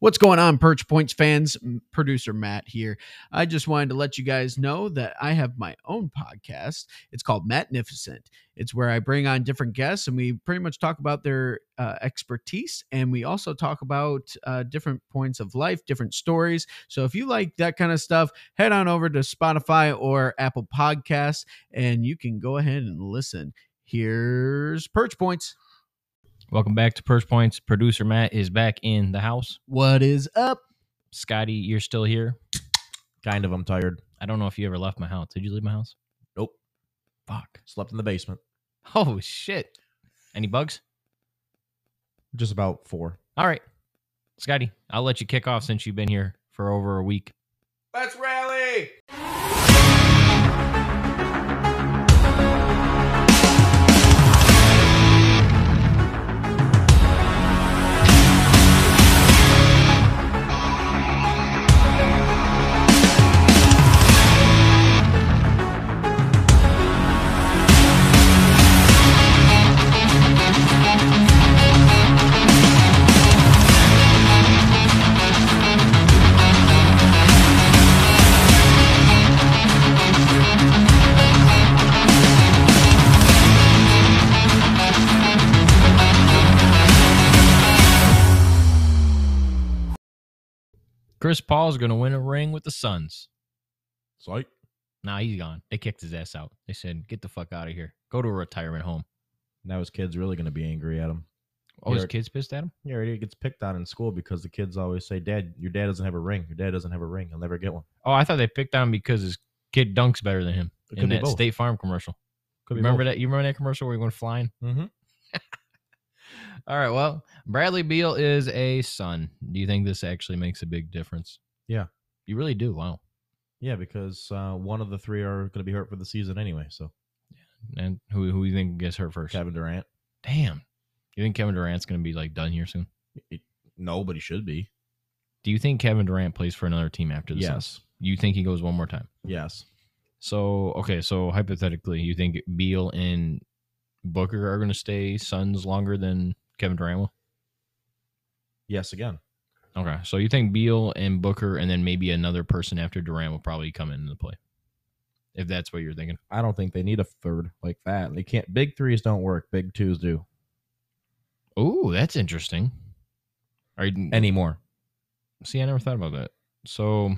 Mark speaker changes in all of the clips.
Speaker 1: What's going on, Perch Points fans? M- Producer Matt here. I just wanted to let you guys know that I have my own podcast. It's called Magnificent. It's where I bring on different guests and we pretty much talk about their uh, expertise and we also talk about uh, different points of life, different stories. So if you like that kind of stuff, head on over to Spotify or Apple Podcasts and you can go ahead and listen. Here's Perch Points.
Speaker 2: Welcome back to Purge Points. Producer Matt is back in the house.
Speaker 1: What is up?
Speaker 2: Scotty, you're still here.
Speaker 3: Kind of. I'm tired.
Speaker 2: I don't know if you ever left my house. Did you leave my house?
Speaker 3: Nope.
Speaker 2: Fuck.
Speaker 3: Slept in the basement.
Speaker 2: Oh shit. Any bugs?
Speaker 3: Just about four.
Speaker 2: All right. Scotty, I'll let you kick off since you've been here for over a week.
Speaker 3: Let's rally.
Speaker 2: Chris Paul's gonna win a ring with the Suns.
Speaker 3: Psych.
Speaker 2: Nah, he's gone. They kicked his ass out. They said, get the fuck out of here. Go to a retirement home.
Speaker 3: Now his kid's really going to be angry at him.
Speaker 2: Oh, his
Speaker 3: You're-
Speaker 2: kids pissed at him?
Speaker 3: He already gets picked on in school because the kids always say, "Dad, your dad doesn't have a ring. Your dad doesn't have a ring. He'll never get one."
Speaker 2: Oh, I thought they picked on him because his kid dunks better than him.
Speaker 3: It could
Speaker 2: in
Speaker 3: be
Speaker 2: that
Speaker 3: both.
Speaker 2: State Farm commercial.
Speaker 3: Could
Speaker 2: remember that? You remember that commercial where he went flying?
Speaker 3: Mm-hmm.
Speaker 2: All right. Well, Bradley Beal is a son. Do you think this actually makes a big difference?
Speaker 3: Yeah.
Speaker 2: You really do. Wow.
Speaker 3: Yeah, because uh, one of the three are going to be hurt for the season anyway. So
Speaker 2: And who who do you think gets hurt first?
Speaker 3: Kevin Durant.
Speaker 2: Damn. You think Kevin Durant's going to be like done here soon?
Speaker 3: It- no, but he should be.
Speaker 2: Do you think Kevin Durant plays for another team after this?
Speaker 3: Yes.
Speaker 2: You think he goes one more time?
Speaker 3: Yes.
Speaker 2: So okay. So hypothetically, you think Beal and Booker are going to stay Suns longer than Kevin Durant will?
Speaker 3: Yes. Again.
Speaker 2: Okay. So you think Beal and Booker, and then maybe another person after Durant will probably come into the play, if that's what you're thinking.
Speaker 3: I don't think they need a third like that. They can't. Big threes don't work. Big twos do
Speaker 2: Oh, that's interesting. Are you,
Speaker 3: anymore.
Speaker 2: see, I never thought about that. So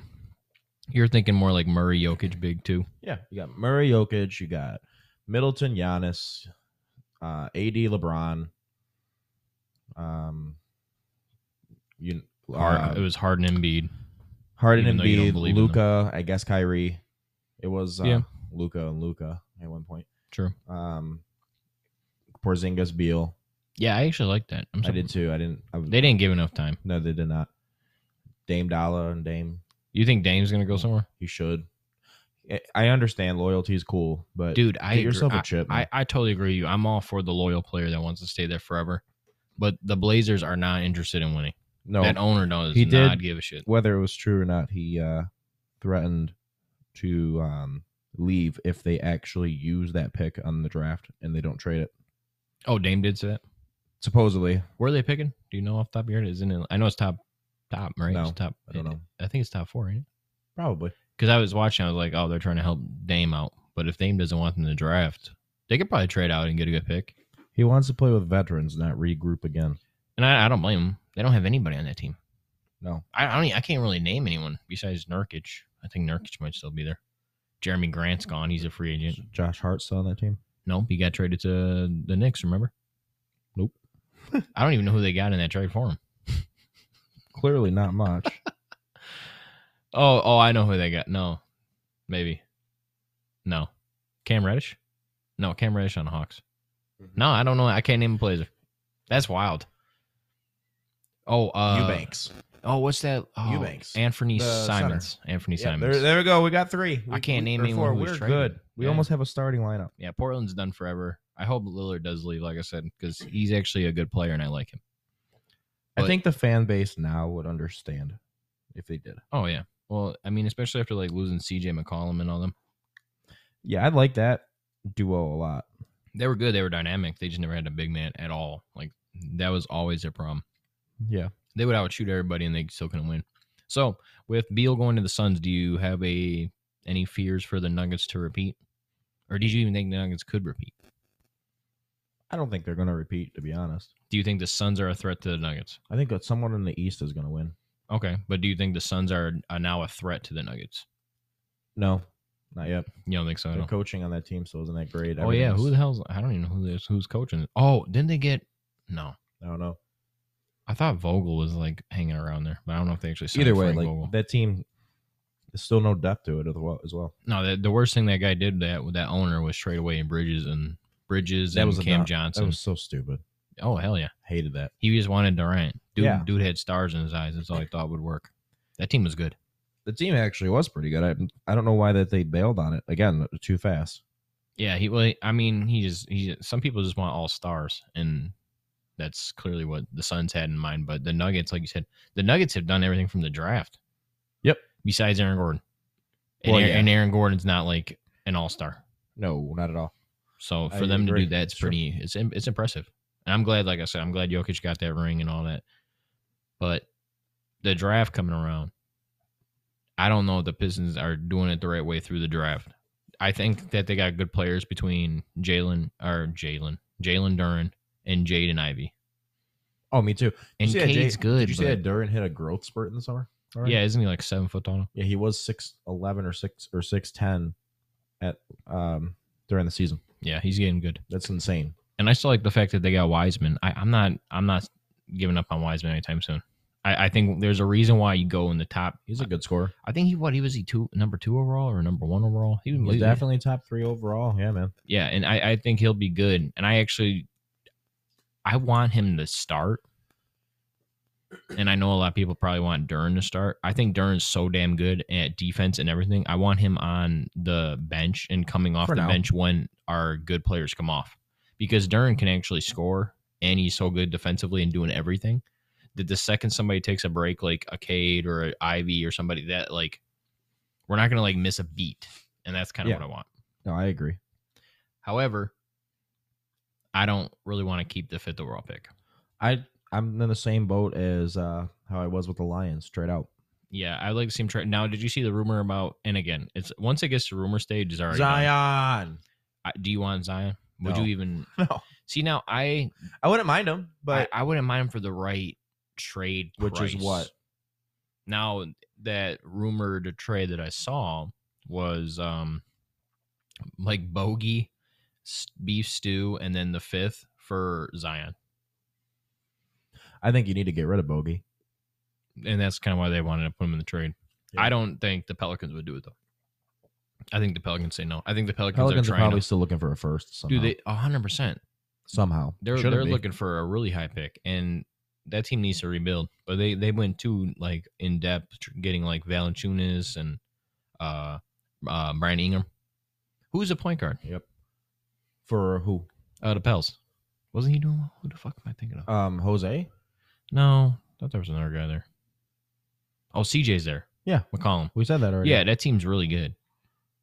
Speaker 2: you're thinking more like Murray, Jokic, big two.
Speaker 3: Yeah, you got Murray, Jokic, you got Middleton, Giannis, uh, AD, LeBron. Um, you
Speaker 2: Hard, it
Speaker 3: uh,
Speaker 2: was Harden, Embiid.
Speaker 3: Harden
Speaker 2: even
Speaker 3: and
Speaker 2: though you don't
Speaker 3: Bede,
Speaker 2: believe in them.
Speaker 3: Luca. I guess Kyrie. It was uh,
Speaker 2: Yeah.
Speaker 3: Luca and Luca at one point.
Speaker 2: True.
Speaker 3: Um, Porzingis, Beal.
Speaker 2: Yeah, I actually like that. I'm
Speaker 3: I did
Speaker 2: surprised-
Speaker 3: too. I didn't. I,
Speaker 2: They didn't give enough time.
Speaker 3: No, they did not. Dame Dalla and Dame.
Speaker 2: You think Dame's gonna go somewhere,
Speaker 3: He should. I- I understand loyalty is cool, but
Speaker 2: dude? I
Speaker 3: get yourself
Speaker 2: agree.
Speaker 3: a chip.
Speaker 2: I,
Speaker 3: man.
Speaker 2: I I totally agree. with You, I'm all for the loyal player that wants to stay there forever, but the Blazers are not interested in winning.
Speaker 3: no,
Speaker 2: That owner does
Speaker 3: He
Speaker 2: not
Speaker 3: did-
Speaker 2: give a shit.
Speaker 3: whether it was true or not, he uh, threatened to um, leave if they actually use that pick on the draft and they don't trade it.
Speaker 2: Oh, Dame did say that.
Speaker 3: Supposedly,
Speaker 2: Where are they picking? Do you know off the top of your head? Isn't it? I know it's top, top, right?
Speaker 3: No,
Speaker 2: It's top.
Speaker 3: I don't know.
Speaker 2: I think it's top four, ain't it?
Speaker 3: Probably.
Speaker 2: because I was watching, I was like, oh, they're trying to help Dame out. But if Dame doesn't want them to draft, they could probably trade out and get a good pick.
Speaker 3: He wants to play with veterans, not regroup again.
Speaker 2: And I, I don't blame them. They don't have anybody on that team.
Speaker 3: No.
Speaker 2: I, I don't. e- I can't really name anyone besides Nurkic. I think Nurkic might still be there. Jeremy Grant's gone. He's a free agent.
Speaker 3: Is Josh Hart still on that team?
Speaker 2: Nope, he got traded to the Knicks. Remember?
Speaker 3: Nope.
Speaker 2: I don't even know who they got in that trade for him.
Speaker 3: Clearly not much.
Speaker 2: Oh, oh, I know who they got. No, maybe. No, Cam Reddish. No, Cam Reddish on the Hawks. No, I don't know. I can't name a blazer. That's wild. Oh, uh, Oh, what's that? Oh,
Speaker 3: Eubanks.
Speaker 2: Anthony
Speaker 3: The
Speaker 2: Simons. Anthony
Speaker 3: Yeah,
Speaker 2: Simons.
Speaker 3: there, there we go. We got three.
Speaker 2: I can't name
Speaker 3: or
Speaker 2: anyone
Speaker 3: four.
Speaker 2: who was
Speaker 3: We're
Speaker 2: traded.
Speaker 3: good. We
Speaker 2: Yeah.
Speaker 3: almost have a starting lineup.
Speaker 2: yeah, Portland's done forever. I hope Lillard does leave, like I said, because he's actually a good player and I like him.
Speaker 3: I
Speaker 2: But-
Speaker 3: think the fan base now would understand if they did.
Speaker 2: Oh yeah. Well, I mean, especially after like losing CJ McCollum and all them,
Speaker 3: Yeah, I like that duo a lot.
Speaker 2: they were good. They were dynamic. They just never had a big man at all. Like that was always their problem.
Speaker 3: Yeah,
Speaker 2: They would outshoot everybody, and they still couldn't win. So with Beal going to the Suns, do you have a any fears for the Nuggets to repeat, or did you even think the Nuggets could repeat?
Speaker 3: I don't think they're going to repeat, to be honest.
Speaker 2: Do you think the Suns are a threat to the Nuggets?
Speaker 3: I think that someone in the East is going to win.
Speaker 2: Okay, but do you think the Suns are, are now a threat to the Nuggets?
Speaker 3: No, not yet.
Speaker 2: You don't think so? I
Speaker 3: Their
Speaker 2: don't.
Speaker 3: coaching on that team still isn't that great.
Speaker 2: Oh yeah, who
Speaker 3: Everything's-
Speaker 2: the hell's? I don't even know who this who's coaching. Oh, didn't they get? No,
Speaker 3: I don't know.
Speaker 2: I thought Vogel was like hanging around there, but I don't know if they actually. Signed
Speaker 3: Either way,
Speaker 2: Frank
Speaker 3: like
Speaker 2: Vogel.
Speaker 3: that team, there's still no depth to it as well. As well.
Speaker 2: no, the, the worst thing that guy did that with that owner was trade away in Bridges and Bridges
Speaker 3: That
Speaker 2: and
Speaker 3: was a
Speaker 2: Cam
Speaker 3: knock-
Speaker 2: Johnson.
Speaker 3: That was so stupid.
Speaker 2: oh hell yeah,
Speaker 3: Hated that.
Speaker 2: he just wanted Durant. Dude,
Speaker 3: Yeah.
Speaker 2: dude had stars in his eyes. That's all he thought would work. That team was good.
Speaker 3: The team actually was pretty good. I, I don't know why that they bailed on it again. Too fast.
Speaker 2: Yeah, he. Well, I mean, he just. He. Some people just want all stars, and that's clearly what the Suns had in mind. But the Nuggets, like you said, the Nuggets have done everything from the draft.
Speaker 3: Yep.
Speaker 2: Besides Aaron Gordon, and,
Speaker 3: Well,
Speaker 2: Aaron,
Speaker 3: yeah.
Speaker 2: and Aaron Gordon's not like an all star.
Speaker 3: No, not at all.
Speaker 2: So
Speaker 3: I
Speaker 2: for them
Speaker 3: agree.
Speaker 2: to do that, it's
Speaker 3: Sure.
Speaker 2: pretty. It's im- it's impressive, and I'm glad. Like I said, I'm glad Jokic got that ring and all that. But the draft coming around, I don't know if the Pistons are doing it the right way through the draft. I think that they got good players between Jalen or Jalen, Jalen Duran, and Jade and Ivy.
Speaker 3: Oh, me too. Did you
Speaker 2: And
Speaker 3: see that Jay-
Speaker 2: Cade's good.
Speaker 3: Did you see
Speaker 2: but-
Speaker 3: that Duran hit a growth spurt in the summer? All right.
Speaker 2: yeah, isn't he like seven foot tall?
Speaker 3: Yeah, he was six eleven or six or six ten at um during the season.
Speaker 2: Yeah, he's getting good.
Speaker 3: That's insane.
Speaker 2: and I still like the fact that they got Wiseman. I, I'm not I'm not giving up on Wiseman anytime soon. I, I think there's a reason why you go in the top.
Speaker 3: He's a good scorer.
Speaker 2: I think he what he was he two number two overall or number one overall. He was
Speaker 3: He's definitely top three overall. Yeah, man.
Speaker 2: yeah, and I, I think he'll be good. And I actually I want him to start. And I know a lot of people probably want Dern to start. I think Dern's so damn good at defense and everything. I want him on the bench and coming off
Speaker 3: For
Speaker 2: the
Speaker 3: now.
Speaker 2: bench when our good players come off. Because Dern can actually score and he's so good defensively and doing everything that the second somebody takes a break like a Cade or a Ivy or somebody that like we're not gonna like miss a beat. And that's kind of
Speaker 3: Yeah.
Speaker 2: what I want.
Speaker 3: No, I agree.
Speaker 2: However, I don't really want to keep the fifth overall pick.
Speaker 3: I I'm in the same boat as uh how I was with the Lions, straight out.
Speaker 2: Yeah, I like to see him try. Now, did you see the rumor about? And again, it's once it gets to rumor stage, it's already done.
Speaker 3: Zion.
Speaker 2: I, do you want Zion? Would
Speaker 3: No.
Speaker 2: you even
Speaker 3: No.
Speaker 2: see? Now, I,
Speaker 3: I wouldn't mind him, but
Speaker 2: I I wouldn't mind him for the right trade,
Speaker 3: Which is
Speaker 2: price.
Speaker 3: what?
Speaker 2: Now that rumored trade that I saw was um like bogey, s- beef stew, and then the fifth for Zion,
Speaker 3: I think you need to get rid of Bogey.
Speaker 2: and that's kind of why they wanted to put him in the trade.
Speaker 3: Yeah.
Speaker 2: I don't think the Pelicans would do it though. I think the Pelicans say no. I think the Pelicans,
Speaker 3: Pelicans
Speaker 2: are
Speaker 3: are
Speaker 2: trying
Speaker 3: probably
Speaker 2: to
Speaker 3: still looking for a first somehow.
Speaker 2: do they hundred percent.
Speaker 3: somehow.
Speaker 2: They're
Speaker 3: Shouldn't
Speaker 2: they're
Speaker 3: be.
Speaker 2: looking for a really high pick, and that team needs to rebuild. But they they went too like in depth, tr- getting like Valanciunas and uh uh Brian Ingram, who's a point guard.
Speaker 3: Yep. For who?
Speaker 2: Uh, the Pels. Wasn't he doing well? Who the fuck am I thinking of?
Speaker 3: Um Jose?
Speaker 2: no, I thought there was another guy there. Oh, CJ's there.
Speaker 3: Yeah.
Speaker 2: McCollum.
Speaker 3: We said that already.
Speaker 2: Yeah, that team's really good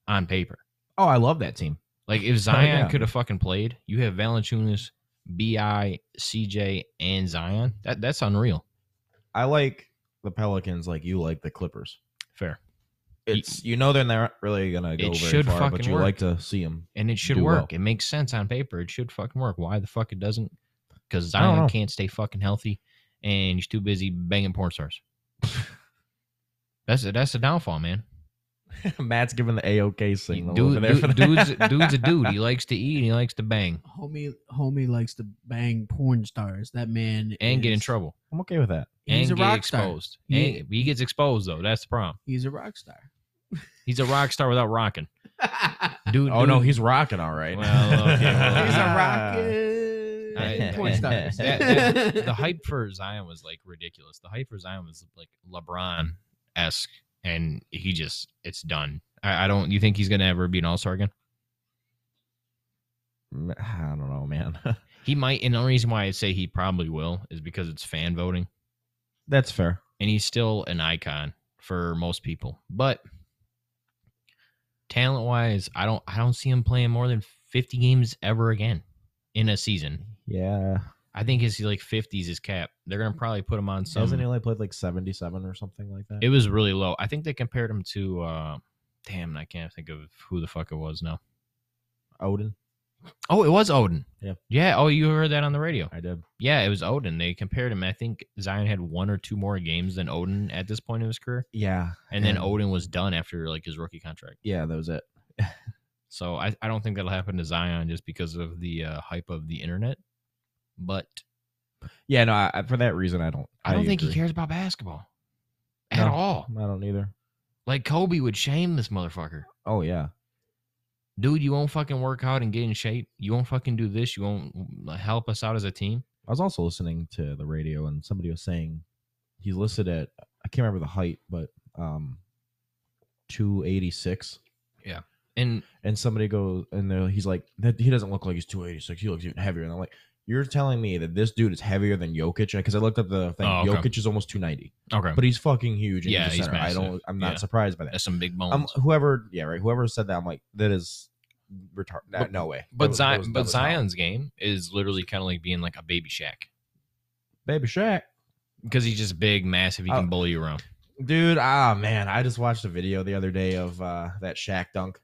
Speaker 2: on paper.
Speaker 3: Oh, I love that team.
Speaker 2: Like if Zion
Speaker 3: Oh, yeah.
Speaker 2: could have fucking played, you have Valanciunas, Bi, CJ, and Zion. That that's unreal.
Speaker 3: I like the Pelicans like you like the Clippers.
Speaker 2: Fair,
Speaker 3: It's you know they're not really gonna go
Speaker 2: It
Speaker 3: very
Speaker 2: should
Speaker 3: far,
Speaker 2: fucking
Speaker 3: but you
Speaker 2: work.
Speaker 3: like to see them.
Speaker 2: and it should
Speaker 3: Do
Speaker 2: work.
Speaker 3: well.
Speaker 2: It makes sense on paper. It should fucking work. Why the fuck it doesn't? Because
Speaker 3: I don't
Speaker 2: Zion
Speaker 3: know.
Speaker 2: can't stay fucking healthy, and he's too busy banging porn stars. that's a, that's the downfall, man.
Speaker 3: Matt's giving the AOK signal over
Speaker 2: Dude,
Speaker 3: there for
Speaker 2: dude,
Speaker 3: the-
Speaker 2: dude's dude's a dude. He likes to eat and he likes to bang
Speaker 1: Homie, homie likes to bang porn stars. That man
Speaker 2: and get in
Speaker 1: is-
Speaker 2: trouble
Speaker 3: I'm okay with that.
Speaker 1: He's
Speaker 2: and
Speaker 1: a
Speaker 2: get
Speaker 1: rock star.
Speaker 2: exposed.
Speaker 1: Yeah.
Speaker 2: And he gets exposed though. That's the problem.
Speaker 1: He's a rock star.
Speaker 2: He's a rock star without rocking. Dude,
Speaker 3: Oh
Speaker 2: dude,
Speaker 3: no, he's rocking all right.
Speaker 2: Well, okay, well,
Speaker 1: He's a
Speaker 2: Ah.
Speaker 1: rocket.
Speaker 2: I-
Speaker 1: porn stars.
Speaker 2: that- the hype for Zion was like ridiculous. The hype for Zion was like LeBron esque, and he just it's done. I, I don't. You think he's gonna ever be an All Star again?
Speaker 3: I don't know, man.
Speaker 2: He might. And the only reason why I say he probably will is because it's fan voting,
Speaker 3: That's fair.
Speaker 2: and he's still an icon for most people. But talent wise, I don't. I don't see him playing more than fifty games ever again in a season.
Speaker 3: Yeah.
Speaker 2: I think his like fifties is cap. They're gonna probably put him on some.
Speaker 3: Hasn't he only played like seventy seven or something like that?
Speaker 2: Um, It was really low. I think they compared him to uh damn, I can't think of who the fuck it was now.
Speaker 3: Odin.
Speaker 2: Oh, it was Odin.
Speaker 3: Yeah.
Speaker 2: Yeah. Oh, you heard that on the radio.
Speaker 3: I did.
Speaker 2: Yeah, it was Odin. They compared him. I think Zion had one or two more games than Odin at this point in his career.
Speaker 3: Yeah.
Speaker 2: And then Odin was done after like his rookie contract.
Speaker 3: Yeah, that was it.
Speaker 2: So I, I don't think that'll happen to Zion just because of the uh, hype of the internet. But
Speaker 3: Yeah, no, I, I- for that reason I don't
Speaker 2: I don't think he
Speaker 3: agree.
Speaker 2: cares about basketball at
Speaker 3: No.
Speaker 2: all.
Speaker 3: I don't either.
Speaker 2: Like Kobe would shame this motherfucker.
Speaker 3: Oh yeah.
Speaker 2: Dude, you won't fucking work out and get in shape. You won't fucking do this. You won't help us out as a team.
Speaker 3: I was also listening to the radio and somebody was saying he's listed at I can't remember the height, but um 286
Speaker 2: And
Speaker 3: and somebody goes and they're- he's like that he doesn't look like he's 286 he looks even heavier and I'm like you're telling me that this dude is heavier than Jokic because I looked up the thing
Speaker 2: Oh, okay.
Speaker 3: Jokic is almost 290
Speaker 2: okay,
Speaker 3: but he's fucking huge and
Speaker 2: Yeah,
Speaker 3: he's, a
Speaker 2: he's
Speaker 3: center. I
Speaker 2: massive.
Speaker 3: don't I'm not
Speaker 2: Yeah.
Speaker 3: surprised by that
Speaker 2: that's some big bones.
Speaker 3: um whoever yeah right whoever said that I'm like that is retarded
Speaker 2: But-
Speaker 3: no way That
Speaker 2: But
Speaker 3: was- that was-
Speaker 2: Zion,
Speaker 3: that
Speaker 2: but
Speaker 3: was not-
Speaker 2: Zion's game is literally kind of like being like a baby Shaq
Speaker 3: baby Shaq
Speaker 2: because he's just big, massive. He
Speaker 3: Oh.
Speaker 2: can bully you around.
Speaker 3: Dude, ah man, I just watched a video the other day of uh that Shaq dunk.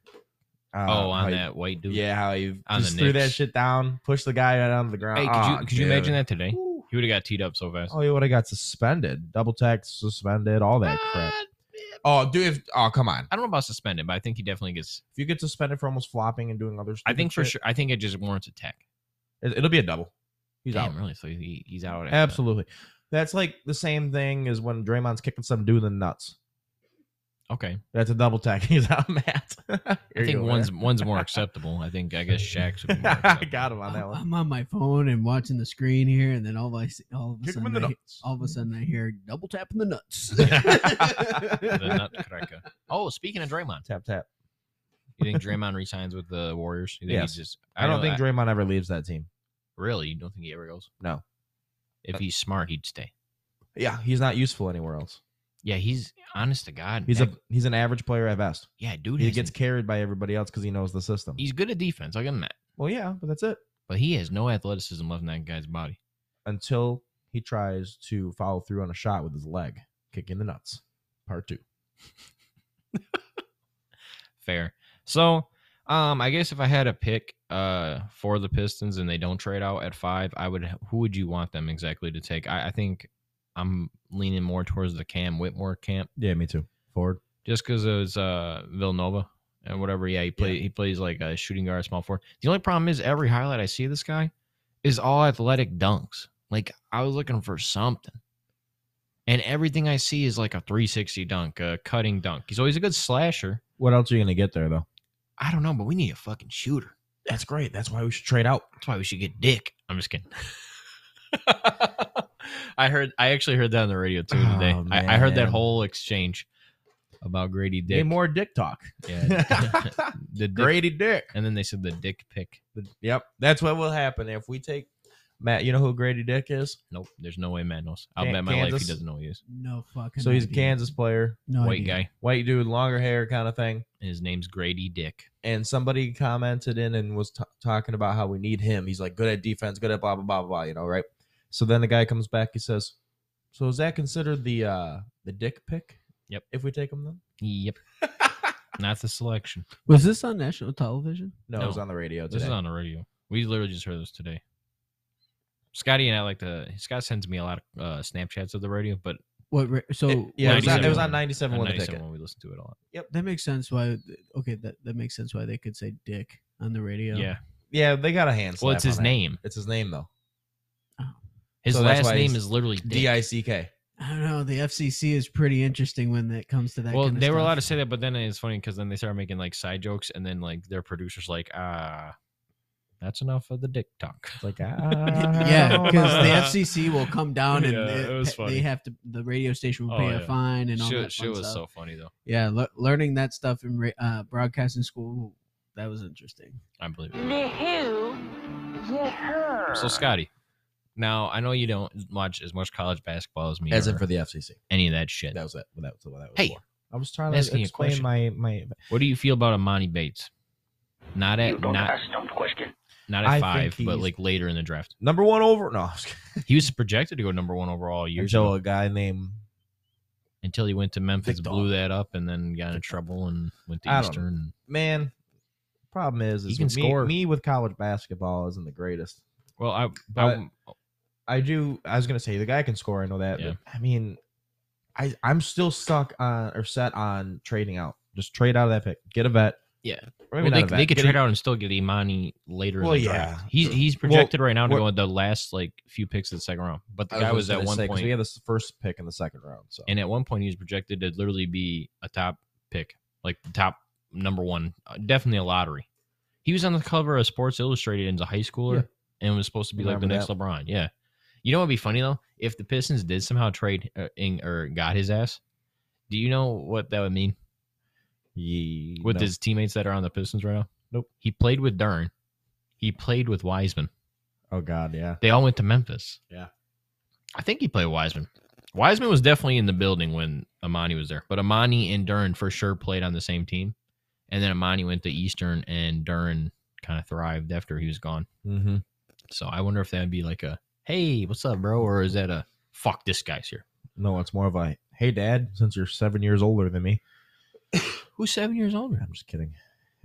Speaker 3: Uh,
Speaker 2: oh,
Speaker 3: how
Speaker 2: on
Speaker 3: he-
Speaker 2: that white dude.
Speaker 3: yeah, how he
Speaker 2: On
Speaker 3: just
Speaker 2: the
Speaker 3: threw that
Speaker 2: Knicks.
Speaker 3: shit down, pushed the guy right onto the ground.
Speaker 2: Hey, could
Speaker 3: Ah,
Speaker 2: you could you imagine
Speaker 3: dude.
Speaker 2: that today?
Speaker 3: Woo.
Speaker 2: He would have got teed up so fast.
Speaker 3: Oh, he would have got suspended, double tax, suspended, all that crap.
Speaker 2: Uh,
Speaker 3: Oh, dude, if, oh come on,
Speaker 2: I don't know about suspended, but I think he definitely gets.
Speaker 3: if you get suspended for almost flopping and doing other,
Speaker 2: I
Speaker 3: stupid
Speaker 2: think for
Speaker 3: shit,
Speaker 2: sure. I think it just warrants a tech.
Speaker 3: it, will be a double. He's
Speaker 2: Damn,
Speaker 3: out.
Speaker 2: really? So he, he's out. uh, after that.
Speaker 3: Absolutely, that's like the same thing as when Draymond's kicking some dude in the nuts.
Speaker 2: Okay.
Speaker 3: That's a double tack. He's out, Matt. I
Speaker 2: I think one's one's more acceptable. I think I guess Shaq's would be more
Speaker 3: I
Speaker 2: acceptable.
Speaker 3: got him on that
Speaker 1: I'm,
Speaker 3: one.
Speaker 1: I'm on my phone and watching the screen here, and then all of I see, all of a
Speaker 3: Kick 'em
Speaker 1: sudden,
Speaker 3: in the
Speaker 1: I,
Speaker 3: nuts.
Speaker 1: all of a sudden, I hear double tap in the nuts.
Speaker 2: The nutcracker. Oh, speaking of Draymond,
Speaker 3: tap tap.
Speaker 2: you think Draymond resigns with the Warriors? You think
Speaker 3: Yes.
Speaker 2: he's just,
Speaker 3: I don't
Speaker 2: know-
Speaker 3: think Draymond ever leaves that team.
Speaker 2: Really? You don't think he ever goes?
Speaker 3: No. Uh,
Speaker 2: If he's smart, he'd stay.
Speaker 3: Yeah, he's not useful anywhere else.
Speaker 2: Yeah, he's honest to God.
Speaker 3: He's
Speaker 2: that-
Speaker 3: a he's an average player at best.
Speaker 2: yeah, dude.
Speaker 3: He
Speaker 2: He
Speaker 3: gets carried by everybody else because he knows the system.
Speaker 2: he's good at defense. I give him that,
Speaker 3: Well, yeah, but that's it.
Speaker 2: but he has no athleticism left in that guy's body.
Speaker 3: Until he tries to follow through on a shot with his leg, kicking the nuts. Part two.
Speaker 2: Fair. So, um, I guess if I had a pick, uh, for the Pistons and they don't trade out at five, I would. Who would you want them exactly to take? I, I think I'm leaning more towards the Cam Whitmore camp,
Speaker 3: Yeah, me too. Forward.
Speaker 2: just because it was uh Villanova and whatever. Yeah, he play he plays like a shooting guard, small forward. The only problem is every highlight I see of this guy is all athletic dunks. Like I was looking for something. And everything I see is like a 360 dunk, a cutting dunk. He's always a good slasher.
Speaker 3: What else are you gonna get there though?
Speaker 2: I don't know, but we need a fucking shooter.
Speaker 3: That's great. That's why we should trade out.
Speaker 2: That's why we should get Dick. I'm just kidding. I heard. I actually heard that on the radio too
Speaker 3: Oh,
Speaker 2: today. I, I heard that
Speaker 3: man.
Speaker 2: whole exchange about Grady Dick.
Speaker 3: Need more dick talk.
Speaker 2: Yeah, the dick,
Speaker 3: Grady Dick.
Speaker 2: And then they said the Dick pick.
Speaker 3: Yep. That's what will happen if we take Matt. You know who Grady Dick is?
Speaker 2: Nope. There's no way Matt knows. I'll
Speaker 3: Kan-
Speaker 2: bet my life
Speaker 3: Kansas.
Speaker 2: he doesn't know who he is.
Speaker 1: no fucking.
Speaker 3: So he's a
Speaker 1: idea.
Speaker 3: Kansas player,
Speaker 1: No
Speaker 2: White
Speaker 1: idea.
Speaker 2: guy,
Speaker 3: white dude, longer hair kind of thing.
Speaker 2: and his name's Grady Dick.
Speaker 3: and somebody commented in and was t- talking about how we need him. He's like good at defense, good at blah blah blah blah. blah, You know, right? So then the guy comes back. He says, "So is that considered the uh the dick pick?
Speaker 2: Yep.
Speaker 3: If we take him then?
Speaker 2: Yep. Not the selection.
Speaker 1: Was this on national television?
Speaker 3: No, it was
Speaker 2: No.
Speaker 3: on the radio today.
Speaker 2: This is on the radio. We literally just heard this today. Scotty and I like to. Scott sends me a lot of uh, Snapchats of the radio, but
Speaker 1: What? ra- So
Speaker 3: It- yeah, it was on, it was
Speaker 2: 97.
Speaker 3: on ninety-seven
Speaker 2: on
Speaker 3: when the
Speaker 2: 97
Speaker 3: ticket.
Speaker 2: when we listen to it a lot.
Speaker 1: that makes sense. Why? Okay, that that makes sense. Why they could say dick on the radio.
Speaker 2: yeah.
Speaker 3: Yeah, they got a hand.
Speaker 2: Well, it's
Speaker 3: slap
Speaker 2: his
Speaker 3: on that.
Speaker 2: name.
Speaker 3: It's his name though.
Speaker 2: His
Speaker 3: So that's
Speaker 2: last
Speaker 3: why
Speaker 2: name
Speaker 3: he's
Speaker 2: is literally
Speaker 3: D
Speaker 2: Dick.
Speaker 3: I C K.
Speaker 1: I don't know. The FCC is pretty interesting when it comes to that.
Speaker 2: Well,
Speaker 1: kind of
Speaker 2: they were allowed to
Speaker 1: stuff.
Speaker 2: say that, but then it's funny because then they started making like side jokes, and then like their producers like, ah, that's enough of the dick talk.
Speaker 3: It's like ah.
Speaker 1: Yeah, because
Speaker 2: that's-
Speaker 1: the FCC will come down and
Speaker 2: Yeah,
Speaker 1: it-
Speaker 2: it was funny.
Speaker 1: they have to. The radio station will
Speaker 2: Oh,
Speaker 1: pay a
Speaker 2: yeah.
Speaker 1: fine and all
Speaker 2: Shit,
Speaker 1: that
Speaker 2: shit
Speaker 1: fun
Speaker 2: was
Speaker 1: stuff.
Speaker 2: so funny though.
Speaker 1: yeah, le- learning that stuff in ra- uh, broadcasting school that was interesting.
Speaker 2: I believe. it.
Speaker 4: Yahoo! Yahoo!
Speaker 2: So Scotty, now I know you don't watch as much college basketball as me,
Speaker 3: as
Speaker 2: or
Speaker 3: if for the FCC.
Speaker 2: any of that shit.
Speaker 3: That was it. That was what that was.
Speaker 2: Hey,
Speaker 3: for. I was trying
Speaker 2: I'm
Speaker 3: to
Speaker 2: asking you a
Speaker 3: explain
Speaker 2: question.
Speaker 3: my my.
Speaker 2: What do you feel about Amani Bates? Not at not
Speaker 4: ask no question.
Speaker 2: Not at
Speaker 3: I think
Speaker 2: five, but
Speaker 3: he's-
Speaker 2: like later in the draft.
Speaker 3: Number one over. No, I was kidding.
Speaker 2: He was projected to go number one overall years ago
Speaker 3: until a guy named
Speaker 2: until he went to Memphis,
Speaker 3: Big dog.
Speaker 2: blew that up, and then got in
Speaker 3: Big dog.
Speaker 2: trouble and went to
Speaker 3: I don't
Speaker 2: Eastern. and-
Speaker 3: man. Problem is,
Speaker 2: He
Speaker 3: is
Speaker 2: can
Speaker 3: with me,
Speaker 2: score.
Speaker 3: me with college basketball isn't the greatest.
Speaker 2: Well,
Speaker 3: Uh,
Speaker 2: I,
Speaker 3: But-
Speaker 2: I
Speaker 3: I do. I was gonna say the guy can score. I know that.
Speaker 2: Yeah.
Speaker 3: But, I mean, I I'm still stuck on or set on trading out. Just trade out of that pick. Get a vet.
Speaker 2: Yeah.
Speaker 3: Or
Speaker 2: well,
Speaker 3: maybe not
Speaker 2: they,
Speaker 3: a vet.
Speaker 2: they could
Speaker 3: Get
Speaker 2: trade
Speaker 3: a,
Speaker 2: out and still get Imani later
Speaker 3: Well,
Speaker 2: in the
Speaker 3: yeah.
Speaker 2: draft. He's he's
Speaker 3: Well,
Speaker 2: projected right now to
Speaker 3: what-
Speaker 2: go in the last like few picks of the second round. But the guy was, at
Speaker 3: gonna
Speaker 2: one
Speaker 3: say, 'cause
Speaker 2: point,
Speaker 3: We had this first pick in the second round. So
Speaker 2: and at one point he was projected to literally be a top pick, like top number one, uh, definitely a lottery. He was on the cover of Sports Illustrated as a high schooler and was supposed to be like the
Speaker 3: Remember
Speaker 2: next
Speaker 3: that.
Speaker 2: LeBron. Yeah, you know what'd be funny though? If the Pistons did somehow trade uh, in, or got his ass, do you know what that would mean?
Speaker 3: Ye-
Speaker 2: with
Speaker 3: no.
Speaker 2: his teammates that are on the Pistons right now?
Speaker 3: Nope.
Speaker 2: He played with Dern. He played with Wiseman.
Speaker 3: oh god, yeah.
Speaker 2: They all went to Memphis.
Speaker 3: Yeah.
Speaker 2: I think he played Wiseman. Wiseman was definitely in the building when Amani was there, but Amani and Dern for sure played on the same team. And then Amani went to Eastern, and Dern kind of thrived after he was gone.
Speaker 3: Mm-hmm.
Speaker 2: So I wonder if that'd be like a hey, what's up, bro, or is that a fuck this guy's here?
Speaker 3: No, it's more of a hey, dad. Since you're seven years older than me,
Speaker 2: Who's seven years older?
Speaker 3: I'm just kidding.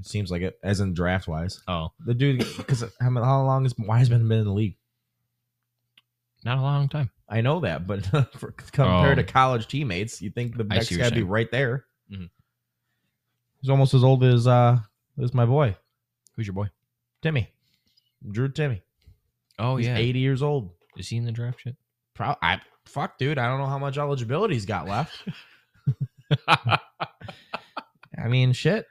Speaker 3: It seems like it, as in draft wise.
Speaker 2: Oh,
Speaker 3: The dude, because how many- how long has Wiseman been in the league?
Speaker 2: not a long time.
Speaker 3: I know that, but for, compared
Speaker 2: Oh.
Speaker 3: to college teammates, you think the
Speaker 2: I
Speaker 3: next
Speaker 2: see what
Speaker 3: guy'd be
Speaker 2: you're saying.
Speaker 3: right there.
Speaker 2: Mhm.
Speaker 3: He's almost as old as uh as my boy
Speaker 2: Who's your boy?
Speaker 3: Timmy, Drew Timmy.
Speaker 2: Oh
Speaker 3: He's eighty years old.
Speaker 2: Is he in the draft shit?
Speaker 3: Pro- I fuck, dude. I don't know how much eligibility he's got left. I mean, shit.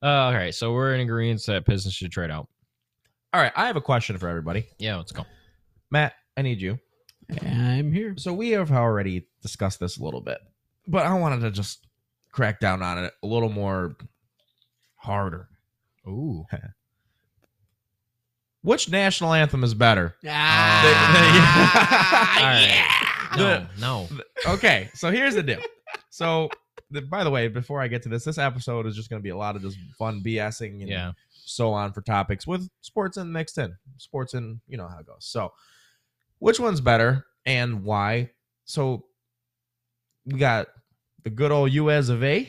Speaker 2: Uh, all right, so we're in agreement that Pistons should trade out.
Speaker 3: All right, I have a question for everybody.
Speaker 2: Yeah, let's go.
Speaker 3: Matt, I need you.
Speaker 1: I'm here.
Speaker 3: So we have already discussed this a little bit, but I wanted to just crack down on it a little more harder.
Speaker 2: Ooh,
Speaker 3: Which national anthem is better?
Speaker 1: Ah,
Speaker 2: yeah. No, no.
Speaker 3: Okay, so here's the deal. So, the, by the way, before I get to this, this episode is just going to be a lot of just fun BSing and
Speaker 2: Yeah,
Speaker 3: so on for topics with sports and mixed in sports and you know how it goes so which one's better and why so we got the good old u as of a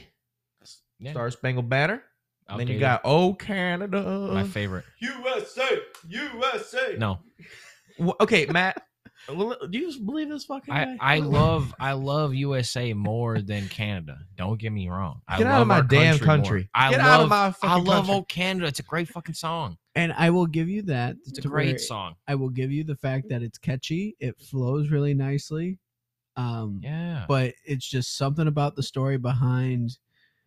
Speaker 2: Yeah.
Speaker 3: star spangled banner and then you
Speaker 2: Outdated.
Speaker 3: got oh canada
Speaker 2: my favorite.
Speaker 3: usa usa
Speaker 2: No,
Speaker 3: okay matt l- do you believe this fucking
Speaker 2: I
Speaker 3: guy?
Speaker 2: I love I love USA more than Canada. Don't get me wrong. I
Speaker 3: Get out
Speaker 2: love
Speaker 3: of my
Speaker 2: our
Speaker 3: damn
Speaker 2: more.
Speaker 3: country.
Speaker 2: I
Speaker 3: Get
Speaker 2: love,
Speaker 3: out of my fucking
Speaker 2: I love
Speaker 3: country.
Speaker 2: "Oh Canada. It's a great fucking song.
Speaker 1: And I will give you that.
Speaker 2: It's a
Speaker 1: to
Speaker 2: great
Speaker 1: where
Speaker 2: song.
Speaker 1: I will give you the fact that it's catchy. It flows really nicely. Um,
Speaker 2: Yeah.
Speaker 1: But it's just something about the story behind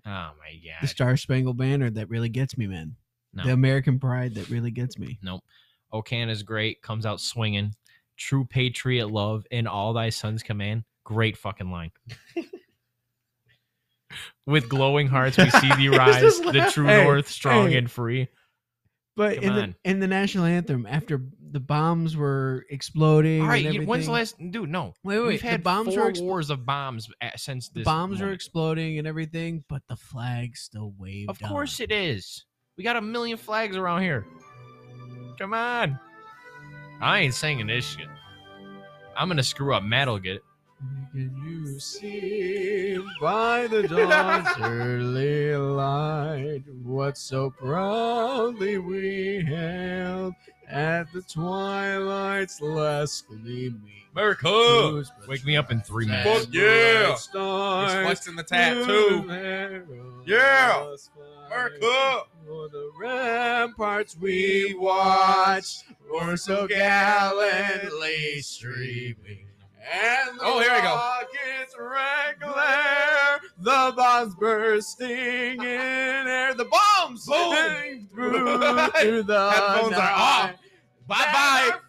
Speaker 2: oh my
Speaker 1: the
Speaker 2: god.
Speaker 1: Star Spangled Banner that really gets me, man.
Speaker 2: No.
Speaker 1: The American pride that really gets me.
Speaker 2: Nope. Okana's great. Comes out swinging. True patriot love in all thy sons command. Great fucking line. With glowing hearts, we see thee
Speaker 3: He's
Speaker 2: rise.
Speaker 3: just
Speaker 2: The
Speaker 3: laugh-
Speaker 2: true
Speaker 3: Hey,
Speaker 2: north, strong
Speaker 1: hey.
Speaker 2: and free.
Speaker 1: But
Speaker 2: Come
Speaker 1: in the,
Speaker 2: on.
Speaker 1: in the national anthem, after the bombs were exploding,
Speaker 2: All right.
Speaker 1: and
Speaker 2: you- When's the
Speaker 1: everything-
Speaker 2: last? Dude, no.
Speaker 1: Wait, wait,
Speaker 2: We've
Speaker 1: the
Speaker 2: had
Speaker 1: bombs
Speaker 2: four
Speaker 1: were expl-
Speaker 2: wars of bombs at, since
Speaker 1: the
Speaker 2: this.
Speaker 1: bombs are
Speaker 2: moment.
Speaker 1: exploding and everything, but the flag still waved.
Speaker 2: Of course
Speaker 1: on.
Speaker 2: it is. We got a million flags around here. Come on. I ain't singing this shit. I'm gonna screw up. Matt will get it.
Speaker 1: Can you see by the dawn's early light what so proudly we hailed at the twilight's last gleaming?
Speaker 2: America. Wake me up in three minutes.
Speaker 3: Fuck yeah. He's
Speaker 1: Stars
Speaker 3: flexing the tattoo. Yeah. America.
Speaker 1: For the ramparts we watch, or so gallantly streaming. And the
Speaker 3: Oh, here we go.
Speaker 1: rockets regular, the bombs bursting in air, the bombs
Speaker 3: Boom.
Speaker 1: sailing through, through the
Speaker 3: Headphones are
Speaker 1: night.
Speaker 3: off. Bye-bye.
Speaker 1: And our flag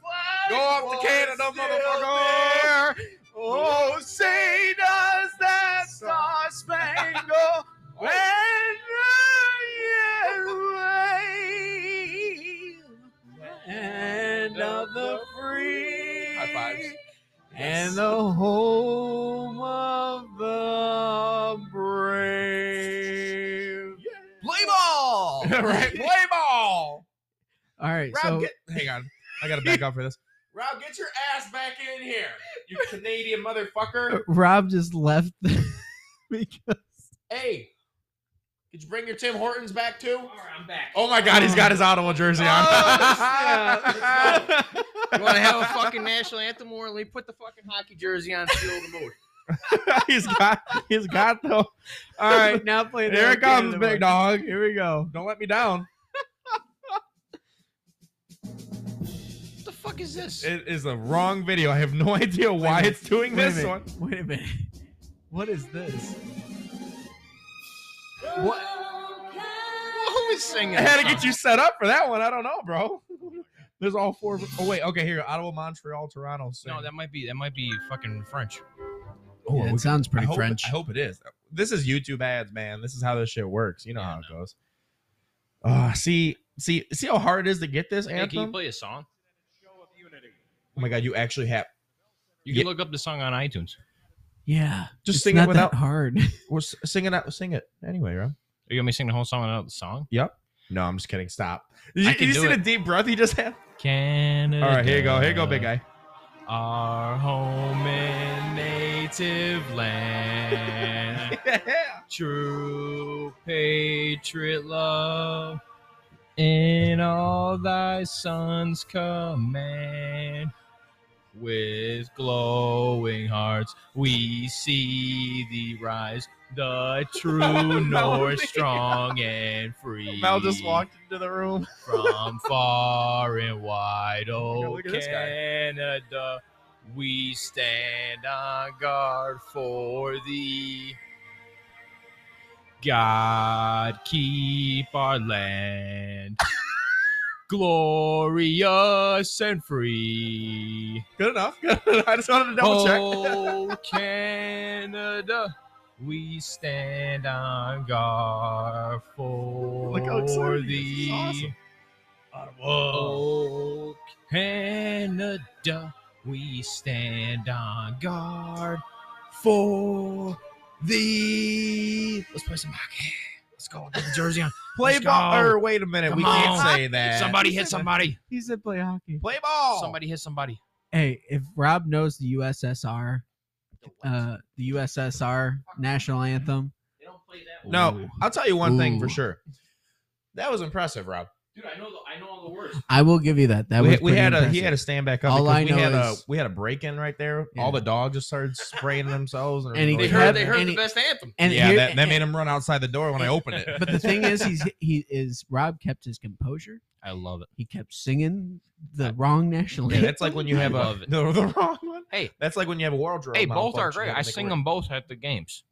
Speaker 3: Go off to
Speaker 1: was
Speaker 3: Canada,
Speaker 1: still
Speaker 3: motherfucker.
Speaker 1: there. Oh, say does that star spangle banner yet wave? And of the free
Speaker 3: High fives.
Speaker 1: and the home of the brave.
Speaker 3: Play ball. right? Play ball.
Speaker 1: All right.
Speaker 3: Rob,
Speaker 1: so
Speaker 3: get, hang on. I gotta back up for this. Rob, get your ass back in here, you Canadian motherfucker.
Speaker 1: Rob just left because
Speaker 3: Hey, did you bring your Tim Hortons back too? All right, I'm back.
Speaker 2: Oh
Speaker 3: my God, he's got his Ottawa jersey on. Oh,
Speaker 2: You want to have a fucking national anthem orally? Put the fucking hockey jersey on, fuel the mood.
Speaker 3: he's got, he's got though.
Speaker 1: All right, now play the
Speaker 3: Here it comes,
Speaker 1: Canada
Speaker 3: big
Speaker 1: one.
Speaker 3: dog.
Speaker 1: Here we go.
Speaker 3: Don't let me down.
Speaker 2: What the fuck is this?
Speaker 3: It is the wrong video. I have no idea why
Speaker 1: Wait a
Speaker 3: it's doing
Speaker 1: Wait a
Speaker 3: this
Speaker 1: minute.
Speaker 3: one.
Speaker 1: Wait a minute. What is this? What?
Speaker 2: Who is singing?
Speaker 3: I had to get you set up for that one. I don't know, bro. There's all four. Of, oh wait, okay. Here, Ottawa, Montreal, Toronto.
Speaker 2: No, that might be that might be fucking French.
Speaker 3: Oh,
Speaker 1: Yeah,
Speaker 3: we-
Speaker 1: it sounds
Speaker 3: I
Speaker 1: pretty
Speaker 3: hope,
Speaker 1: French.
Speaker 3: I hope it is. This is YouTube ads, man. This is how this shit works. You know
Speaker 2: Yeah, I
Speaker 3: how it goes. Ah, see, see, see how hard it is to get this
Speaker 2: Hey, can you
Speaker 3: anthem.
Speaker 2: play a song?
Speaker 3: oh my god, you actually have.
Speaker 2: You can
Speaker 3: Yeah.
Speaker 2: look up the song on iTunes.
Speaker 1: yeah.
Speaker 3: Just
Speaker 1: it's
Speaker 3: sing it
Speaker 1: not
Speaker 3: without-
Speaker 1: that hard.
Speaker 3: We're s- singing out. Sing it anyway, bro.
Speaker 2: Are you want me to sing the whole song without the song?
Speaker 3: Yep. No, I'm just kidding. Stop. Did you,
Speaker 2: I
Speaker 3: did
Speaker 2: can
Speaker 3: you
Speaker 2: do
Speaker 3: see the
Speaker 2: it.
Speaker 3: deep breath he just had?
Speaker 2: Canada.
Speaker 3: All right, here you go. Here you go, big guy.
Speaker 2: Our home and native land.
Speaker 3: Yeah.
Speaker 2: True patriot love in all thy sons command. With glowing hearts we see thee rise, the true north
Speaker 3: Melody.
Speaker 2: strong and free.
Speaker 3: Mel just walked into the room.
Speaker 2: from far and wide,
Speaker 3: God,
Speaker 2: oh
Speaker 3: look at this guy.
Speaker 2: Canada, we stand on guard for thee. God keep our land glorious and free.
Speaker 3: Good enough. Good. enough. I just wanted to double check.
Speaker 2: Oh Canada, we stand on guard for
Speaker 3: Look how excited he is. This is
Speaker 2: thee.
Speaker 3: awesome. Ottawa.
Speaker 2: Oh, Canada, we stand on guard for thee. Let's play some hockey. Let's go. Get the jersey on.
Speaker 3: Play
Speaker 2: Let's
Speaker 3: ball.
Speaker 2: go.
Speaker 3: Or wait a minute.
Speaker 2: Come
Speaker 3: we can't
Speaker 2: on.
Speaker 3: say that.
Speaker 2: Somebody hit somebody.
Speaker 1: He said play hockey.
Speaker 3: Play ball.
Speaker 2: Somebody hit somebody.
Speaker 1: Hey, if Rob knows the USSR, uh, the USSR national anthem,
Speaker 2: They don't play that.
Speaker 3: No, I'll tell you one thing for
Speaker 1: Ooh.
Speaker 3: sure. That was impressive, Rob.
Speaker 2: dude, I know. The, I know all the words.
Speaker 1: I will give you that. That
Speaker 3: we,
Speaker 1: was
Speaker 3: we had
Speaker 1: pretty
Speaker 3: a he had
Speaker 1: impressive.
Speaker 3: to stand back up.
Speaker 1: All
Speaker 3: because
Speaker 1: I
Speaker 3: we
Speaker 1: know
Speaker 3: had
Speaker 1: is-
Speaker 3: a we had a break in right there.
Speaker 1: Yeah.
Speaker 3: All the dogs just started spraying themselves,
Speaker 1: And he
Speaker 2: They
Speaker 1: They
Speaker 3: everything was
Speaker 2: heard.
Speaker 1: have
Speaker 2: They heard the
Speaker 1: any-
Speaker 2: best anthem.
Speaker 1: and
Speaker 3: yeah,
Speaker 1: here-
Speaker 3: that, that made him run outside the door when I opened it.
Speaker 1: But the thing is, he's he is Rob kept his composure.
Speaker 2: I love it.
Speaker 1: He kept singing the wrong national
Speaker 3: yeah,
Speaker 1: anthem.
Speaker 3: that's like when you have a
Speaker 2: Love it.
Speaker 3: the, the wrong one.
Speaker 2: Hey.
Speaker 3: that's like when you have a world drum.
Speaker 2: Hey,
Speaker 3: on
Speaker 2: both are
Speaker 3: function,
Speaker 2: great.
Speaker 3: you
Speaker 2: I
Speaker 3: gotta make it
Speaker 2: sing
Speaker 3: work.
Speaker 2: them both at the games.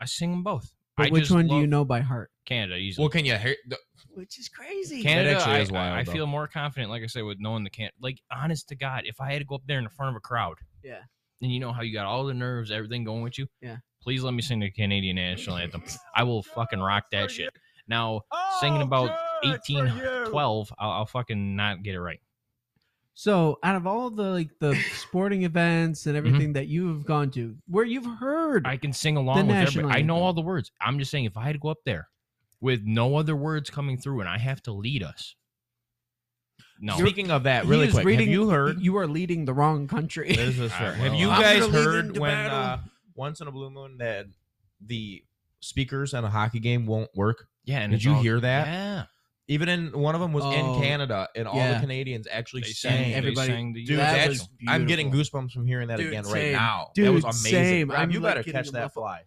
Speaker 2: I sing them both.
Speaker 1: But
Speaker 2: I
Speaker 1: which
Speaker 2: just
Speaker 1: one do
Speaker 2: love
Speaker 1: you know by heart?
Speaker 2: Canada easily.
Speaker 3: Well, can you hear? the-
Speaker 1: Which is crazy.
Speaker 2: Canada
Speaker 3: actually
Speaker 2: I,
Speaker 3: is wild,
Speaker 2: I, I
Speaker 3: though.
Speaker 2: feel more confident, like I said, with knowing the can. Like, honest to God, if I had to go up there in the front of a crowd,
Speaker 1: Yeah.
Speaker 2: and you know how you got all the nerves, everything going with you,
Speaker 1: Yeah.
Speaker 2: Please let me sing the Canadian national anthem. I will fucking rock that shit. Now, singing about eighteen twelve, I'll, I'll fucking not get it right.
Speaker 1: So, out of all the like the sporting events and everything that you've gone to, where you've heard,
Speaker 2: I can sing along with
Speaker 1: national
Speaker 2: everybody. I know
Speaker 1: anthem.
Speaker 2: all the words. I'm just saying, if I had to go up there with no other words coming through, and I have to lead us, no.
Speaker 3: Speaking of that,
Speaker 1: He
Speaker 3: really
Speaker 1: is
Speaker 3: quick,
Speaker 1: reading-
Speaker 3: have you heard?
Speaker 1: you are leading the wrong country.
Speaker 3: There's this
Speaker 2: All right,
Speaker 3: Have
Speaker 2: well,
Speaker 3: you
Speaker 1: I'm
Speaker 3: guys
Speaker 1: gonna lead
Speaker 3: heard
Speaker 1: into
Speaker 3: when
Speaker 1: battle.
Speaker 3: uh, once in a blue moon that the speakers at a hockey game won't work?
Speaker 2: yeah, and
Speaker 3: Did
Speaker 2: it's
Speaker 3: you
Speaker 2: all-
Speaker 3: hear that?
Speaker 2: Yeah,
Speaker 3: Even in one of them was
Speaker 1: Oh,
Speaker 3: in Canada, and all
Speaker 1: yeah.
Speaker 3: the Canadians actually
Speaker 2: they
Speaker 3: sang.
Speaker 2: sang.
Speaker 1: every- Everybody-
Speaker 2: they sang the
Speaker 3: Dude,
Speaker 1: That
Speaker 3: that's,
Speaker 1: was
Speaker 3: I'm getting
Speaker 1: beautiful.
Speaker 3: goosebumps from hearing that
Speaker 1: Dude,
Speaker 3: again right
Speaker 1: same.
Speaker 3: now. that
Speaker 1: Dude,
Speaker 3: was amazing.
Speaker 1: same.
Speaker 3: Rob,
Speaker 1: I'm,
Speaker 3: you
Speaker 1: like,
Speaker 3: better
Speaker 1: getting
Speaker 3: catch
Speaker 1: a
Speaker 3: that
Speaker 1: muffle.
Speaker 3: fly.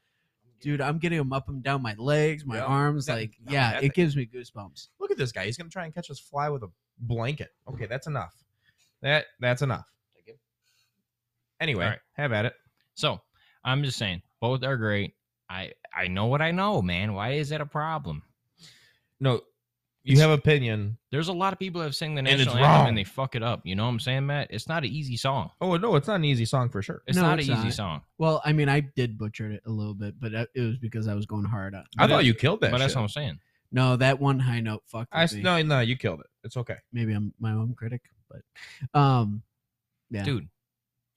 Speaker 1: Dude, I'm getting them up and down my legs, my
Speaker 3: Yeah.
Speaker 1: arms.
Speaker 3: That-
Speaker 1: like,
Speaker 3: no,
Speaker 1: yeah,
Speaker 3: that
Speaker 1: it
Speaker 3: thing-
Speaker 1: gives me goosebumps.
Speaker 3: Look at this guy. He's gonna try and catch this fly with a blanket. Okay, that's enough. That that's enough. Anyway,
Speaker 2: All right.
Speaker 3: have at it.
Speaker 2: So I'm just saying, both are great. I I know what I know, man. Why is that a problem?
Speaker 3: No, you have opinion.
Speaker 2: There's a lot of people that have sing the
Speaker 3: it's
Speaker 2: national anthem
Speaker 3: wrong.
Speaker 2: and they fuck it up. You know what I'm saying, Matt? It's not an easy song.
Speaker 3: Oh no, it's not an easy song for sure.
Speaker 2: It's
Speaker 1: No,
Speaker 2: not
Speaker 1: it's
Speaker 2: an easy
Speaker 1: not.
Speaker 2: song.
Speaker 1: Well, I mean, I did butcher it a little bit, but uh, it was because I was going hard up.
Speaker 3: I
Speaker 2: But
Speaker 3: thought
Speaker 2: it-
Speaker 3: you killed that.
Speaker 2: but that's
Speaker 3: shit.
Speaker 2: what I'm saying.
Speaker 1: No, that one high note fucked
Speaker 3: I
Speaker 1: with
Speaker 3: s-
Speaker 1: me.
Speaker 3: no no you killed it. It's okay.
Speaker 1: Maybe I'm my own critic, but um, Yeah.
Speaker 2: Dude,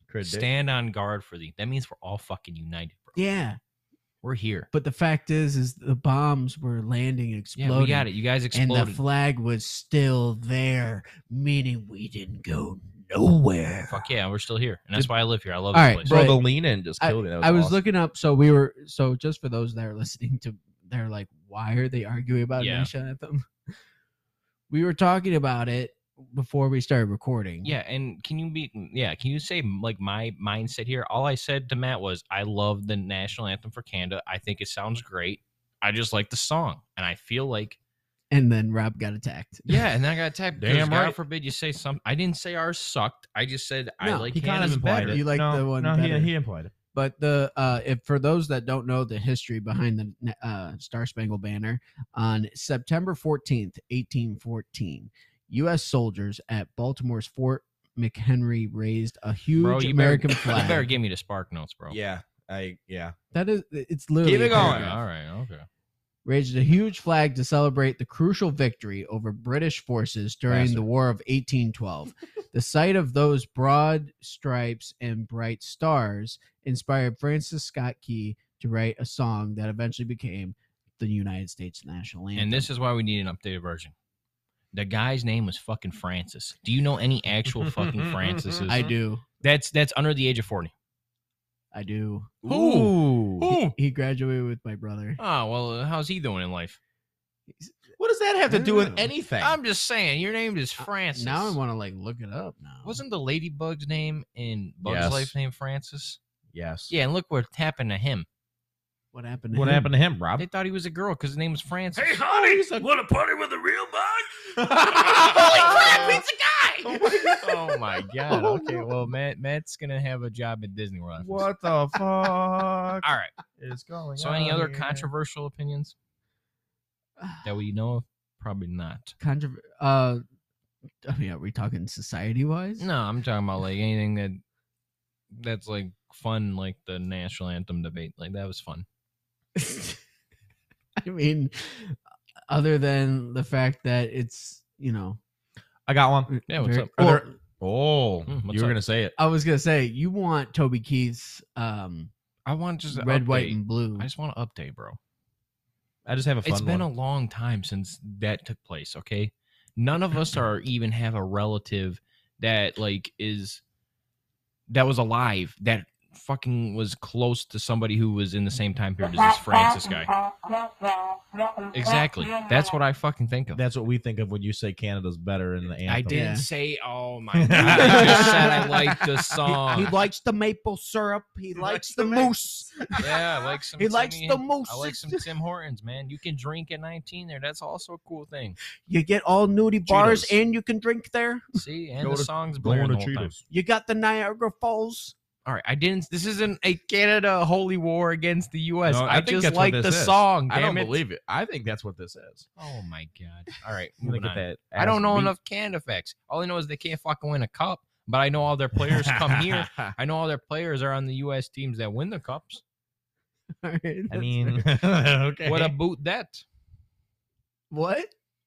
Speaker 3: Crit dick.
Speaker 2: stand on guard for thee. That means we're all fucking united, bro.
Speaker 1: yeah,
Speaker 2: We're here.
Speaker 1: But the fact is, is the bombs were landing and
Speaker 2: Yeah,
Speaker 1: exploding.
Speaker 2: we got it. You guys exploded.
Speaker 1: And the flag was still there, meaning we didn't go nowhere.
Speaker 2: Fuck yeah, we're still here, and that's why I live here. I
Speaker 1: All
Speaker 2: love this
Speaker 1: right,
Speaker 2: place.
Speaker 3: Bro,
Speaker 1: Right.
Speaker 3: the lean in just killed me. That
Speaker 1: I was
Speaker 3: awesome.
Speaker 1: looking up. So we were. So just for those that are listening to, they're like, why are they arguing about
Speaker 2: Yeah.
Speaker 1: national anthem? We were talking about it before we started recording.
Speaker 2: Yeah, and can you be? Yeah, can you say like my mindset here? All I said to Matt was, I love the national anthem for Canada. I think it sounds great. I just like the song, and I feel like
Speaker 1: And then Rob got attacked.
Speaker 2: yeah. And then I got typed.
Speaker 3: Damn right.
Speaker 2: God forbid you say something. I didn't say ours sucked. I just said I
Speaker 1: No,
Speaker 2: like
Speaker 3: He kind of
Speaker 2: Canada's
Speaker 3: implied
Speaker 2: better.
Speaker 3: it.
Speaker 1: You like
Speaker 3: no,
Speaker 1: the one
Speaker 3: No, he,
Speaker 1: better.
Speaker 3: he implied it.
Speaker 1: But the uh, if for those that don't know the history behind the uh, Star Spangled Banner, on September fourteenth, eighteen fourteen, U.S. soldiers at Baltimore's Fort McHenry raised a huge
Speaker 2: Bro, you
Speaker 1: American
Speaker 2: better,
Speaker 1: flag.
Speaker 2: You better give me the spark notes, bro.
Speaker 3: Yeah, I yeah.
Speaker 1: that is, it's literally
Speaker 3: Keep it
Speaker 1: a
Speaker 3: going.
Speaker 2: Okay,
Speaker 1: paragraph.
Speaker 2: All right. Okay.
Speaker 1: raised a huge flag to celebrate the crucial victory over British forces during the
Speaker 3: Bastard.
Speaker 1: War of 1812. the sight of those broad stripes and bright stars inspired Francis Scott Key to write a song that eventually became the United States national anthem.
Speaker 2: And this is why we need an updated version. The guy's name was fucking Francis. Do you know any actual fucking Francises?
Speaker 1: I do.
Speaker 2: That's that's under the age of forty.
Speaker 1: I do.
Speaker 3: Ooh.
Speaker 2: Oh,
Speaker 1: He graduated with my brother.
Speaker 2: well, uh, how's he doing in life?
Speaker 3: What does that have to do with anything?
Speaker 2: I'm just saying, your name is Francis.
Speaker 1: Uh, Now I want to like look it up now.
Speaker 2: Wasn't the ladybug's name in Bug's
Speaker 3: Yes.
Speaker 2: Life named Francis?
Speaker 3: yes.
Speaker 2: Yeah, and look what happened to him.
Speaker 1: what happened to
Speaker 3: What
Speaker 1: him?
Speaker 3: happened to him, Rob?
Speaker 2: They thought he was a girl because his name was Francis.
Speaker 3: honey, want to party with Oh, a real bug?
Speaker 2: a guy! oh my god. Okay, well, Matt Matt's gonna have a job at Disney World. after this.
Speaker 3: What the fuck
Speaker 2: All right.
Speaker 3: is going
Speaker 2: So,
Speaker 3: on?
Speaker 2: any other
Speaker 3: here?
Speaker 2: controversial opinions that we know of? Probably not.
Speaker 1: Controver- uh, I mean, are we talking society wise?
Speaker 2: No, I'm talking about like anything that that's like fun, like the national anthem debate. Like that was fun.
Speaker 1: I mean, other than the fact that it's you know,
Speaker 3: I got one.
Speaker 2: Yeah, what's
Speaker 1: very-
Speaker 2: up?
Speaker 3: Are
Speaker 1: well,
Speaker 3: there- Oh,
Speaker 2: Mm, what's
Speaker 3: you were
Speaker 2: up?
Speaker 3: gonna say it.
Speaker 1: I was gonna say you want Toby Keith's um,
Speaker 2: I want just an
Speaker 1: red, white,
Speaker 2: update.
Speaker 1: and blue.
Speaker 2: I just want an update, bro.
Speaker 3: I just have a fun
Speaker 2: It's been
Speaker 3: one.
Speaker 2: a long time since that took place. Okay, none of us are even have a relative that like is that was alive that fucking was close to somebody who was in the same time period as this Francis guy. Exactly. That's what I fucking think of.
Speaker 3: That's what we think of when you say Canada's better in the anthem.
Speaker 2: I didn't
Speaker 1: Yeah.
Speaker 2: say, oh my god. I just said I like the song.
Speaker 1: likes the maple syrup. He likes the moose.
Speaker 2: yeah, I like some.
Speaker 1: He likes
Speaker 2: Timmy-
Speaker 1: the moose.
Speaker 2: I like some Tim Hortons, man. You can drink at 19 there. That's also a cool thing.
Speaker 1: You get all nudie bars,
Speaker 2: Cheetos.
Speaker 1: and you can drink there.
Speaker 2: See, and
Speaker 3: Go
Speaker 2: the
Speaker 3: to-
Speaker 2: songs
Speaker 3: Going
Speaker 2: blaring the
Speaker 3: to
Speaker 2: whole time.
Speaker 3: Cheetos.
Speaker 1: You got the Niagara Falls.
Speaker 2: All right, I didn't. This isn't a Canada holy war against the U.S.
Speaker 3: No,
Speaker 2: I,
Speaker 3: I think
Speaker 2: just
Speaker 3: that's
Speaker 2: like
Speaker 3: what this
Speaker 2: the
Speaker 3: is.
Speaker 2: song.
Speaker 3: I don't
Speaker 2: damn it.
Speaker 3: believe it. I think that's what this is.
Speaker 2: Oh my god! All right,
Speaker 3: I'm gonna
Speaker 2: moving on.
Speaker 3: get that
Speaker 2: I don't
Speaker 3: ass
Speaker 2: know
Speaker 3: beat.
Speaker 2: enough Canada facts. All I know is they can't fucking win a cup. But I know all their players come here. I know all their players are on the U.S. teams that win the cups.
Speaker 1: All right,
Speaker 3: I
Speaker 1: that's
Speaker 3: mean,
Speaker 1: fair.
Speaker 3: okay.
Speaker 2: What about that?
Speaker 1: what?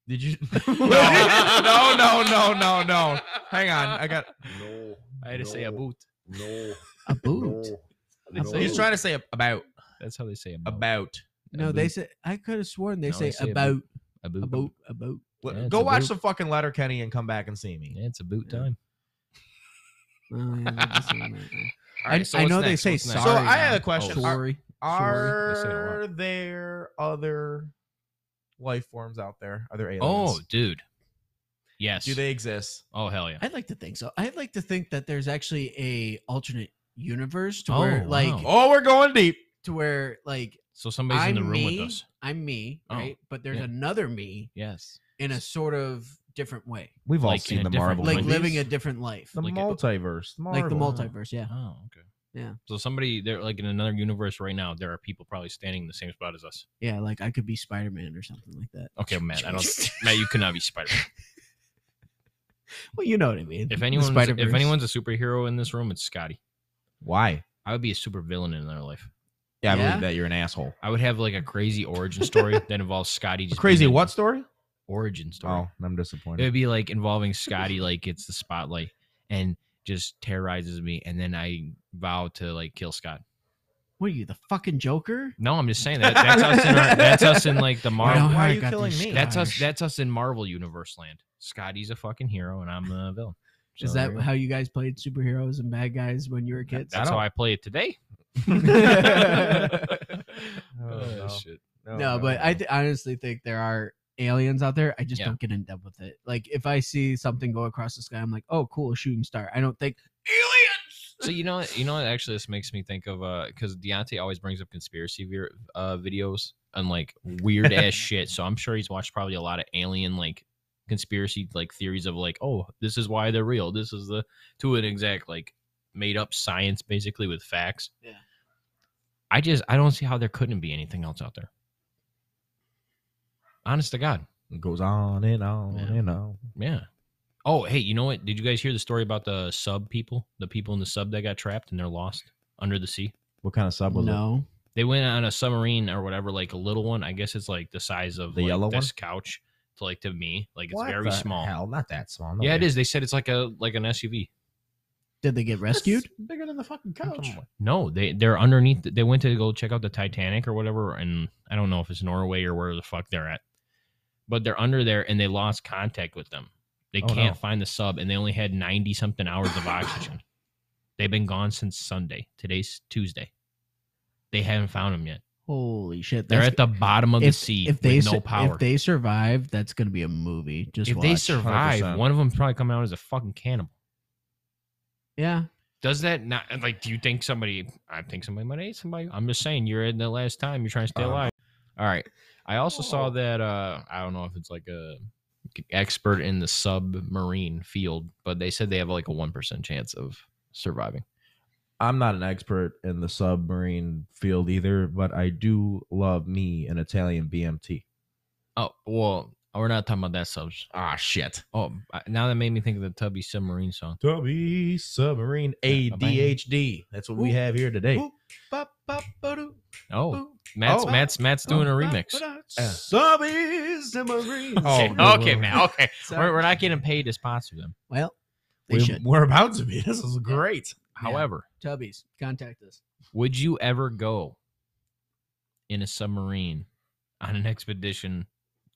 Speaker 3: Did you? no, no, no, no, no, no. Hang on, I got. No.
Speaker 2: I had to say a boot.
Speaker 3: No.
Speaker 1: A boot?
Speaker 2: They
Speaker 1: No.
Speaker 2: say
Speaker 3: He's
Speaker 2: a
Speaker 3: trying to say about
Speaker 2: boot. That's how they say about.
Speaker 3: about.
Speaker 1: No, they said I could have sworn they
Speaker 2: No,
Speaker 1: say
Speaker 2: they say a
Speaker 1: about
Speaker 2: boot. a
Speaker 1: a
Speaker 2: boot.
Speaker 1: boat, a boat.
Speaker 3: L-
Speaker 2: Yeah, it's
Speaker 3: Go
Speaker 2: a
Speaker 3: watch
Speaker 2: boot.
Speaker 3: some fucking Letter Kenny and come back and see me.
Speaker 2: Yeah, it's a boot
Speaker 1: Yeah.
Speaker 2: time.
Speaker 1: Oh, yeah, I just seen that.
Speaker 2: All
Speaker 1: I- I
Speaker 2: what's
Speaker 1: know they say
Speaker 2: What's
Speaker 1: sorry.
Speaker 3: So I had
Speaker 1: now.
Speaker 3: a question.
Speaker 2: Oh,
Speaker 3: Are-
Speaker 1: Sorry.
Speaker 2: Sorry, they say a lot.
Speaker 3: Are there other life forms out there? Are there aliens?
Speaker 2: Oh, dude. Yes.
Speaker 3: do they exist?
Speaker 2: Oh hell yeah.
Speaker 1: I'd like to think so. I'd like to think that there's actually a alternate universe to
Speaker 2: Oh,
Speaker 1: where like
Speaker 2: wow.
Speaker 3: Oh, we're going deep.
Speaker 1: to where like
Speaker 2: So somebody's in the
Speaker 1: I'm
Speaker 2: room
Speaker 1: me.
Speaker 2: with us.
Speaker 1: I'm me,
Speaker 2: Oh,
Speaker 1: right? But there's
Speaker 2: yeah.
Speaker 1: another me
Speaker 2: Yes.
Speaker 1: in a sort of different way.
Speaker 3: We've all
Speaker 2: Like in
Speaker 3: seen
Speaker 2: a
Speaker 3: the
Speaker 2: different
Speaker 3: Marvel
Speaker 1: Like
Speaker 3: movies.
Speaker 1: living a different life.
Speaker 3: the
Speaker 2: like a-
Speaker 3: multiverse,
Speaker 1: like the
Speaker 3: Marvel.
Speaker 1: multiverse, yeah.
Speaker 2: Oh, okay.
Speaker 1: Yeah.
Speaker 2: So somebody they're like in another universe right now, there are people probably standing in the same spot as us.
Speaker 1: Yeah, like I could be Spider Man or something like that.
Speaker 2: Okay, Matt. I don't Matt, you cannot be Spider Man.
Speaker 1: Well, you know what I mean.
Speaker 2: If
Speaker 1: The
Speaker 2: anyone's if
Speaker 1: Spider-Verse.
Speaker 2: anyone's a superhero in this room, it's Scotty.
Speaker 3: Why?
Speaker 2: I would be a super villain in another life.
Speaker 3: Yeah, I
Speaker 1: Yeah?
Speaker 3: believe that you're an asshole.
Speaker 2: I would have like a crazy origin story that involves Scotty
Speaker 3: A
Speaker 2: just
Speaker 3: crazy
Speaker 2: being an
Speaker 3: what story?
Speaker 2: origin story.
Speaker 3: Oh, I'm
Speaker 2: It
Speaker 3: disappointed.
Speaker 2: would be like involving Scotty, like gets the spotlight and just terrorizes me, and then I vow to like kill Scott.
Speaker 1: What are you, the fucking Joker?
Speaker 2: No, I'm just saying that that's us in our, that's us in like the
Speaker 1: I don't
Speaker 2: Marvel.
Speaker 1: know how
Speaker 3: why are
Speaker 1: I
Speaker 3: you
Speaker 1: got
Speaker 3: killing
Speaker 1: these
Speaker 3: me?
Speaker 2: That's us.
Speaker 1: scars.
Speaker 2: That's us in Marvel universe land. Scotty's a fucking hero, and I'm a villain.
Speaker 1: Is
Speaker 2: So there
Speaker 1: that
Speaker 2: you go.
Speaker 1: how you guys played superheroes and bad guys when you were kids?
Speaker 2: That's how I play it today.
Speaker 3: Oh,
Speaker 1: Oh,
Speaker 3: no.
Speaker 2: shit.
Speaker 1: no, but I th- honestly think there are aliens out there. I just
Speaker 2: Yeah.
Speaker 1: don't get in depth with it. Like if I see something go across the sky, I'm like, oh, cool, a shooting star. I don't think aliens.
Speaker 2: So you know, what- you know, what actually, this makes me think of uh, because Deontay always brings up conspiracy vir- uh videos and like weird ass shit. So I'm sure he's watched probably a lot of alien like conspiracy like theories of like, oh, this is why they're real. This is the to an exact like made up science basically with facts.
Speaker 1: Yeah.
Speaker 2: I just I don't see how there couldn't be anything else out there. Honest to God,
Speaker 3: It goes on and on
Speaker 2: Yeah.
Speaker 3: and on.
Speaker 2: yeah. Oh, hey, you know what? Did you guys hear the story about the sub people? The people in the sub that got trapped and they're lost under the sea?
Speaker 3: What kind of sub was it?
Speaker 1: No,
Speaker 2: they went on a submarine or whatever, like a little one. I guess it's like the size of
Speaker 3: The
Speaker 2: like,
Speaker 3: yellow
Speaker 2: this
Speaker 3: one?
Speaker 2: couch to like to me. Like it's
Speaker 3: What
Speaker 2: very
Speaker 3: the
Speaker 2: small.
Speaker 3: Hell, not that small. no
Speaker 2: yeah, it
Speaker 3: way.
Speaker 2: is. They said it's like a like an SUV.
Speaker 1: did they get
Speaker 3: That's
Speaker 1: rescued?
Speaker 3: bigger than the fucking couch.
Speaker 2: No, they they're underneath. They went to go check out the Titanic or whatever, and I don't know if it's Norway or where the fuck they're at, but they're under there and they lost contact with them. They
Speaker 3: Oh,
Speaker 2: can't
Speaker 3: no.
Speaker 2: find the sub, and they only had ninety something hours of oxygen. They've been gone since Sunday. Today's Tuesday. They haven't found them yet.
Speaker 1: Holy shit!
Speaker 2: They're
Speaker 1: that's-
Speaker 2: at the bottom of the
Speaker 1: if-
Speaker 2: sea
Speaker 1: If they
Speaker 2: with
Speaker 1: su-
Speaker 2: no power.
Speaker 1: if they survive, that's gonna be a movie. Just
Speaker 2: if
Speaker 1: watch.
Speaker 2: they survive,
Speaker 3: 100%.
Speaker 2: one of them's probably coming out as a fucking cannibal.
Speaker 1: yeah,
Speaker 2: Does that not like? Do you think somebody? I think somebody might eat somebody. I'm just saying, you're in the last time. You're trying to stay
Speaker 3: Um,
Speaker 2: alive. All right. I also saw that. uh I don't know if it's like a expert in the submarine field, but they said they have like a one percent chance of surviving.
Speaker 3: I'm not an expert in the submarine field either, but I do love me an Italian BMT.
Speaker 2: Oh well, we're not talking about that subs.
Speaker 3: Ah, shit.
Speaker 2: Oh, I- now that made me think of the Tubby submarine song.
Speaker 3: Tubby submarine ADHD. That's what we
Speaker 1: Ooh.
Speaker 3: have here today.
Speaker 1: Ooh. Ba- ba- ba- doo.
Speaker 2: Oh,
Speaker 1: Ooh.
Speaker 2: Matt's
Speaker 3: Oh.
Speaker 2: Matt's Matt's doing a
Speaker 1: Ba-
Speaker 2: remix.
Speaker 1: ba- da-
Speaker 3: Yeah.
Speaker 1: Subby submarine.
Speaker 3: Uh, Oh,
Speaker 2: Okay,
Speaker 3: good
Speaker 2: okay,
Speaker 3: lord.
Speaker 2: man. Okay, we're, we're not getting paid to sponsor them.
Speaker 1: Well, they
Speaker 3: We,
Speaker 1: should.
Speaker 3: we're about to be. This is great.
Speaker 2: However,
Speaker 1: Tubbies, contact us.
Speaker 2: would you ever go in a submarine on an expedition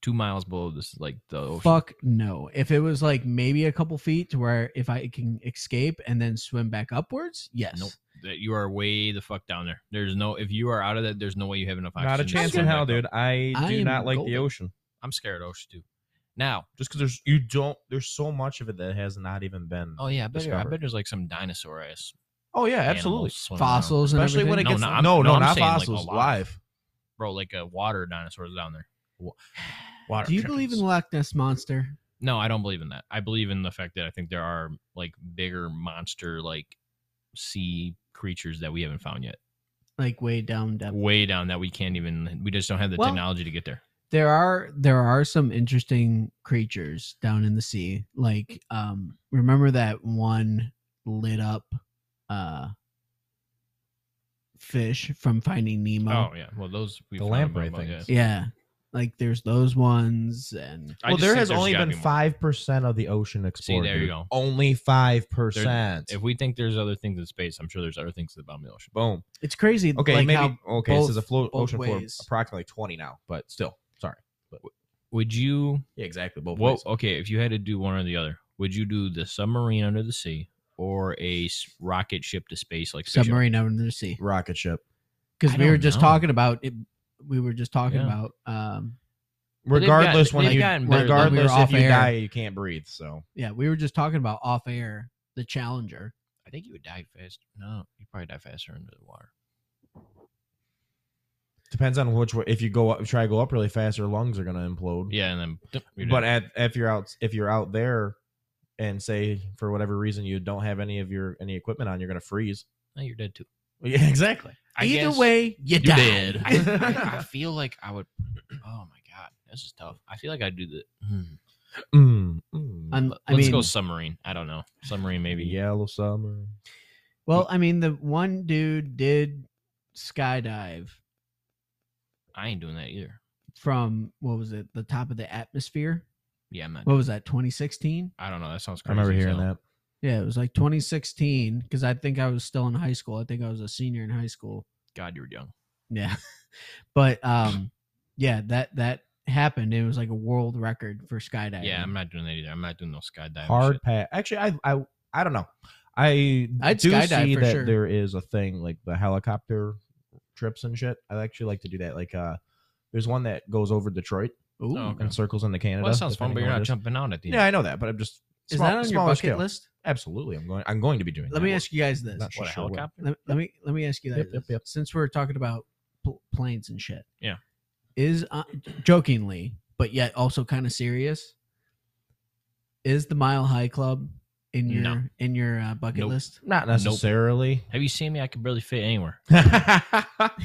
Speaker 2: two miles below this, like the ocean?
Speaker 1: Fuck no. If it was like maybe a couple feet to where if I can escape and then swim back upwards, yes.
Speaker 2: Nope. That you are way the fuck down there. There's no if you are out of that. There's no way you have enough oxygen.
Speaker 3: Not a
Speaker 2: to
Speaker 3: chance
Speaker 2: swim
Speaker 3: in
Speaker 2: back
Speaker 3: hell,
Speaker 2: up.
Speaker 3: dude. I
Speaker 1: I
Speaker 3: do
Speaker 1: am
Speaker 3: not like
Speaker 1: golden.
Speaker 3: the ocean.
Speaker 2: I'm scared of ocean too. Now,
Speaker 3: Just because there's you don't there's so much of it that has not even been.
Speaker 2: oh yeah, I bet, there- I
Speaker 3: Discovered.
Speaker 2: bet there's like some dinosaur ass.
Speaker 3: Oh yeah,
Speaker 2: animals
Speaker 3: absolutely.
Speaker 2: swimming around.
Speaker 1: Fossils, and
Speaker 3: Especially when it
Speaker 1: everything.
Speaker 2: No,
Speaker 3: gets
Speaker 2: no,
Speaker 3: no,
Speaker 2: I'm-
Speaker 3: no,
Speaker 2: no, I'm
Speaker 3: not
Speaker 2: saying, like,
Speaker 3: fossils,
Speaker 2: alive.
Speaker 3: live.
Speaker 2: bro, like a water dinosaurs down there. Water
Speaker 1: Do you believe in
Speaker 2: chickens.
Speaker 1: the Loch Ness monster?
Speaker 2: No, I don't believe in that. I believe in the fact that I think there are like bigger monster like sea creatures that we haven't found yet.
Speaker 1: Like way down depth.
Speaker 2: Way down that we can't even we just don't have the
Speaker 1: Well-
Speaker 2: technology to get there.
Speaker 1: There are there are some interesting creatures down in the sea. Like um remember that one lit up uh fish from Finding Nemo?
Speaker 2: Oh yeah. Well those we
Speaker 3: The
Speaker 2: found
Speaker 3: lamprey
Speaker 2: about,
Speaker 3: things.
Speaker 2: Yeah.
Speaker 1: Yeah. Like there's those ones and
Speaker 2: I
Speaker 3: Well,
Speaker 2: just
Speaker 3: there
Speaker 2: think
Speaker 3: has
Speaker 2: there's
Speaker 3: only
Speaker 2: gotta
Speaker 3: been
Speaker 2: be more.
Speaker 3: five percent of the ocean explored.
Speaker 2: there you
Speaker 3: dude.
Speaker 2: go.
Speaker 3: Only five percent.
Speaker 2: If we think there's other things in space, I'm sure there's other things at the bottom of the ocean.
Speaker 3: Boom.
Speaker 1: it's crazy.
Speaker 3: Okay,
Speaker 1: like
Speaker 3: maybe
Speaker 1: how-
Speaker 3: okay. so
Speaker 1: both-
Speaker 3: the flow,
Speaker 1: both
Speaker 3: ocean floor
Speaker 1: ways.
Speaker 3: approximately twenty now, but still, sorry.
Speaker 2: Would you
Speaker 3: Yeah, exactly. Both
Speaker 2: well okay, if you had to do one or the other, would you do the submarine under the sea or a s- rocket ship to space like spaceship?
Speaker 1: submarine under the sea.
Speaker 3: Rocket ship.
Speaker 1: because
Speaker 2: I
Speaker 1: we were
Speaker 2: don't
Speaker 1: just
Speaker 2: know.
Speaker 1: talking about it. We were just talking
Speaker 2: Yeah.
Speaker 1: about um
Speaker 2: But they've gotten-
Speaker 3: Regardless, when
Speaker 2: they've
Speaker 3: you
Speaker 2: gotten better than we were
Speaker 3: regardless if
Speaker 1: off
Speaker 3: you
Speaker 1: air.
Speaker 3: die, you can't breathe. So
Speaker 1: yeah we were just talking about off air the Challenger.
Speaker 2: I think you would die fast. No, you probably die faster under the water.
Speaker 3: depends on which way. If you go up, try to go up really fast, your lungs are gonna implode.
Speaker 2: Yeah, and then you're
Speaker 3: but
Speaker 2: dead.
Speaker 3: at, if you're out if you're out there and say for whatever reason you don't have any of your any equipment on you're gonna freeze
Speaker 2: No, you're dead too.
Speaker 3: yeah exactly
Speaker 1: Either way, you,
Speaker 2: you
Speaker 1: died.
Speaker 2: did. I, I feel like I would. Oh my god, this is tough. I feel like I'd do the. Hmm.
Speaker 3: mm, mm.
Speaker 1: I'm- I
Speaker 2: Let's
Speaker 1: mean,
Speaker 2: go submarine. I don't know submarine maybe.
Speaker 3: yellow summer
Speaker 1: well, I mean, the one dude did skydive
Speaker 2: I ain't doing that either.
Speaker 1: from what was it, the top of the atmosphere?
Speaker 2: Yeah, I'm not.
Speaker 1: What was that, 2016?
Speaker 2: I don't know. That sounds
Speaker 3: i
Speaker 2: crazy.
Speaker 3: remember
Speaker 2: as
Speaker 3: hearing
Speaker 2: hell.
Speaker 3: that
Speaker 1: Yeah, it was like 2016 because I think I was still in high school. I think I was a senior in high school.
Speaker 2: God, you were young.
Speaker 1: Yeah. But um yeah, that that happened. It was like a world record for skydiving.
Speaker 2: Yeah, I'm not doing that either. I'm not doing no skydiving.
Speaker 3: hard
Speaker 2: shit.
Speaker 3: pass. Actually, I I I don't know. I
Speaker 1: I'd
Speaker 3: do
Speaker 1: skydive
Speaker 3: see
Speaker 1: for
Speaker 3: that
Speaker 1: sure.
Speaker 3: there is a thing like the helicopter trips and shit. I actually like to do that. Like uh, there's one that goes over Detroit
Speaker 1: Ooh.
Speaker 2: Oh, okay.
Speaker 3: and circles into Canada.
Speaker 2: Well, that sounds fun,
Speaker 3: depending
Speaker 2: but you're
Speaker 3: on
Speaker 2: not
Speaker 3: what it is.
Speaker 2: jumping out at the
Speaker 3: Yeah,
Speaker 2: end.
Speaker 3: I know that, but I'm just
Speaker 1: Is
Speaker 3: small-
Speaker 1: that on your
Speaker 3: smaller
Speaker 1: bucket
Speaker 3: scale.
Speaker 1: list?
Speaker 3: Absolutely, I'm going. I'm going to be doing.
Speaker 1: Let
Speaker 3: that.
Speaker 1: me ask you guys this.
Speaker 3: Not
Speaker 2: What, a
Speaker 3: sure what.
Speaker 2: helicopter?
Speaker 1: Let, let me let me ask you that.
Speaker 3: Yep, yep, yep.
Speaker 1: Since we're talking about pl- planes and shit.
Speaker 2: Yeah.
Speaker 1: Is uh, jokingly, but yet also kind of serious. Is the Mile High Club in your
Speaker 2: No.
Speaker 1: in your uh, bucket
Speaker 2: Nope.
Speaker 1: list?
Speaker 3: Not necessarily.
Speaker 2: Have you seen me? I can barely fit anywhere. I'm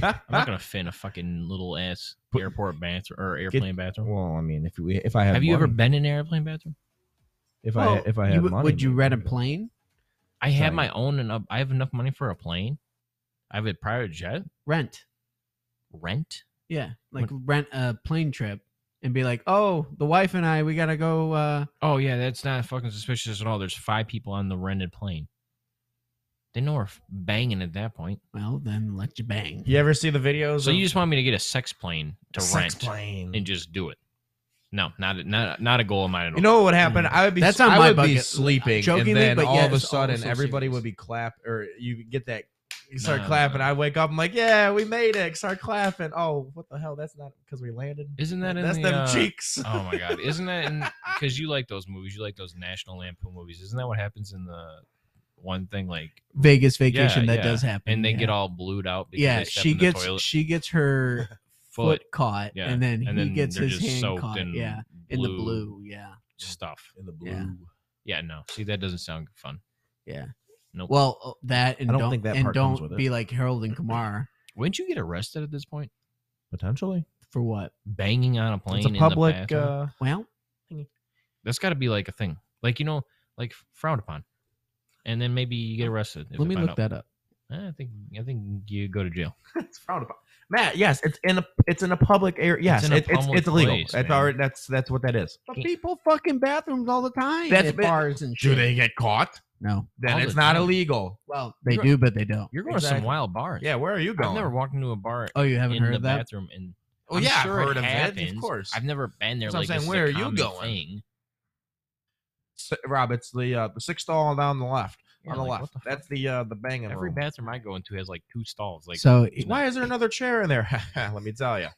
Speaker 2: not
Speaker 3: well,
Speaker 2: gonna fit in a fucking little ass
Speaker 3: Put-
Speaker 2: airport bathroom or airplane bathroom.
Speaker 3: I mean, if we if I have
Speaker 2: Have you ever
Speaker 3: money-
Speaker 2: been in an airplane bathroom?
Speaker 3: if I
Speaker 1: Well,
Speaker 3: if I
Speaker 1: you
Speaker 3: had
Speaker 1: would-
Speaker 3: money,
Speaker 1: would you
Speaker 3: maybe.
Speaker 1: rent a plane?
Speaker 2: I have my
Speaker 3: Right.
Speaker 2: own and I have enough money for a plane. I have a private jet.
Speaker 1: Rent.
Speaker 2: Rent.
Speaker 1: Yeah, like rent a plane trip and be like, "Oh, the wife and I, we gotta go." Uh,
Speaker 2: Oh yeah, that's not fucking suspicious at all. There's five people on the rented plane. They know we're f- banging at that point.
Speaker 1: well, then let you bang.
Speaker 3: You ever see the videos?
Speaker 2: So
Speaker 3: of
Speaker 2: you just want me to get a sex plane to
Speaker 3: sex
Speaker 2: rent
Speaker 3: plane?
Speaker 2: and just do it? No, not not not a goal of mine at all.
Speaker 3: You know what would happen?
Speaker 1: Mm.
Speaker 3: I would be
Speaker 1: That's on
Speaker 3: I
Speaker 1: my
Speaker 3: would be
Speaker 1: bucket.
Speaker 3: sleeping,
Speaker 1: Jokingly,
Speaker 3: and then
Speaker 1: but
Speaker 3: all
Speaker 1: yet
Speaker 3: of a
Speaker 1: it's
Speaker 3: sudden,
Speaker 1: also
Speaker 3: everybody
Speaker 1: serious.
Speaker 3: would be clap, or you get that. You start
Speaker 2: Nah,
Speaker 3: clapping.
Speaker 2: nah.
Speaker 3: I wake up. I'm like, yeah, we made it. Start clapping. Oh, what the hell? That's not because we landed.
Speaker 2: isn't that in
Speaker 3: That's
Speaker 2: the,
Speaker 3: them
Speaker 2: uh,
Speaker 3: cheeks.
Speaker 2: Oh my god, isn't that because you like those movies? You like those National Lampoon movies? Isn't that what happens in the one thing? Like,
Speaker 1: Vegas vacation
Speaker 2: Yeah,
Speaker 1: that
Speaker 2: yeah.
Speaker 1: does happen,
Speaker 2: and they
Speaker 1: yeah.
Speaker 2: get all blued out. Because
Speaker 1: yeah,
Speaker 2: they step
Speaker 1: she
Speaker 2: in the
Speaker 1: gets
Speaker 2: toilet
Speaker 1: she gets her
Speaker 2: foot,
Speaker 1: foot caught,
Speaker 2: Yeah,
Speaker 1: and then he
Speaker 2: and then
Speaker 1: gets
Speaker 2: they're
Speaker 1: his
Speaker 2: just
Speaker 1: hand
Speaker 2: soaked
Speaker 1: caught.
Speaker 2: in
Speaker 1: yeah, in the blue. Yeah.
Speaker 2: stuff.
Speaker 3: In the blue.
Speaker 1: Yeah.
Speaker 2: Yeah, no, see that doesn't sound fun.
Speaker 1: Well, uh, that and
Speaker 3: I
Speaker 1: don't,
Speaker 3: don't think that
Speaker 1: and
Speaker 3: part comes
Speaker 1: don't
Speaker 3: with it.
Speaker 1: be like Harold and Kumar
Speaker 2: Wouldn't you get arrested at this point?
Speaker 3: Potentially,
Speaker 1: for what?
Speaker 2: Banging on a plane.
Speaker 3: it's a
Speaker 2: In the
Speaker 3: public.
Speaker 2: bathroom?
Speaker 3: Uh,
Speaker 1: Well,
Speaker 2: That's got to be like a thing. Like you know, like frowned upon, and then maybe you get arrested. if
Speaker 1: let
Speaker 2: they
Speaker 1: me
Speaker 2: find
Speaker 1: look that up.
Speaker 2: out. Eh, I think I think you go to jail.
Speaker 3: it's frowned upon. Matt, yes, it's in a it's in a public area. Yes,
Speaker 2: in a
Speaker 3: it- it's,
Speaker 2: public
Speaker 3: it's illegal.
Speaker 2: place,
Speaker 3: that's
Speaker 2: man.
Speaker 3: already that's that's what that is.
Speaker 1: But people fucking bathrooms all the time.
Speaker 3: That's
Speaker 1: at
Speaker 3: been-
Speaker 1: bars and shit.
Speaker 3: Do they get caught?
Speaker 1: No.
Speaker 3: Then
Speaker 2: All
Speaker 3: it's
Speaker 2: the
Speaker 3: not
Speaker 2: time.
Speaker 3: illegal.
Speaker 1: Well, they
Speaker 2: you're-
Speaker 1: do, but they don't.
Speaker 2: You're going to some
Speaker 3: Exactly.
Speaker 2: wild bars.
Speaker 3: Yeah, where are you going?
Speaker 2: I've never walked into a bar
Speaker 1: Oh, you haven't
Speaker 2: in
Speaker 1: heard
Speaker 2: the
Speaker 1: of that?
Speaker 2: bathroom and
Speaker 3: Oh
Speaker 2: I'm
Speaker 3: yeah,
Speaker 2: sure
Speaker 3: I've
Speaker 2: it
Speaker 3: heard of it. Of
Speaker 2: happens.
Speaker 3: course.
Speaker 2: I've never been there.
Speaker 3: That's what
Speaker 2: like,
Speaker 3: I'm saying.
Speaker 2: this is a
Speaker 3: Where are you
Speaker 2: common
Speaker 3: going?
Speaker 2: thing.
Speaker 3: S- Rob, it's the uh, the sixth stall down the left.
Speaker 2: Yeah,
Speaker 3: on the
Speaker 2: like, what
Speaker 3: left.
Speaker 2: the fuck?
Speaker 3: That's the uh, the banging
Speaker 2: Every
Speaker 3: room.
Speaker 2: bathroom I go into has like two stalls. Like,
Speaker 1: so
Speaker 3: Why is there another chair in there? Let me tell you.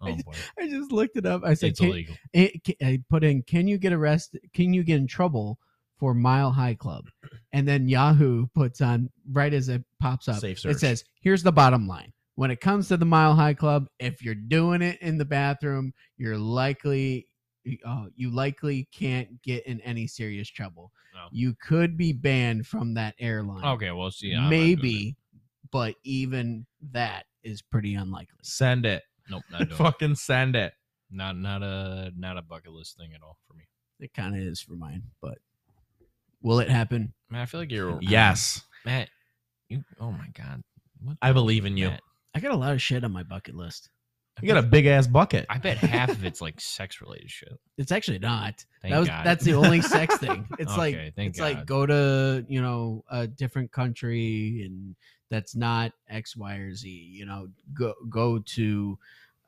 Speaker 2: oh boy,
Speaker 1: I just looked it up. I said,
Speaker 2: it's
Speaker 1: can,
Speaker 2: illegal.
Speaker 1: it, eh, ca- I put in, can you get arrested? Can you get in trouble for Mile High Club? And then Yahoo puts on right as it pops up.
Speaker 3: Safe
Speaker 1: it
Speaker 3: search.
Speaker 1: says, here's the bottom line. When it comes to the Mile High Club, if you're doing it in the bathroom, you're likely uh, you likely can't get in any serious trouble.
Speaker 2: No.
Speaker 1: You could be banned from that airline.
Speaker 2: Okay, well, see, I'm not doing
Speaker 1: maybe, but even that is pretty unlikely.
Speaker 3: Send
Speaker 2: it.
Speaker 3: it.
Speaker 2: Nope, not doing. it.
Speaker 3: Fucking send it.
Speaker 2: Not not a not a bucket list thing at all for me.
Speaker 1: It kind of is for mine, but will it happen?
Speaker 2: Man, I feel like you're
Speaker 3: Yes,
Speaker 2: Matt. You, oh my god, what
Speaker 3: I believe in you.
Speaker 2: Matt,
Speaker 1: I got a lot of shit on my bucket list.
Speaker 2: I
Speaker 3: You got a
Speaker 2: bet-
Speaker 3: big ass bucket.
Speaker 2: I bet half of it's like sex related shit.
Speaker 1: It's actually not.
Speaker 2: Thank
Speaker 1: that was
Speaker 2: God.
Speaker 1: that's the only sex thing. It's
Speaker 2: Okay,
Speaker 1: like
Speaker 2: thank
Speaker 1: it's
Speaker 2: God.
Speaker 1: like go to you know a different country and that's not X, Y, or Z. You know, go go to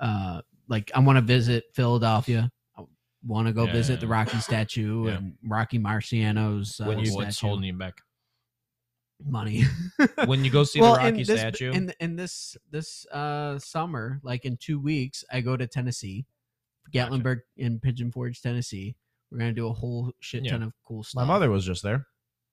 Speaker 1: uh like I want to visit Philadelphia. I want to go
Speaker 2: Yeah,
Speaker 1: visit
Speaker 2: yeah,
Speaker 1: the
Speaker 2: yeah.
Speaker 1: Rocky statue
Speaker 2: Yeah.
Speaker 1: and Rocky Marciano's uh,
Speaker 3: When you-
Speaker 2: what's
Speaker 1: statue.
Speaker 2: holding you back?
Speaker 1: money.
Speaker 3: when you go see the Rocky
Speaker 1: in this,
Speaker 3: statue,
Speaker 1: In, in this this uh, summer, like in two weeks, I go to Tennessee,
Speaker 2: Gotcha.
Speaker 1: Gatlinburg in Pigeon Forge, Tennessee. We're gonna do a whole shit
Speaker 2: Yeah.
Speaker 1: ton of cool
Speaker 3: my
Speaker 1: stuff.
Speaker 3: mother was just there.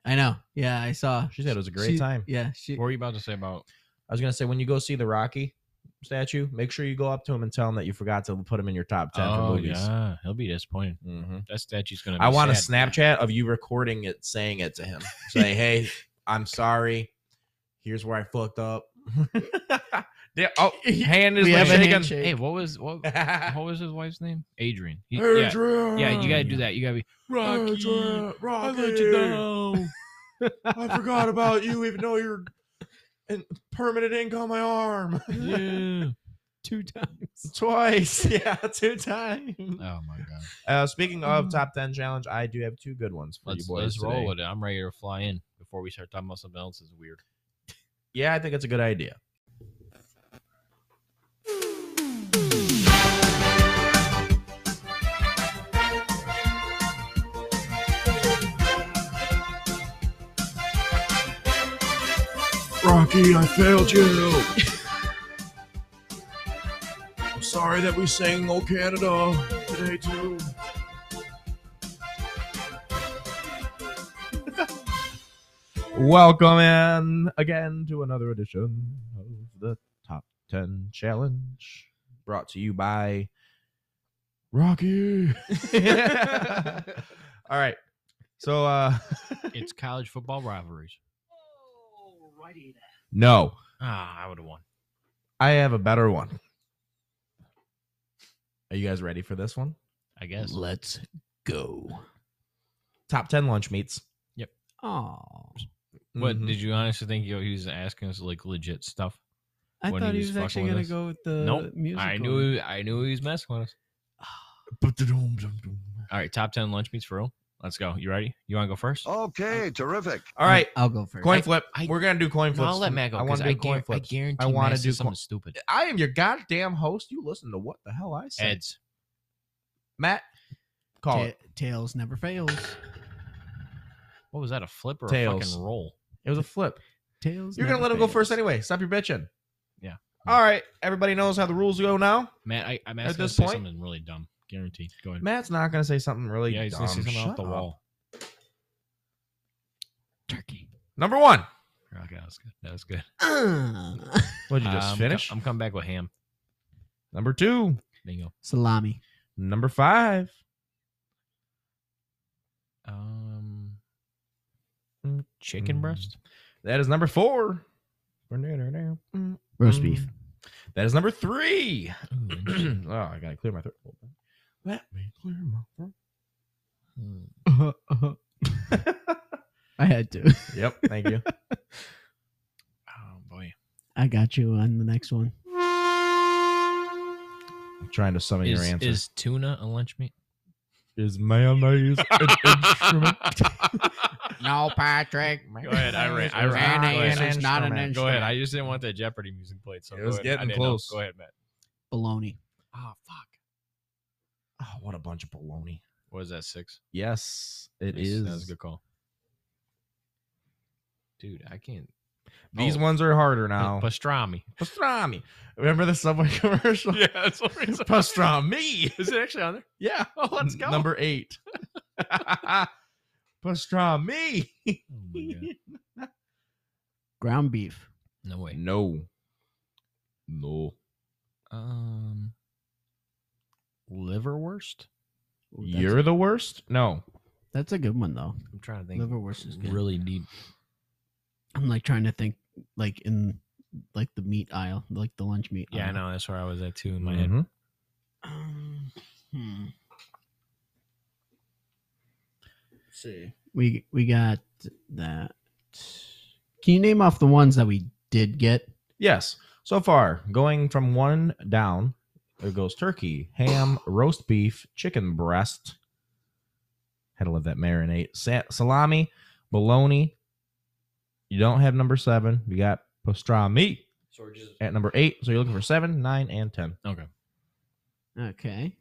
Speaker 1: I know. Yeah, I saw.
Speaker 3: She said it was a great
Speaker 1: She-
Speaker 3: time.
Speaker 1: Yeah, she.
Speaker 2: What were you about to say about?
Speaker 3: I was gonna say when you go see the Rocky statue, make sure you go up to him and tell him that you forgot to put him in your top ten for
Speaker 2: Oh
Speaker 3: movies.
Speaker 2: yeah, he'll be disappointed.
Speaker 3: hmm
Speaker 2: That statue's gonna. Be
Speaker 3: I want a
Speaker 2: sad.
Speaker 3: Snapchat of you recording it, saying it to him. Say, hey, I'm sorry. Here's where I fucked up. yeah, oh, hand is
Speaker 1: We have a
Speaker 3: shaking.
Speaker 1: handshake.
Speaker 2: Hey, what was what? what was his wife's name? Adrian. He- yeah,
Speaker 3: Adrian.
Speaker 2: yeah, you gotta do that. You gotta be Rocky. I
Speaker 3: Rocky.
Speaker 2: let you down.
Speaker 3: I forgot about you, even though you're in permanent ink on my arm.
Speaker 2: Yeah.
Speaker 1: two times.
Speaker 3: Twice. Yeah, two times.
Speaker 2: Oh my god.
Speaker 3: Uh, speaking of top 10 challenge, I do have two good ones for
Speaker 2: Let's,
Speaker 3: you boys.
Speaker 2: let's roll
Speaker 3: today.
Speaker 2: with it. I'm ready to fly in before we start talking about something else that's weird.
Speaker 3: Yeah, I think it's a good idea.
Speaker 5: Rocky, I failed you. I'm sorry that we sang "Oh Canada" today too.
Speaker 3: Welcome in again to another edition of the Top 10 Challenge brought to you by Rocky. All right. So, uh,
Speaker 2: It's college football rivalries.
Speaker 4: Alrighty then.
Speaker 3: no,
Speaker 2: Ah, I would have won.
Speaker 3: I have a better one. Are you guys ready for this one?
Speaker 2: I guess.
Speaker 1: Let's go.
Speaker 3: Top 10 lunch meats.
Speaker 1: Oh,
Speaker 2: What
Speaker 3: Mhm.
Speaker 2: did you honestly think? Yo, he was asking us like legit stuff.
Speaker 1: I
Speaker 2: When
Speaker 1: thought he
Speaker 2: he was
Speaker 1: was actually
Speaker 2: fucking
Speaker 1: gonna
Speaker 2: with us.
Speaker 1: go with the
Speaker 2: Nope.
Speaker 1: music.
Speaker 2: I knew. I knew he was messing with us. All right, top ten lunch meats for real. Let's go. You ready? You want to go first?
Speaker 3: Oh,
Speaker 5: Okay, terrific.
Speaker 3: All right.
Speaker 1: I'll go first.
Speaker 3: Coin flip.
Speaker 2: I-
Speaker 3: We're going to do coin
Speaker 2: No,
Speaker 3: flips.
Speaker 2: I'll let Matt go.
Speaker 3: I want to do coin flips.
Speaker 2: guarantee.
Speaker 3: I wanna do coin-
Speaker 2: stupid.
Speaker 3: I am your goddamn host. You listen to what the hell I say.
Speaker 2: Eds.
Speaker 3: Matt,
Speaker 1: Ta-
Speaker 3: call it.
Speaker 1: Tails never fails.
Speaker 2: What was that? A flip or a
Speaker 3: Tails.
Speaker 2: fucking roll?
Speaker 3: It was a flip.
Speaker 1: Tails.
Speaker 3: You're gonna
Speaker 1: never
Speaker 3: let him go
Speaker 1: fails.
Speaker 3: first anyway. Stop your bitching.
Speaker 2: Yeah.
Speaker 3: All right. Everybody knows how the rules go now.
Speaker 2: Matt, I, I'm asking
Speaker 3: At
Speaker 2: you to
Speaker 3: this
Speaker 2: say
Speaker 3: point-
Speaker 2: something really dumb. Guaranteed. Go ahead.
Speaker 3: Matt's not gonna say something really.
Speaker 2: yeah, he's
Speaker 3: dumb.
Speaker 2: gonna say something
Speaker 3: Shut
Speaker 2: off the
Speaker 3: up.
Speaker 2: wall.
Speaker 1: Turkey.
Speaker 3: Number one.
Speaker 2: Okay, that's good. That was good.
Speaker 1: Uh,
Speaker 3: What'd
Speaker 2: Um, co- I'm coming back with ham.
Speaker 3: Number two.
Speaker 2: Bingo.
Speaker 1: salami.
Speaker 3: Number five.
Speaker 2: Um,
Speaker 3: Mm,
Speaker 2: chicken
Speaker 3: mm.
Speaker 2: breast.
Speaker 3: That is number four.
Speaker 2: Mm.
Speaker 1: Roast beef.
Speaker 3: That is number three.
Speaker 2: Ooh,
Speaker 3: oh,
Speaker 2: interesting.
Speaker 3: I gotta clear my throat. Hold on. Let me clear my throat.
Speaker 2: Hmm.
Speaker 1: I had to.
Speaker 3: Yep. Thank you.
Speaker 2: oh boy.
Speaker 1: I got you on the next one.
Speaker 3: I'm trying to summon
Speaker 2: Is,
Speaker 3: your answer.
Speaker 2: is tuna a lunch meat?
Speaker 3: is mayonnaise an instrument?
Speaker 1: No, Patrick.
Speaker 2: Go ahead. I ran. I ran.
Speaker 1: Mayonnaise
Speaker 2: Go
Speaker 1: is
Speaker 2: ahead.
Speaker 1: not an
Speaker 2: Go
Speaker 1: instrument.
Speaker 2: ahead. I just didn't want that Jeopardy music played. So
Speaker 3: It
Speaker 2: go
Speaker 3: was
Speaker 2: ahead. I
Speaker 3: getting
Speaker 2: didn't know.
Speaker 3: close.
Speaker 2: Go ahead, Matt.
Speaker 1: Bologna.
Speaker 2: Oh fuck.
Speaker 3: Oh, what a bunch of baloney.
Speaker 2: What is that? Six.
Speaker 3: Yes, it
Speaker 2: Nice.
Speaker 3: is.
Speaker 2: That was a good call. Dude, I can't.
Speaker 3: These
Speaker 2: Oh.
Speaker 3: ones are harder now.
Speaker 2: Pastrami.
Speaker 3: pastrami. Remember the Subway commercial?
Speaker 2: Yeah, that's what we said.
Speaker 3: Pastrami.
Speaker 2: Is it actually on there?
Speaker 3: Yeah.
Speaker 2: Oh, let's
Speaker 3: N-
Speaker 2: go.
Speaker 3: Number eight. pastrami.
Speaker 2: Oh my God.
Speaker 1: Ground beef.
Speaker 2: No way.
Speaker 3: No. No.
Speaker 2: Um, liverwurst.
Speaker 1: Ooh, that's,
Speaker 3: You're the worst? No.
Speaker 1: that's a good one though.
Speaker 2: I'm trying to think.
Speaker 1: Liverwurst is good.
Speaker 2: really deep.
Speaker 1: I'm like trying to think like in like the meat aisle, like the lunch meat.
Speaker 2: Yeah, I
Speaker 1: aisle.
Speaker 2: know. That's where I was at too in my head.
Speaker 3: Mhm.
Speaker 1: Um, hmm. Let's see. We we got that. Can you name off the ones that we did get?
Speaker 3: Yes. So far, going from one down, there goes turkey, ham, roast beef, chicken breast. Had to let that marinate. Sa- salami, bologna. You don't have number seven. You got pastrami at number eight. So you're looking for seven, nine, and ten.
Speaker 2: Okay.
Speaker 1: Okay.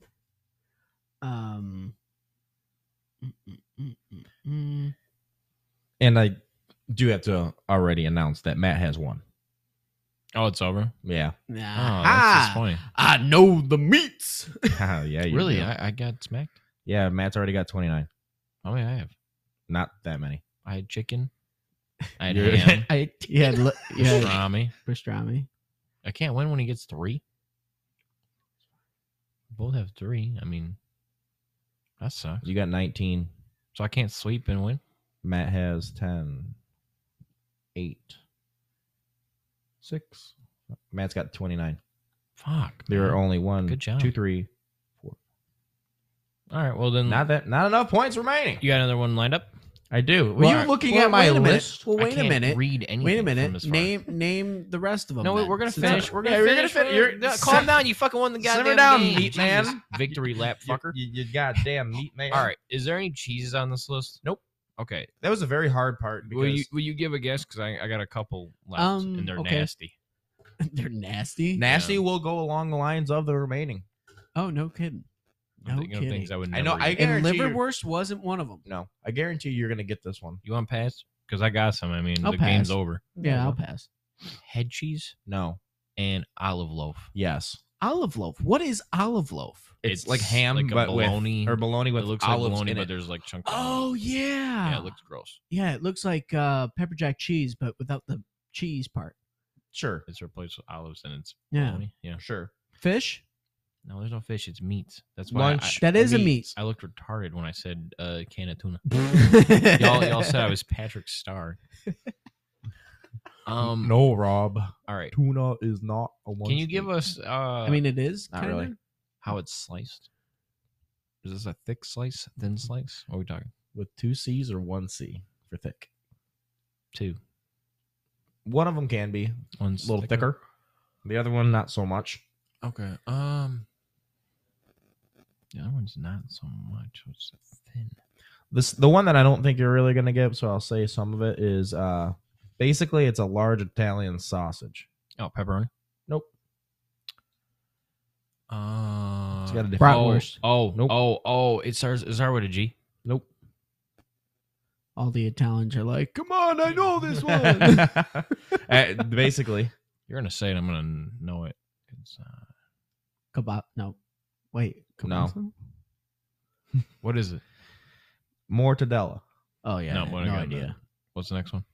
Speaker 1: Um. mm, mm, mm, mm, mm.
Speaker 3: And I do have to already announce that Matt has one.
Speaker 2: Oh, it's over.
Speaker 3: Yeah.
Speaker 1: Nah. Ah.
Speaker 2: Oh, that's disappointing.
Speaker 1: I know the meats.
Speaker 3: yeah. you
Speaker 2: Really,
Speaker 3: do.
Speaker 2: I, I got smacked.
Speaker 3: yeah. Matt's already got 29.
Speaker 2: Oh yeah, I have.
Speaker 3: Not that many.
Speaker 2: I had chicken. I had
Speaker 3: You're-
Speaker 2: ham.
Speaker 1: I you had li- you had
Speaker 2: Pastrami.
Speaker 1: pastrami.
Speaker 2: I can't win when he gets three. Both have three. I mean, that sucks.
Speaker 3: You got 19.
Speaker 2: So I can't sleep and win.
Speaker 3: Matt has 10, 8, 6. Matt's got 29.
Speaker 2: Fuck.
Speaker 3: There
Speaker 2: man.
Speaker 3: are only one,
Speaker 2: Good job.
Speaker 3: two, three.
Speaker 2: All right. Well then,
Speaker 3: Not that, not enough points remaining.
Speaker 2: you got another one lined up.
Speaker 3: I do. Were
Speaker 1: Well,
Speaker 3: you looking
Speaker 1: well,
Speaker 3: at my
Speaker 1: wait a minute.
Speaker 3: list?
Speaker 1: Well,
Speaker 2: I
Speaker 1: wait a
Speaker 2: can't
Speaker 1: minute.
Speaker 2: Read anything.
Speaker 1: Wait a
Speaker 2: from
Speaker 1: minute.
Speaker 2: this far.
Speaker 1: Name name the rest of them.
Speaker 2: No, wait,
Speaker 1: then,
Speaker 2: we're gonna
Speaker 1: since I-
Speaker 2: finish. We're gonna
Speaker 3: Yeah, we're gonna
Speaker 2: finish.
Speaker 3: fin- you're-
Speaker 2: We're-
Speaker 3: no,
Speaker 2: calm
Speaker 3: sit-
Speaker 2: down. You fucking won the goddamn
Speaker 3: simmer down,
Speaker 2: game.
Speaker 3: meat man.
Speaker 2: Jesus. Victory lap, fucker.
Speaker 3: You, you, you goddamn meat man.
Speaker 2: All right. Is there any cheeses on this list?
Speaker 3: Nope.
Speaker 2: Okay.
Speaker 3: That was a very hard part because
Speaker 2: Will you will you give a guess? Because I, I got a couple left
Speaker 1: Um,
Speaker 2: and they're
Speaker 1: okay.
Speaker 2: nasty.
Speaker 1: They're nasty.
Speaker 3: Nasty
Speaker 2: Yeah.
Speaker 3: will go along the lines of the remaining.
Speaker 1: oh no kidding.
Speaker 2: I'm
Speaker 1: No
Speaker 2: thinking of things
Speaker 1: kidding.
Speaker 2: I would.
Speaker 3: I
Speaker 2: Never
Speaker 3: know, I
Speaker 2: eat.
Speaker 3: get-
Speaker 1: And
Speaker 3: guarantee you-
Speaker 1: liverwurst wasn't one of them.
Speaker 3: No, I guarantee you're going to get this one.
Speaker 2: you want pass? Because I got some. I mean,
Speaker 1: I'll
Speaker 2: the game's
Speaker 1: pass.
Speaker 2: over.
Speaker 1: Yeah, I'll pass.
Speaker 2: head cheese,
Speaker 3: No.
Speaker 2: and olive loaf.
Speaker 3: Yes.
Speaker 1: Olive loaf. What is olive loaf?
Speaker 3: It's,
Speaker 2: It's
Speaker 3: like ham,
Speaker 2: like a
Speaker 3: but
Speaker 2: bologna.
Speaker 3: with or bologna with
Speaker 2: it looks like
Speaker 3: olives
Speaker 2: bologna,
Speaker 3: in
Speaker 2: but
Speaker 3: it.
Speaker 2: there's like chunks. of
Speaker 1: Oh
Speaker 2: olive.
Speaker 1: yeah.
Speaker 2: yeah, it looks gross.
Speaker 1: Yeah, it looks like uh, pepper jack cheese, but without the cheese part.
Speaker 3: Sure,
Speaker 2: It's replaced with olives and it's
Speaker 1: Yeah.
Speaker 2: bologna. Yeah.
Speaker 3: sure.
Speaker 1: Fish?
Speaker 2: No, there's no fish. It's meat. That's why
Speaker 3: Lunch.
Speaker 1: That is a meat.
Speaker 3: meats.
Speaker 2: I, I looked retarded when I said uh, can of tuna. y'all,
Speaker 1: y'all,
Speaker 2: y'all said I was Patrick Starr. Um.
Speaker 3: no, Rob.
Speaker 2: All right.
Speaker 3: Tuna is not a one.
Speaker 2: Can you give us? Uh,
Speaker 1: I mean, it is.
Speaker 3: Not really.
Speaker 1: kinda.
Speaker 2: how it's sliced? Is this a thick slice, thin slice? What are we talking?
Speaker 3: with two C's or one C for thick?
Speaker 2: Two.
Speaker 3: One of them can be a
Speaker 2: One's
Speaker 3: little thicker. The other one not so much.
Speaker 2: Okay. Um. The other one's not so much. It's thin.
Speaker 3: This the one that I don't think you're really gonna get, so I'll say some of it is uh basically it's a large Italian sausage.
Speaker 2: Oh, pepperoni.
Speaker 3: Nope.
Speaker 2: Uh,
Speaker 3: It's got a different-
Speaker 1: Bratwurst.
Speaker 2: Oh, oh,
Speaker 3: Nope.
Speaker 2: oh, oh! It starts. Is there with a G?
Speaker 3: Nope.
Speaker 1: All the Italians are like, come on, I know this one.
Speaker 3: Uh, basically.
Speaker 2: You're gonna say it. I'm gonna know it. It's, uh,
Speaker 1: Kebab. No. Wait.
Speaker 3: No.
Speaker 1: kibasa?
Speaker 2: what is it?
Speaker 3: Mortadella.
Speaker 1: Oh, yeah.
Speaker 2: No,
Speaker 1: No,
Speaker 2: what I got,
Speaker 1: idea.
Speaker 2: What's the next one?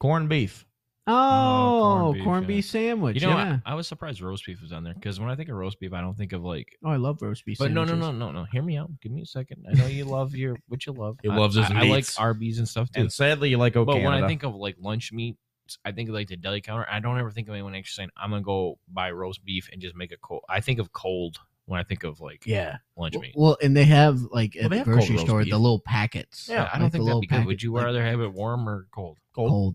Speaker 3: Corned beef.
Speaker 1: Oh, corned beef,
Speaker 2: beef, yeah.
Speaker 1: sandwich.
Speaker 2: You know,
Speaker 1: yeah.
Speaker 2: I, I was surprised roast beef was on there because when I think of roast beef, I don't think of like.
Speaker 1: oh, I love roast beef
Speaker 2: But no,
Speaker 1: sandwiches.
Speaker 2: no, no, no, no. Hear me out. Give me a second. I know you love your what you love.
Speaker 3: He
Speaker 2: I-
Speaker 3: loves his
Speaker 2: I, I like
Speaker 3: meats.
Speaker 2: Arby's and stuff too.
Speaker 3: And sadly you like okay.
Speaker 2: but when I think of like lunch meat, I think of like the deli counter. I don't ever think of anyone actually saying, "I'm gonna go buy roast beef and just make a cold." I think of cold when I think of like
Speaker 1: Yeah.
Speaker 2: lunch
Speaker 1: Well,
Speaker 2: meat.
Speaker 1: well, and they have like
Speaker 3: Well,
Speaker 1: at
Speaker 3: they
Speaker 1: the
Speaker 3: have cold
Speaker 1: grocery
Speaker 3: roast
Speaker 1: store
Speaker 3: beef.
Speaker 1: the little packets.
Speaker 2: I
Speaker 3: Yeah,
Speaker 1: Like
Speaker 2: don't
Speaker 1: the
Speaker 2: think that'd
Speaker 1: little
Speaker 2: be good. Would
Speaker 1: packet-
Speaker 2: you
Speaker 1: like
Speaker 2: rather have it warm or cold?
Speaker 1: cold?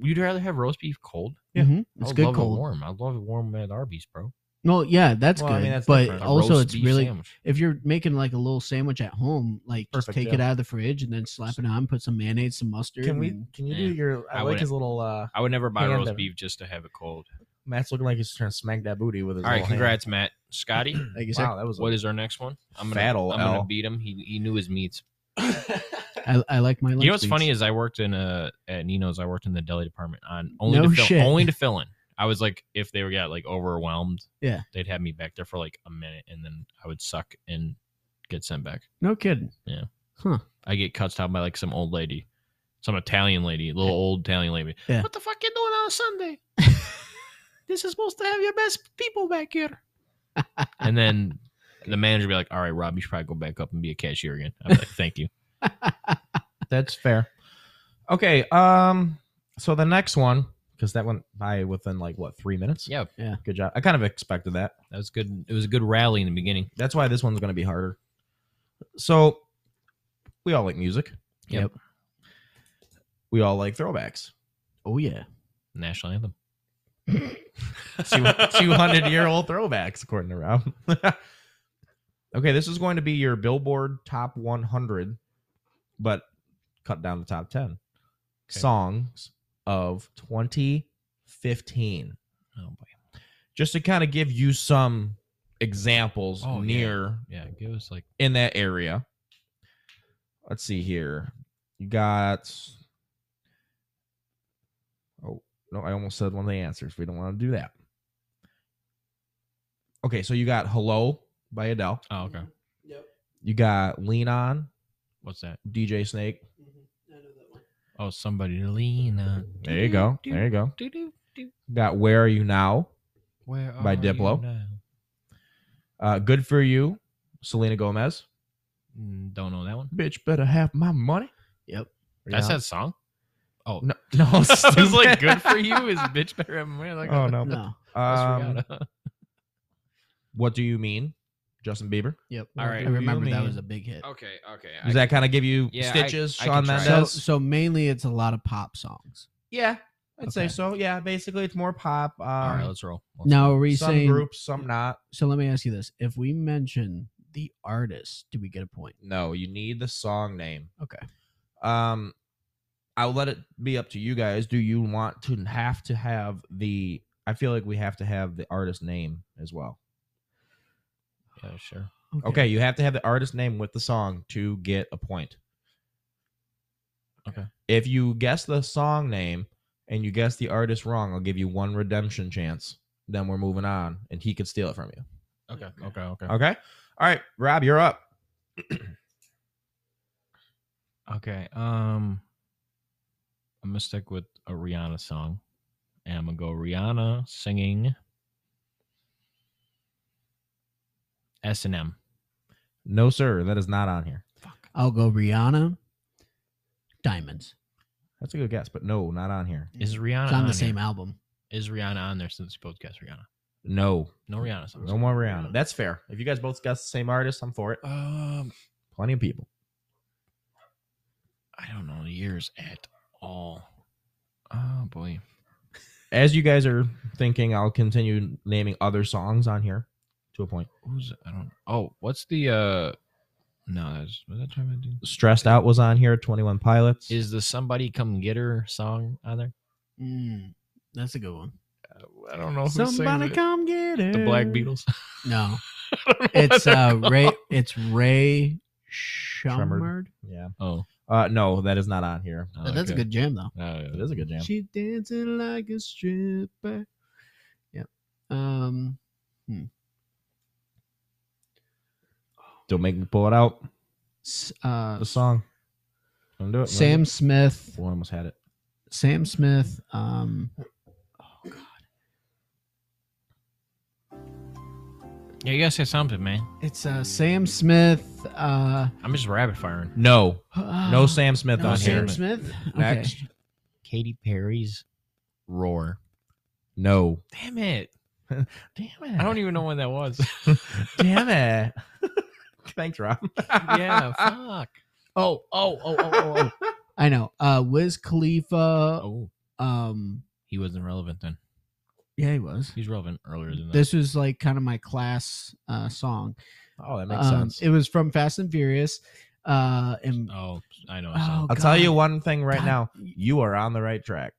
Speaker 2: You'd rather have roast beef cold?
Speaker 3: Yeah.
Speaker 1: Mhm,
Speaker 2: I
Speaker 1: It's
Speaker 2: would
Speaker 1: good
Speaker 2: love
Speaker 1: cold.
Speaker 2: It warm. I love it warm at Arby's, bro.
Speaker 1: Well, yeah, that's
Speaker 3: Well,
Speaker 1: good.
Speaker 3: I mean, that's
Speaker 1: but
Speaker 3: different.
Speaker 2: A
Speaker 1: also,
Speaker 2: roast
Speaker 1: it's
Speaker 2: beef
Speaker 1: really
Speaker 2: sandwich.
Speaker 1: if you're making like a little sandwich at home, like
Speaker 3: Perfect,
Speaker 1: just take
Speaker 3: yeah.
Speaker 1: it out of the fridge and then slap it on, put some mayonnaise, some mustard.
Speaker 3: Can we
Speaker 1: and-
Speaker 3: can you
Speaker 2: Yeah.
Speaker 3: do your
Speaker 2: I
Speaker 3: I, like his
Speaker 2: wouldn't.
Speaker 3: little uh
Speaker 2: I would never buy
Speaker 3: Yeah,
Speaker 2: roast
Speaker 3: definitely.
Speaker 2: beef just to have it cold.
Speaker 3: Matt's looking like he's trying to smack that booty with his
Speaker 2: All right,
Speaker 3: little hand.
Speaker 2: congrats, Matt. Scotty,
Speaker 1: Like you said,
Speaker 3: Wow, that was a-
Speaker 2: what is our next one? I'm gonna,
Speaker 3: Fat ol'
Speaker 2: I'm gonna
Speaker 3: L.
Speaker 2: beat him. He, he knew his meats.
Speaker 1: I, I like my. Lunch
Speaker 2: you know what's
Speaker 1: meats.
Speaker 2: funny is I worked in a at Nino's. I worked in the deli department on only
Speaker 1: No
Speaker 2: to fill,
Speaker 1: shit.
Speaker 2: only to fill in. I was like, if they were got like overwhelmed,
Speaker 1: Yeah.
Speaker 2: they'd have me back there for like a minute, and then I would suck and get sent back.
Speaker 1: No kidding.
Speaker 2: I get cussed out by like some old lady, some Italian lady, little old Italian lady.
Speaker 1: Yeah.
Speaker 2: What the fuck you doing on a Sunday? this is supposed to have your best people back here. and then the manager would be like, "All right, Rob, you should probably go back up and be a cashier again." I'd be like, "Thank you."
Speaker 3: That's fair. Okay. Um. So the next one, because that went by within like what three minutes.
Speaker 2: Yeah,
Speaker 3: Good job. I kind of expected that.
Speaker 2: that was good. It was a good rally in the beginning.
Speaker 3: That's why this one's going to be harder. So we all like music.
Speaker 2: Yep.
Speaker 3: We all like throwbacks.
Speaker 1: Oh yeah.
Speaker 2: National anthem.
Speaker 3: Two hundred year old throwbacks, according to Rob. okay, this is going to be your Billboard Top 100, but cut down to top 10
Speaker 2: Okay.
Speaker 3: songs of 2015.
Speaker 2: Oh boy.
Speaker 3: just to kind of give you some examples
Speaker 2: Oh, yeah.
Speaker 3: near
Speaker 2: Yeah, give us like
Speaker 3: in that area. Let's see here. You got. Oh, no, I almost said one of the answers. We don't want to do that. Okay, so you got Hello by Adele.
Speaker 2: oh okay.
Speaker 1: Yep.
Speaker 3: You got Lean On,
Speaker 2: What's that?
Speaker 3: DJ Snake.
Speaker 2: Oh, somebody to lean on.
Speaker 3: There you go. There you go.
Speaker 2: Doo-doo, doo.
Speaker 3: Got Where Are You Now?
Speaker 2: Where
Speaker 3: By
Speaker 2: are you
Speaker 3: Diplo.
Speaker 2: now?
Speaker 3: Uh, Good for You, Selena Gomez.
Speaker 2: Mm, Don't know that one.
Speaker 3: Bitch, better have my money.
Speaker 1: Yep.
Speaker 2: That's that song. Oh,
Speaker 3: No, no,
Speaker 2: I was like,
Speaker 3: stupid.
Speaker 2: good for you is bitch better have money. Like,
Speaker 3: Oh no.
Speaker 1: No.
Speaker 3: Um,
Speaker 2: All
Speaker 3: what do you mean, Justin Bieber?
Speaker 1: Yep.
Speaker 2: All right.
Speaker 1: I remember
Speaker 3: You
Speaker 1: that
Speaker 3: mean-
Speaker 1: was a big hit.
Speaker 2: okay, okay.
Speaker 3: Does that kind of give you
Speaker 2: Yeah, I-
Speaker 3: stitches,
Speaker 2: I
Speaker 3: Sean
Speaker 2: can try.
Speaker 1: So
Speaker 3: Mendes?
Speaker 1: so mainly it's a lot of pop songs.
Speaker 3: yeah, I'd say
Speaker 1: Okay.
Speaker 3: so. Yeah, basically it's more pop. Um,
Speaker 2: All right, let's roll. Let's
Speaker 1: Now are we
Speaker 3: some
Speaker 1: saying
Speaker 3: groups, some not.
Speaker 1: So let me ask you this: If we mention the artist, do we get a point?
Speaker 3: No, you need the song name.
Speaker 1: Okay.
Speaker 3: Um, I'll let it be up to you guys. Do you want to have to have the? I feel like we have to have the artist name as well.
Speaker 2: go. Yeah, sure.
Speaker 3: Okay, you have to have the artist name with the song to get a point.
Speaker 2: Okay.
Speaker 3: If you guess the song name and you guess the artist wrong, I'll give you one redemption chance. Then we're moving on, and he could steal it from you.
Speaker 2: Okay. Okay. Okay.
Speaker 3: Okay. All right, Rob, you're up.
Speaker 2: Okay. Um, I'm gonna stick with a Rihanna song, and I'm gonna go Rihanna singing S and M.
Speaker 3: No, sir, that is not on here.
Speaker 1: I'll go Rihanna. Diamonds.
Speaker 3: That's a good guess, but no, not on here.
Speaker 2: Is Rihanna
Speaker 1: It's on Mm. the
Speaker 2: here?
Speaker 1: same album.
Speaker 2: Is Rihanna on there since you both guessed Rihanna?
Speaker 3: No,
Speaker 2: No Rihanna songs.
Speaker 3: no more Rihanna. That's fair. If you guys both guess the same artist, I'm for it.
Speaker 2: Um,
Speaker 3: Plenty of people.
Speaker 2: I don't know the years at all. Oh boy.
Speaker 3: As you guys are thinking, I'll continue naming other songs on here to a point.
Speaker 2: Who's I don't. Oh, what's the uh? No, that's was that time I did.
Speaker 3: Stressed Out was on here, 21 Pilots.
Speaker 2: Is the "Somebody Come Get Her" song on there?
Speaker 1: Mm, that's a good one.
Speaker 2: I don't know.
Speaker 1: Somebody come get it.
Speaker 2: The Black Beatles.
Speaker 1: No,
Speaker 2: I don't know
Speaker 1: Mm.
Speaker 2: what
Speaker 1: it's
Speaker 2: they're
Speaker 1: uh
Speaker 2: called.
Speaker 1: Ray. It's Ray Shummerd.
Speaker 3: yeah.
Speaker 2: Oh,
Speaker 3: Uh, no, that is not on here.
Speaker 2: oh,
Speaker 1: That's a
Speaker 2: okay.
Speaker 1: good jam though.
Speaker 2: Oh, yeah.
Speaker 3: It is a good jam.
Speaker 1: She dancing like a stripper. Yeah. Um.
Speaker 3: Don't make me pull it out.
Speaker 1: s- Uh.
Speaker 3: The song. Don't do it.
Speaker 1: Sam Smith.
Speaker 3: Oh, I almost had it.
Speaker 1: Sam Smith. Um. Oh God.
Speaker 2: Yeah, you gotta say something, man.
Speaker 1: It's uh Sam Smith. Uh.
Speaker 2: I'm just rabbit firing.
Speaker 3: No, no
Speaker 1: uh,
Speaker 3: Sam Smith
Speaker 1: no
Speaker 3: on
Speaker 1: Sam
Speaker 3: here.
Speaker 1: Smith. Okay.
Speaker 3: Next.
Speaker 2: Katy Perry's roar.
Speaker 3: No.
Speaker 2: Damn it!
Speaker 3: Damn it.
Speaker 2: I don't even know when that was.
Speaker 3: Damn it. Thanks, Rob.
Speaker 2: yeah, fuck.
Speaker 1: Oh. Oh. Oh. Oh. Oh. oh. I know. Uh. Wiz Khalifa.
Speaker 2: Oh,
Speaker 1: Um.
Speaker 2: he wasn't relevant then.
Speaker 1: Yeah, he was.
Speaker 2: He's relevant earlier than that.
Speaker 1: This was like kind of my class uh, song.
Speaker 3: Oh, that makes
Speaker 1: Um,
Speaker 3: sense.
Speaker 1: It was from Fast and Furious. Uh, and
Speaker 2: oh, I know.
Speaker 1: Oh,
Speaker 2: Oh,
Speaker 3: Uh, I'll tell
Speaker 1: God.
Speaker 3: you one thing right
Speaker 1: God.
Speaker 3: now. You are on the right track.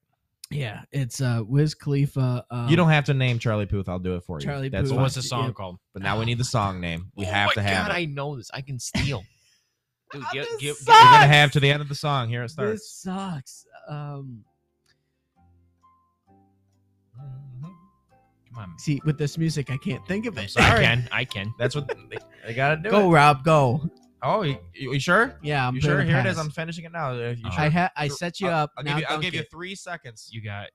Speaker 1: yeah, it's uh, Wiz Khalifa. Um,
Speaker 3: you don't have to name Charlie Puth. I'll do it for you.
Speaker 1: Charlie
Speaker 3: That's
Speaker 1: Puth.
Speaker 3: fine.
Speaker 2: what's the song
Speaker 1: Yeah.
Speaker 2: called?
Speaker 3: But now we need the song name. We
Speaker 2: Oh
Speaker 3: have to
Speaker 2: my
Speaker 3: have
Speaker 2: God,
Speaker 3: it.
Speaker 2: I know this. I can steal. Dude, give,
Speaker 3: This
Speaker 2: give, give,
Speaker 3: We're gonna
Speaker 1: sucks!
Speaker 3: have to the end of the song. Here it starts.
Speaker 1: This sucks. Um,
Speaker 2: come on.
Speaker 1: see, with this music, I can't think of it.
Speaker 2: I can. I can.
Speaker 3: That's what they, they gotta do.
Speaker 1: Go,
Speaker 3: it.
Speaker 1: Rob. Go.
Speaker 3: Oh, you, you you sure?
Speaker 1: Yeah, I'm
Speaker 3: you sure?
Speaker 1: doing a
Speaker 3: Here it is.
Speaker 1: pass.
Speaker 3: I'm finishing it now. Uh, You
Speaker 2: Oh.
Speaker 3: sure?
Speaker 1: I ha- I
Speaker 3: Sure.
Speaker 1: set you
Speaker 3: I'll-
Speaker 1: up.
Speaker 3: I'll
Speaker 1: now
Speaker 3: give you, I'll
Speaker 1: dunk
Speaker 3: give you
Speaker 1: it.
Speaker 3: three seconds.
Speaker 2: You got.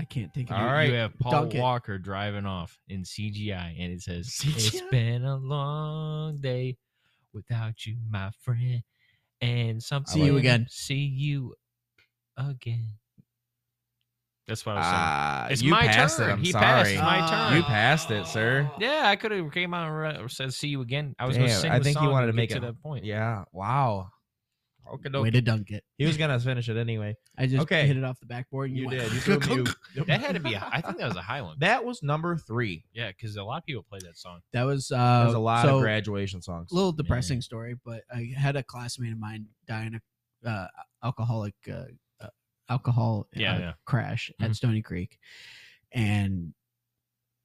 Speaker 1: I can't think of
Speaker 3: All
Speaker 1: it.
Speaker 2: you-
Speaker 3: right.
Speaker 2: You have Paul
Speaker 1: Dunk it.
Speaker 2: Walker driving off in CGI, and it says, "It's
Speaker 1: CGI?
Speaker 2: been a long day without you, my friend, and something."
Speaker 1: See you again.
Speaker 2: See you again. That's what I was saying.
Speaker 3: Ah,
Speaker 2: It's
Speaker 3: you
Speaker 2: my
Speaker 3: passed
Speaker 2: turn.
Speaker 3: it. I'm
Speaker 2: He
Speaker 3: sorry.
Speaker 2: passed. My
Speaker 1: Ah.
Speaker 2: turn.
Speaker 3: You passed it, sir.
Speaker 2: yeah, I could have came out and re- or said, "See you again." I was going to
Speaker 3: Damn,
Speaker 2: sing.
Speaker 3: I
Speaker 2: the
Speaker 3: think he
Speaker 2: song
Speaker 3: wanted
Speaker 2: and
Speaker 3: to
Speaker 2: get
Speaker 3: make
Speaker 2: to
Speaker 3: it-
Speaker 2: that point.
Speaker 3: Yeah. Wow. Okay.
Speaker 1: Way to dunk it.
Speaker 3: He was gonna finish it anyway.
Speaker 1: I just
Speaker 3: Okay.
Speaker 1: hit it off the backboard. And you,
Speaker 3: You
Speaker 1: went,
Speaker 3: did. You threw him- you-
Speaker 2: that had to be. A, I think that was a high one.
Speaker 3: That was number three.
Speaker 2: yeah, because a lot of people play that song.
Speaker 1: That was uh,
Speaker 3: There's a lot
Speaker 1: so,
Speaker 3: of graduation songs.
Speaker 1: A little depressing story, but I had a classmate of mine die in a uh, alcoholic uh, uh, alcohol uh,
Speaker 2: Yeah, yeah.
Speaker 1: crash
Speaker 2: Mhm.
Speaker 1: at Stony Creek, and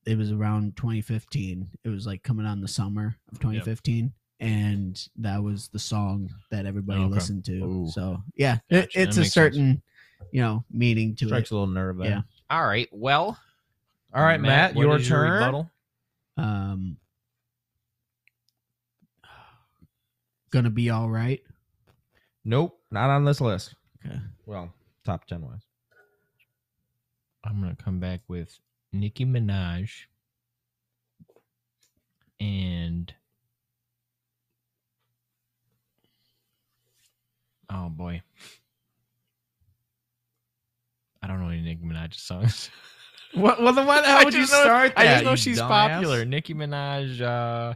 Speaker 1: it was around 2015. It was like coming on the summer of 2015. And that was the song that everybody
Speaker 2: Okay.
Speaker 1: listened to.
Speaker 3: Ooh.
Speaker 1: So yeah, it,
Speaker 2: Gotcha.
Speaker 1: it's
Speaker 2: That
Speaker 1: a
Speaker 2: makes sense.
Speaker 1: certain, you know, meaning to
Speaker 3: Strikes a little nerve there.
Speaker 1: Yeah.
Speaker 2: All right. Well.
Speaker 3: All right, Matt,
Speaker 2: what
Speaker 3: your
Speaker 2: is
Speaker 3: turn.
Speaker 2: rebuttal?
Speaker 1: it. Um, gonna be all right.
Speaker 3: nope, not on this list.
Speaker 1: Okay.
Speaker 3: Well, top ten wise.
Speaker 2: I'm gonna come back with Nicki Minaj and oh boy, I don't know any Nicki Minaj songs.
Speaker 3: What? Well, then why the
Speaker 2: I just know- I
Speaker 3: that,
Speaker 2: just know
Speaker 3: you
Speaker 2: she's
Speaker 3: dumbass?
Speaker 2: popular. Nicki Minaj, uh,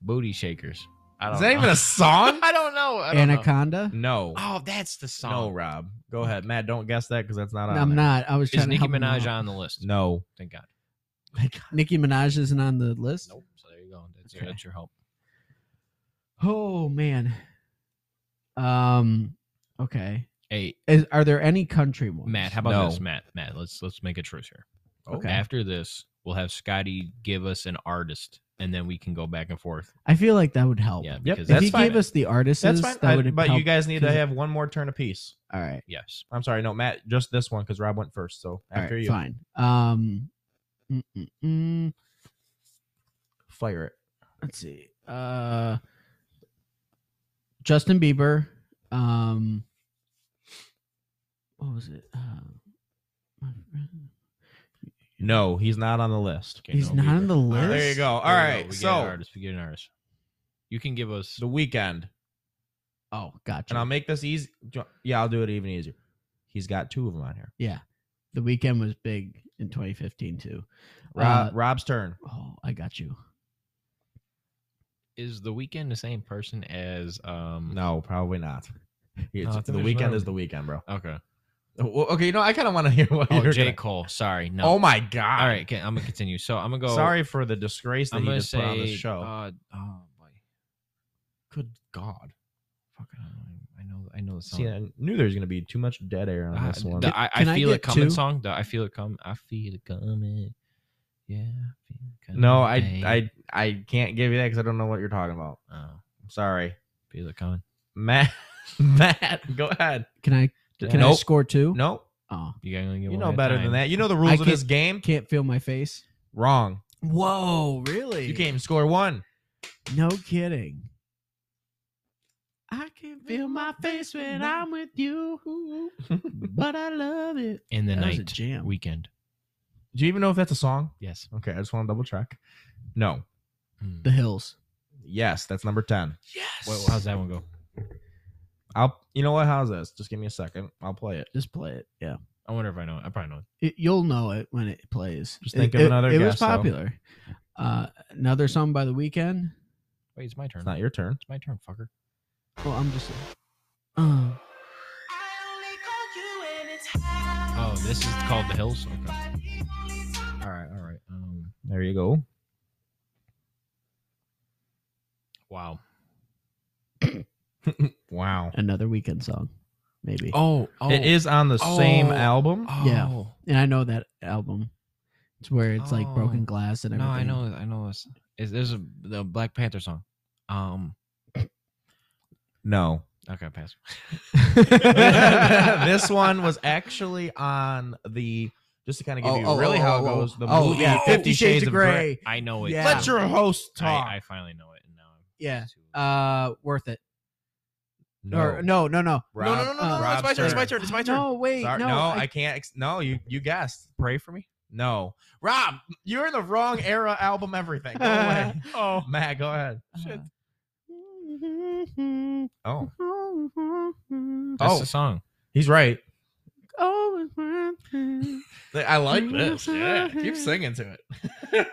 Speaker 2: booty shakers. I don't
Speaker 3: Is that
Speaker 2: know.
Speaker 3: even a song?
Speaker 2: I don't know. I don't know.
Speaker 1: Anaconda.
Speaker 3: No.
Speaker 2: Oh, that's the
Speaker 3: No,
Speaker 2: song.
Speaker 3: Rob. Go ahead, Matt. Don't guess that because that's not on.
Speaker 1: I'm
Speaker 3: there.
Speaker 1: not. I was trying
Speaker 2: Is
Speaker 1: to
Speaker 2: Nicki
Speaker 1: help him
Speaker 2: Minaj
Speaker 1: out.
Speaker 2: on the list?
Speaker 3: No.
Speaker 2: Thank God.
Speaker 1: Nicki Minaj isn't on the list.
Speaker 2: Nope. So there you go. That's,
Speaker 1: Okay.
Speaker 2: that's your help.
Speaker 1: Oh man. Um. Okay.
Speaker 2: Hey,
Speaker 1: Is, are there any country ones?
Speaker 2: Matt. How about
Speaker 3: No.
Speaker 2: this, Matt? Matt, let's let's make a truce here.
Speaker 3: Okay.
Speaker 2: After this, we'll have Scotty give us an artist, and then we can go back and forth.
Speaker 1: I feel like that would help.
Speaker 2: Yeah,
Speaker 3: Yep.
Speaker 2: because
Speaker 1: if
Speaker 2: that's
Speaker 1: he
Speaker 3: fine.
Speaker 1: gave us the artists,
Speaker 3: That's fine.
Speaker 1: that
Speaker 3: I-
Speaker 1: would
Speaker 3: but
Speaker 1: help.
Speaker 3: you guys need to
Speaker 1: 'cause-
Speaker 3: have one more turn apiece.
Speaker 1: All right.
Speaker 2: yes.
Speaker 3: I'm sorry, no, Matt, just this one because Rob went first. So
Speaker 1: All
Speaker 3: after
Speaker 1: right,
Speaker 3: you,
Speaker 1: fine. Um, mm, mm, mm,
Speaker 3: fire it.
Speaker 1: let's see. Uh, Justin Bieber. Um, what was it? Uh,
Speaker 3: No, he's not on the list.
Speaker 2: Okay,
Speaker 1: he's
Speaker 2: no
Speaker 1: not on
Speaker 2: Bieber.
Speaker 1: the list.
Speaker 3: There you go. All
Speaker 2: There we
Speaker 3: right.
Speaker 2: We get
Speaker 3: Oh, so
Speaker 2: an artist. We get an artist. You can give us.
Speaker 3: the weekend,
Speaker 1: Oh, gotcha.
Speaker 3: and I'll make this easy. Jo- Yeah, I'll do it even easier. He's got two of them on here.
Speaker 1: yeah, the weekend was big in 2015 too. Uh,
Speaker 3: Rob, Rob's turn.
Speaker 1: Oh, I got you.
Speaker 2: Is the weekend the same person as um?
Speaker 3: No, probably not. It's-
Speaker 2: I think
Speaker 3: the
Speaker 2: there's
Speaker 3: weekend
Speaker 2: another
Speaker 3: is
Speaker 2: one.
Speaker 3: the weekend, bro.
Speaker 2: Okay.
Speaker 3: Well, okay, you know I kind of want to hear what
Speaker 2: Oh,
Speaker 3: you're
Speaker 2: J
Speaker 3: gonna-
Speaker 2: Cole. Sorry. No.
Speaker 3: Oh my god!
Speaker 2: All right. Okay, I'm gonna continue. So I'm gonna go.
Speaker 3: Sorry for the disgrace that
Speaker 2: I'm
Speaker 3: he
Speaker 2: gonna
Speaker 3: just
Speaker 2: say.
Speaker 3: put on this show.
Speaker 2: Uh, oh boy. Good God. Fuck. I don't know. I know. I know the song.
Speaker 3: See, I knew there's gonna be too much dead air on
Speaker 2: Ah,
Speaker 3: this Uh, one.
Speaker 2: The I, I
Speaker 1: Can I
Speaker 2: feel
Speaker 1: get
Speaker 2: it coming
Speaker 1: two?
Speaker 2: song. The I feel it coming. I feel it coming. Yeah. I feel it coming.
Speaker 3: no, I,
Speaker 2: babe.
Speaker 3: I, I can't give you that because I don't know what you're talking about.
Speaker 2: Oh,
Speaker 3: I'm sorry,
Speaker 2: feel it coming.
Speaker 3: Matt. Matt, go ahead.
Speaker 1: Can I?
Speaker 2: Yeah.
Speaker 1: Can I
Speaker 3: Nope.
Speaker 1: score two?
Speaker 3: No,
Speaker 1: Oh,
Speaker 2: You gotta get
Speaker 3: you
Speaker 2: one
Speaker 3: know
Speaker 2: at a
Speaker 3: better
Speaker 2: time.
Speaker 3: than that. You know the rules of
Speaker 1: can't-
Speaker 3: this game.
Speaker 1: can't feel my face.
Speaker 3: Wrong.
Speaker 1: Whoa, really?
Speaker 3: You can't even score one.
Speaker 1: No kidding. I can feel my face when I'm with you, but I love it.
Speaker 2: In the
Speaker 1: That was a
Speaker 2: night
Speaker 1: jam.
Speaker 2: weekend.
Speaker 3: Do you even know if that's a song?
Speaker 2: Yes.
Speaker 3: Okay, I just want to double check. No.
Speaker 2: Mm.
Speaker 1: The hills.
Speaker 3: Yes, that's number ten.
Speaker 1: Yes.
Speaker 2: Wait, wait, how's that one go?
Speaker 3: I'll. You know what? How's this? Just give me a second. I'll play it.
Speaker 1: Just play it. Yeah.
Speaker 2: I wonder if I know. it. I probably know. it.
Speaker 1: It, you'll know it when it plays.
Speaker 3: Just
Speaker 1: It-
Speaker 3: think of
Speaker 1: it,
Speaker 3: another
Speaker 1: It was
Speaker 3: guess, though.
Speaker 1: popular. Uh, another song by The Weeknd.
Speaker 2: Wait, it's my turn.
Speaker 3: It's not your turn.
Speaker 2: It's my turn, fucker.
Speaker 1: Well, I'm just. Uh,
Speaker 2: Oh, this is called The Hills. Okay. All right, all right. Um,
Speaker 3: There you go.
Speaker 2: wow.
Speaker 3: Wow.
Speaker 1: another Weekend song, maybe.
Speaker 2: Oh, oh,
Speaker 3: It is on the same
Speaker 2: Oh.
Speaker 3: album.
Speaker 1: Yeah. And I know that album. It's where it's like broken
Speaker 2: Oh.
Speaker 1: glass and
Speaker 2: No,
Speaker 1: everything.
Speaker 2: I know, I know this. Is there's a the Black Panther song? Um,
Speaker 3: No.
Speaker 2: okay, pass.
Speaker 3: this one was actually on the just to kind of give you really how it goes. The
Speaker 1: oh,
Speaker 3: movie
Speaker 1: yeah,
Speaker 3: Fifty Shades, of Grey.
Speaker 2: I know it.
Speaker 1: Yeah.
Speaker 3: Let your host talk.
Speaker 2: I, I finally know it. and Now I'm
Speaker 1: Yeah.
Speaker 2: too-
Speaker 1: Uh, worth it. Or no, no, no.
Speaker 3: Rob-
Speaker 1: no, no, no, no, no,
Speaker 3: Rob's
Speaker 1: it's my turn, it's my
Speaker 3: turn.
Speaker 1: It's my turn. No, wait,
Speaker 3: Sorry,
Speaker 1: no.
Speaker 3: no, I,
Speaker 1: I,
Speaker 3: can't. Ex- no, you you guessed.
Speaker 2: Pray for me.
Speaker 3: No, Rob, you're in the wrong era. Album everything. Go away. oh, Matt, go ahead. Oh,
Speaker 2: That's
Speaker 3: Oh.
Speaker 2: the song.
Speaker 3: he's right.
Speaker 1: Oh, it's worth it.
Speaker 3: I like this. Yeah, keep singing to it.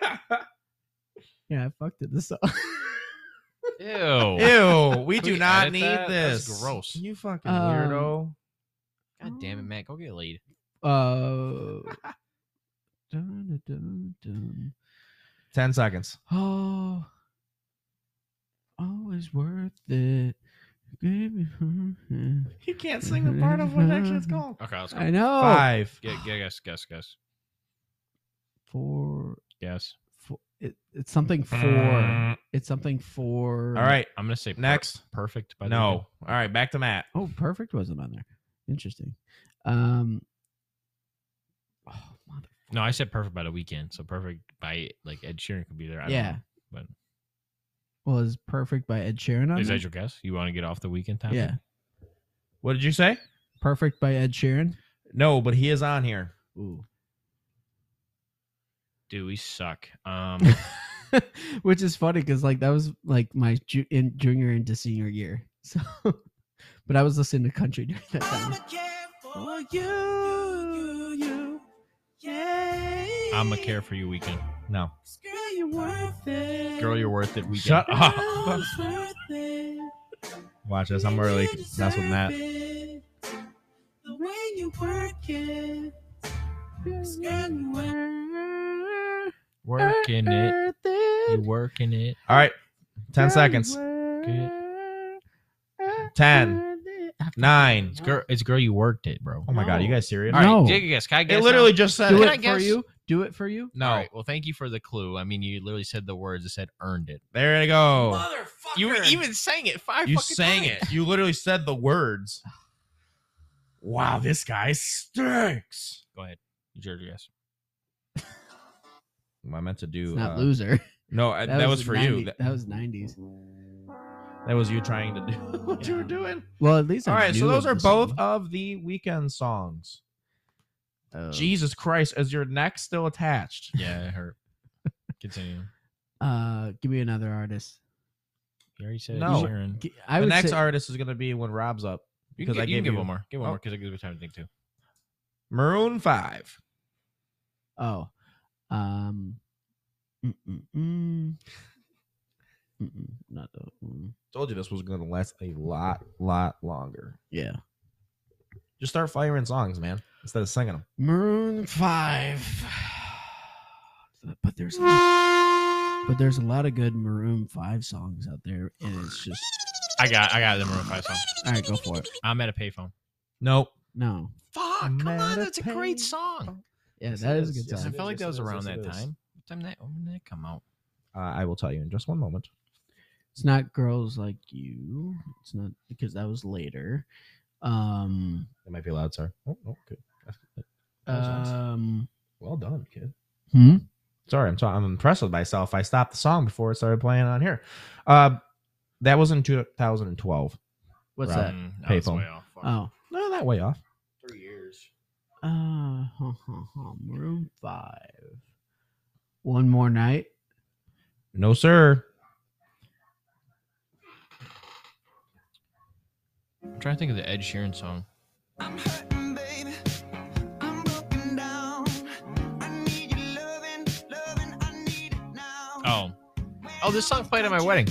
Speaker 1: yeah, I fucked it this up.
Speaker 2: Ew.
Speaker 3: Ew, we
Speaker 2: Could
Speaker 3: do
Speaker 2: we
Speaker 3: not
Speaker 2: edit
Speaker 3: need
Speaker 2: that?
Speaker 3: this.
Speaker 2: That's gross.
Speaker 3: You fucking
Speaker 1: Um,
Speaker 3: weirdo.
Speaker 2: God damn it, Matt. Go get laid.
Speaker 1: Uh, dun, dun, dun.
Speaker 3: Ten seconds.
Speaker 1: Oh, always worth it. I
Speaker 3: You can't
Speaker 1: sing the part of what actually it's
Speaker 3: called.
Speaker 2: Okay, let's go.
Speaker 1: know.
Speaker 3: Five.
Speaker 2: Get, get, guess, guess, guess,
Speaker 1: Four,
Speaker 2: guess.
Speaker 1: four it, it's something for. It's something for.
Speaker 3: All right.
Speaker 2: I'm gonna say per-
Speaker 3: Next.
Speaker 2: perfect. By the
Speaker 3: No.
Speaker 2: way.
Speaker 3: All right. Back to Matt.
Speaker 1: Oh, perfect wasn't on there. Interesting. Um. Oh, mother.
Speaker 2: No, I said perfect by the weekend. So perfect by like Ed Sheeran could be there. I don't
Speaker 1: Yeah.
Speaker 2: know,
Speaker 1: Well, is perfect by Ed Sheeran
Speaker 2: but
Speaker 1: on
Speaker 2: is
Speaker 1: there?
Speaker 2: that your guess? You want to get off the weekend topic?
Speaker 1: Yeah,
Speaker 3: What did you say?
Speaker 1: perfect by Ed Sheeran.
Speaker 3: No, but he is on here.
Speaker 1: Ooh.
Speaker 2: Dude, we suck. Um,
Speaker 1: Which is funny because like that was like my ju- in junior into senior year. So, but I was listening to country during that time. Oh, you, you, you,
Speaker 2: I'm a care for you weekend.
Speaker 3: No.
Speaker 1: girl, you're worth it.
Speaker 2: Girl, you're worth it weekend.
Speaker 3: Shut up.
Speaker 1: Girl's worth it.
Speaker 3: Watch this. I'm really mess with Matt.
Speaker 1: The way you work it.
Speaker 2: Working it. You working it.
Speaker 3: All right. Ten seconds. Ten.
Speaker 2: Uh,
Speaker 3: Nine.
Speaker 2: It's girl. It's girl. You worked it, bro.
Speaker 3: Oh my god. Are you
Speaker 1: No.
Speaker 3: guys serious?
Speaker 2: All right,
Speaker 1: No.
Speaker 2: take a guess. Can I guess?
Speaker 3: It literally
Speaker 2: now?
Speaker 3: just said
Speaker 1: Do
Speaker 2: Can
Speaker 3: it.
Speaker 2: I
Speaker 1: it for
Speaker 2: guess?
Speaker 1: you. do it for you?
Speaker 3: No,
Speaker 2: All right. Well, thank you for the clue. I mean, you literally said the words that said earned it.
Speaker 3: there you go.
Speaker 1: Motherfucker.
Speaker 2: You even sang it five
Speaker 3: you
Speaker 2: fucking
Speaker 3: sang
Speaker 2: times.
Speaker 3: it. You literally said the words. Wow, this guy stinks.
Speaker 2: Go ahead. You jerk your ass.
Speaker 3: I meant to do.
Speaker 1: It's not
Speaker 3: uh,
Speaker 1: loser.
Speaker 3: No, I- that, was,
Speaker 1: the
Speaker 3: for
Speaker 1: 90
Speaker 3: you. That,
Speaker 1: That was nineties.
Speaker 3: that was you trying to do what you were doing.
Speaker 1: Well, at least I
Speaker 3: All right, so
Speaker 1: knew
Speaker 3: those
Speaker 1: of
Speaker 3: are
Speaker 1: the
Speaker 3: both
Speaker 1: song.
Speaker 3: of the weekend songs.
Speaker 1: Oh.
Speaker 3: Jesus Christ, is your neck still attached?
Speaker 2: Yeah, it hurt. Continue.
Speaker 1: Uh, give me another artist.
Speaker 2: You already said
Speaker 3: No.
Speaker 2: Sharon.
Speaker 1: G- I
Speaker 3: the
Speaker 1: would
Speaker 3: next
Speaker 1: say,
Speaker 3: artist is going to be when Rob's up because I gave
Speaker 2: give
Speaker 3: you
Speaker 2: one more. Give one
Speaker 3: Oh.
Speaker 2: more because I give you time to think too.
Speaker 3: Maroon Five.
Speaker 1: oh, um, mm, mm, mm. Mm-mm, not the, mm.
Speaker 3: Told you this was going to last a lot, lot longer.
Speaker 1: yeah.
Speaker 3: Just start firing songs, man, instead of singing them.
Speaker 1: Maroon Five. But there's a lot, but there's a lot of good Maroon Five songs out there, and it's just
Speaker 2: I got I got the Maroon Five song.
Speaker 1: all right. Go for it.
Speaker 2: I'm at a payphone.
Speaker 3: Nope.
Speaker 1: No,
Speaker 2: Fuck!
Speaker 3: I'm
Speaker 2: Come
Speaker 3: at
Speaker 2: on,
Speaker 3: a
Speaker 2: that's a great song.
Speaker 1: yeah,
Speaker 3: Yes,
Speaker 1: that
Speaker 3: it
Speaker 1: is a
Speaker 3: is.
Speaker 1: good
Speaker 3: Yes,
Speaker 2: I
Speaker 1: song.
Speaker 3: it
Speaker 2: felt like
Speaker 3: it
Speaker 2: that was
Speaker 3: is,
Speaker 2: around
Speaker 3: yes,
Speaker 2: that
Speaker 3: it is.
Speaker 2: time. What time that when did that come out?
Speaker 3: Uh, I will tell you in just one moment.
Speaker 1: It's not girls like you. It's not because that was later. Um,
Speaker 3: It might be loud, sir. Oh, oh, good. That was nice.
Speaker 1: um,
Speaker 3: Well done, kid.
Speaker 1: hmm?
Speaker 3: Sorry, I'm so, I'm impressed with myself. I stopped the song before it started playing on here. Uh, that was in 2012.
Speaker 1: what's
Speaker 3: Rob.
Speaker 1: that?
Speaker 2: Mm, no, it's
Speaker 3: Payphone.
Speaker 2: way off. Fuck.
Speaker 1: Oh,
Speaker 3: No, that way off.
Speaker 2: Three years.
Speaker 1: uh, huh, huh, huh, Maroon Five. One more night.
Speaker 3: No, sir.
Speaker 2: I'm trying to think of the Ed Sheeran song.
Speaker 6: I'm hurting, baby. I'm broken down. I need your loving, loving. I need it
Speaker 2: Oh,
Speaker 6: now.
Speaker 2: oh, this song played at my wedding.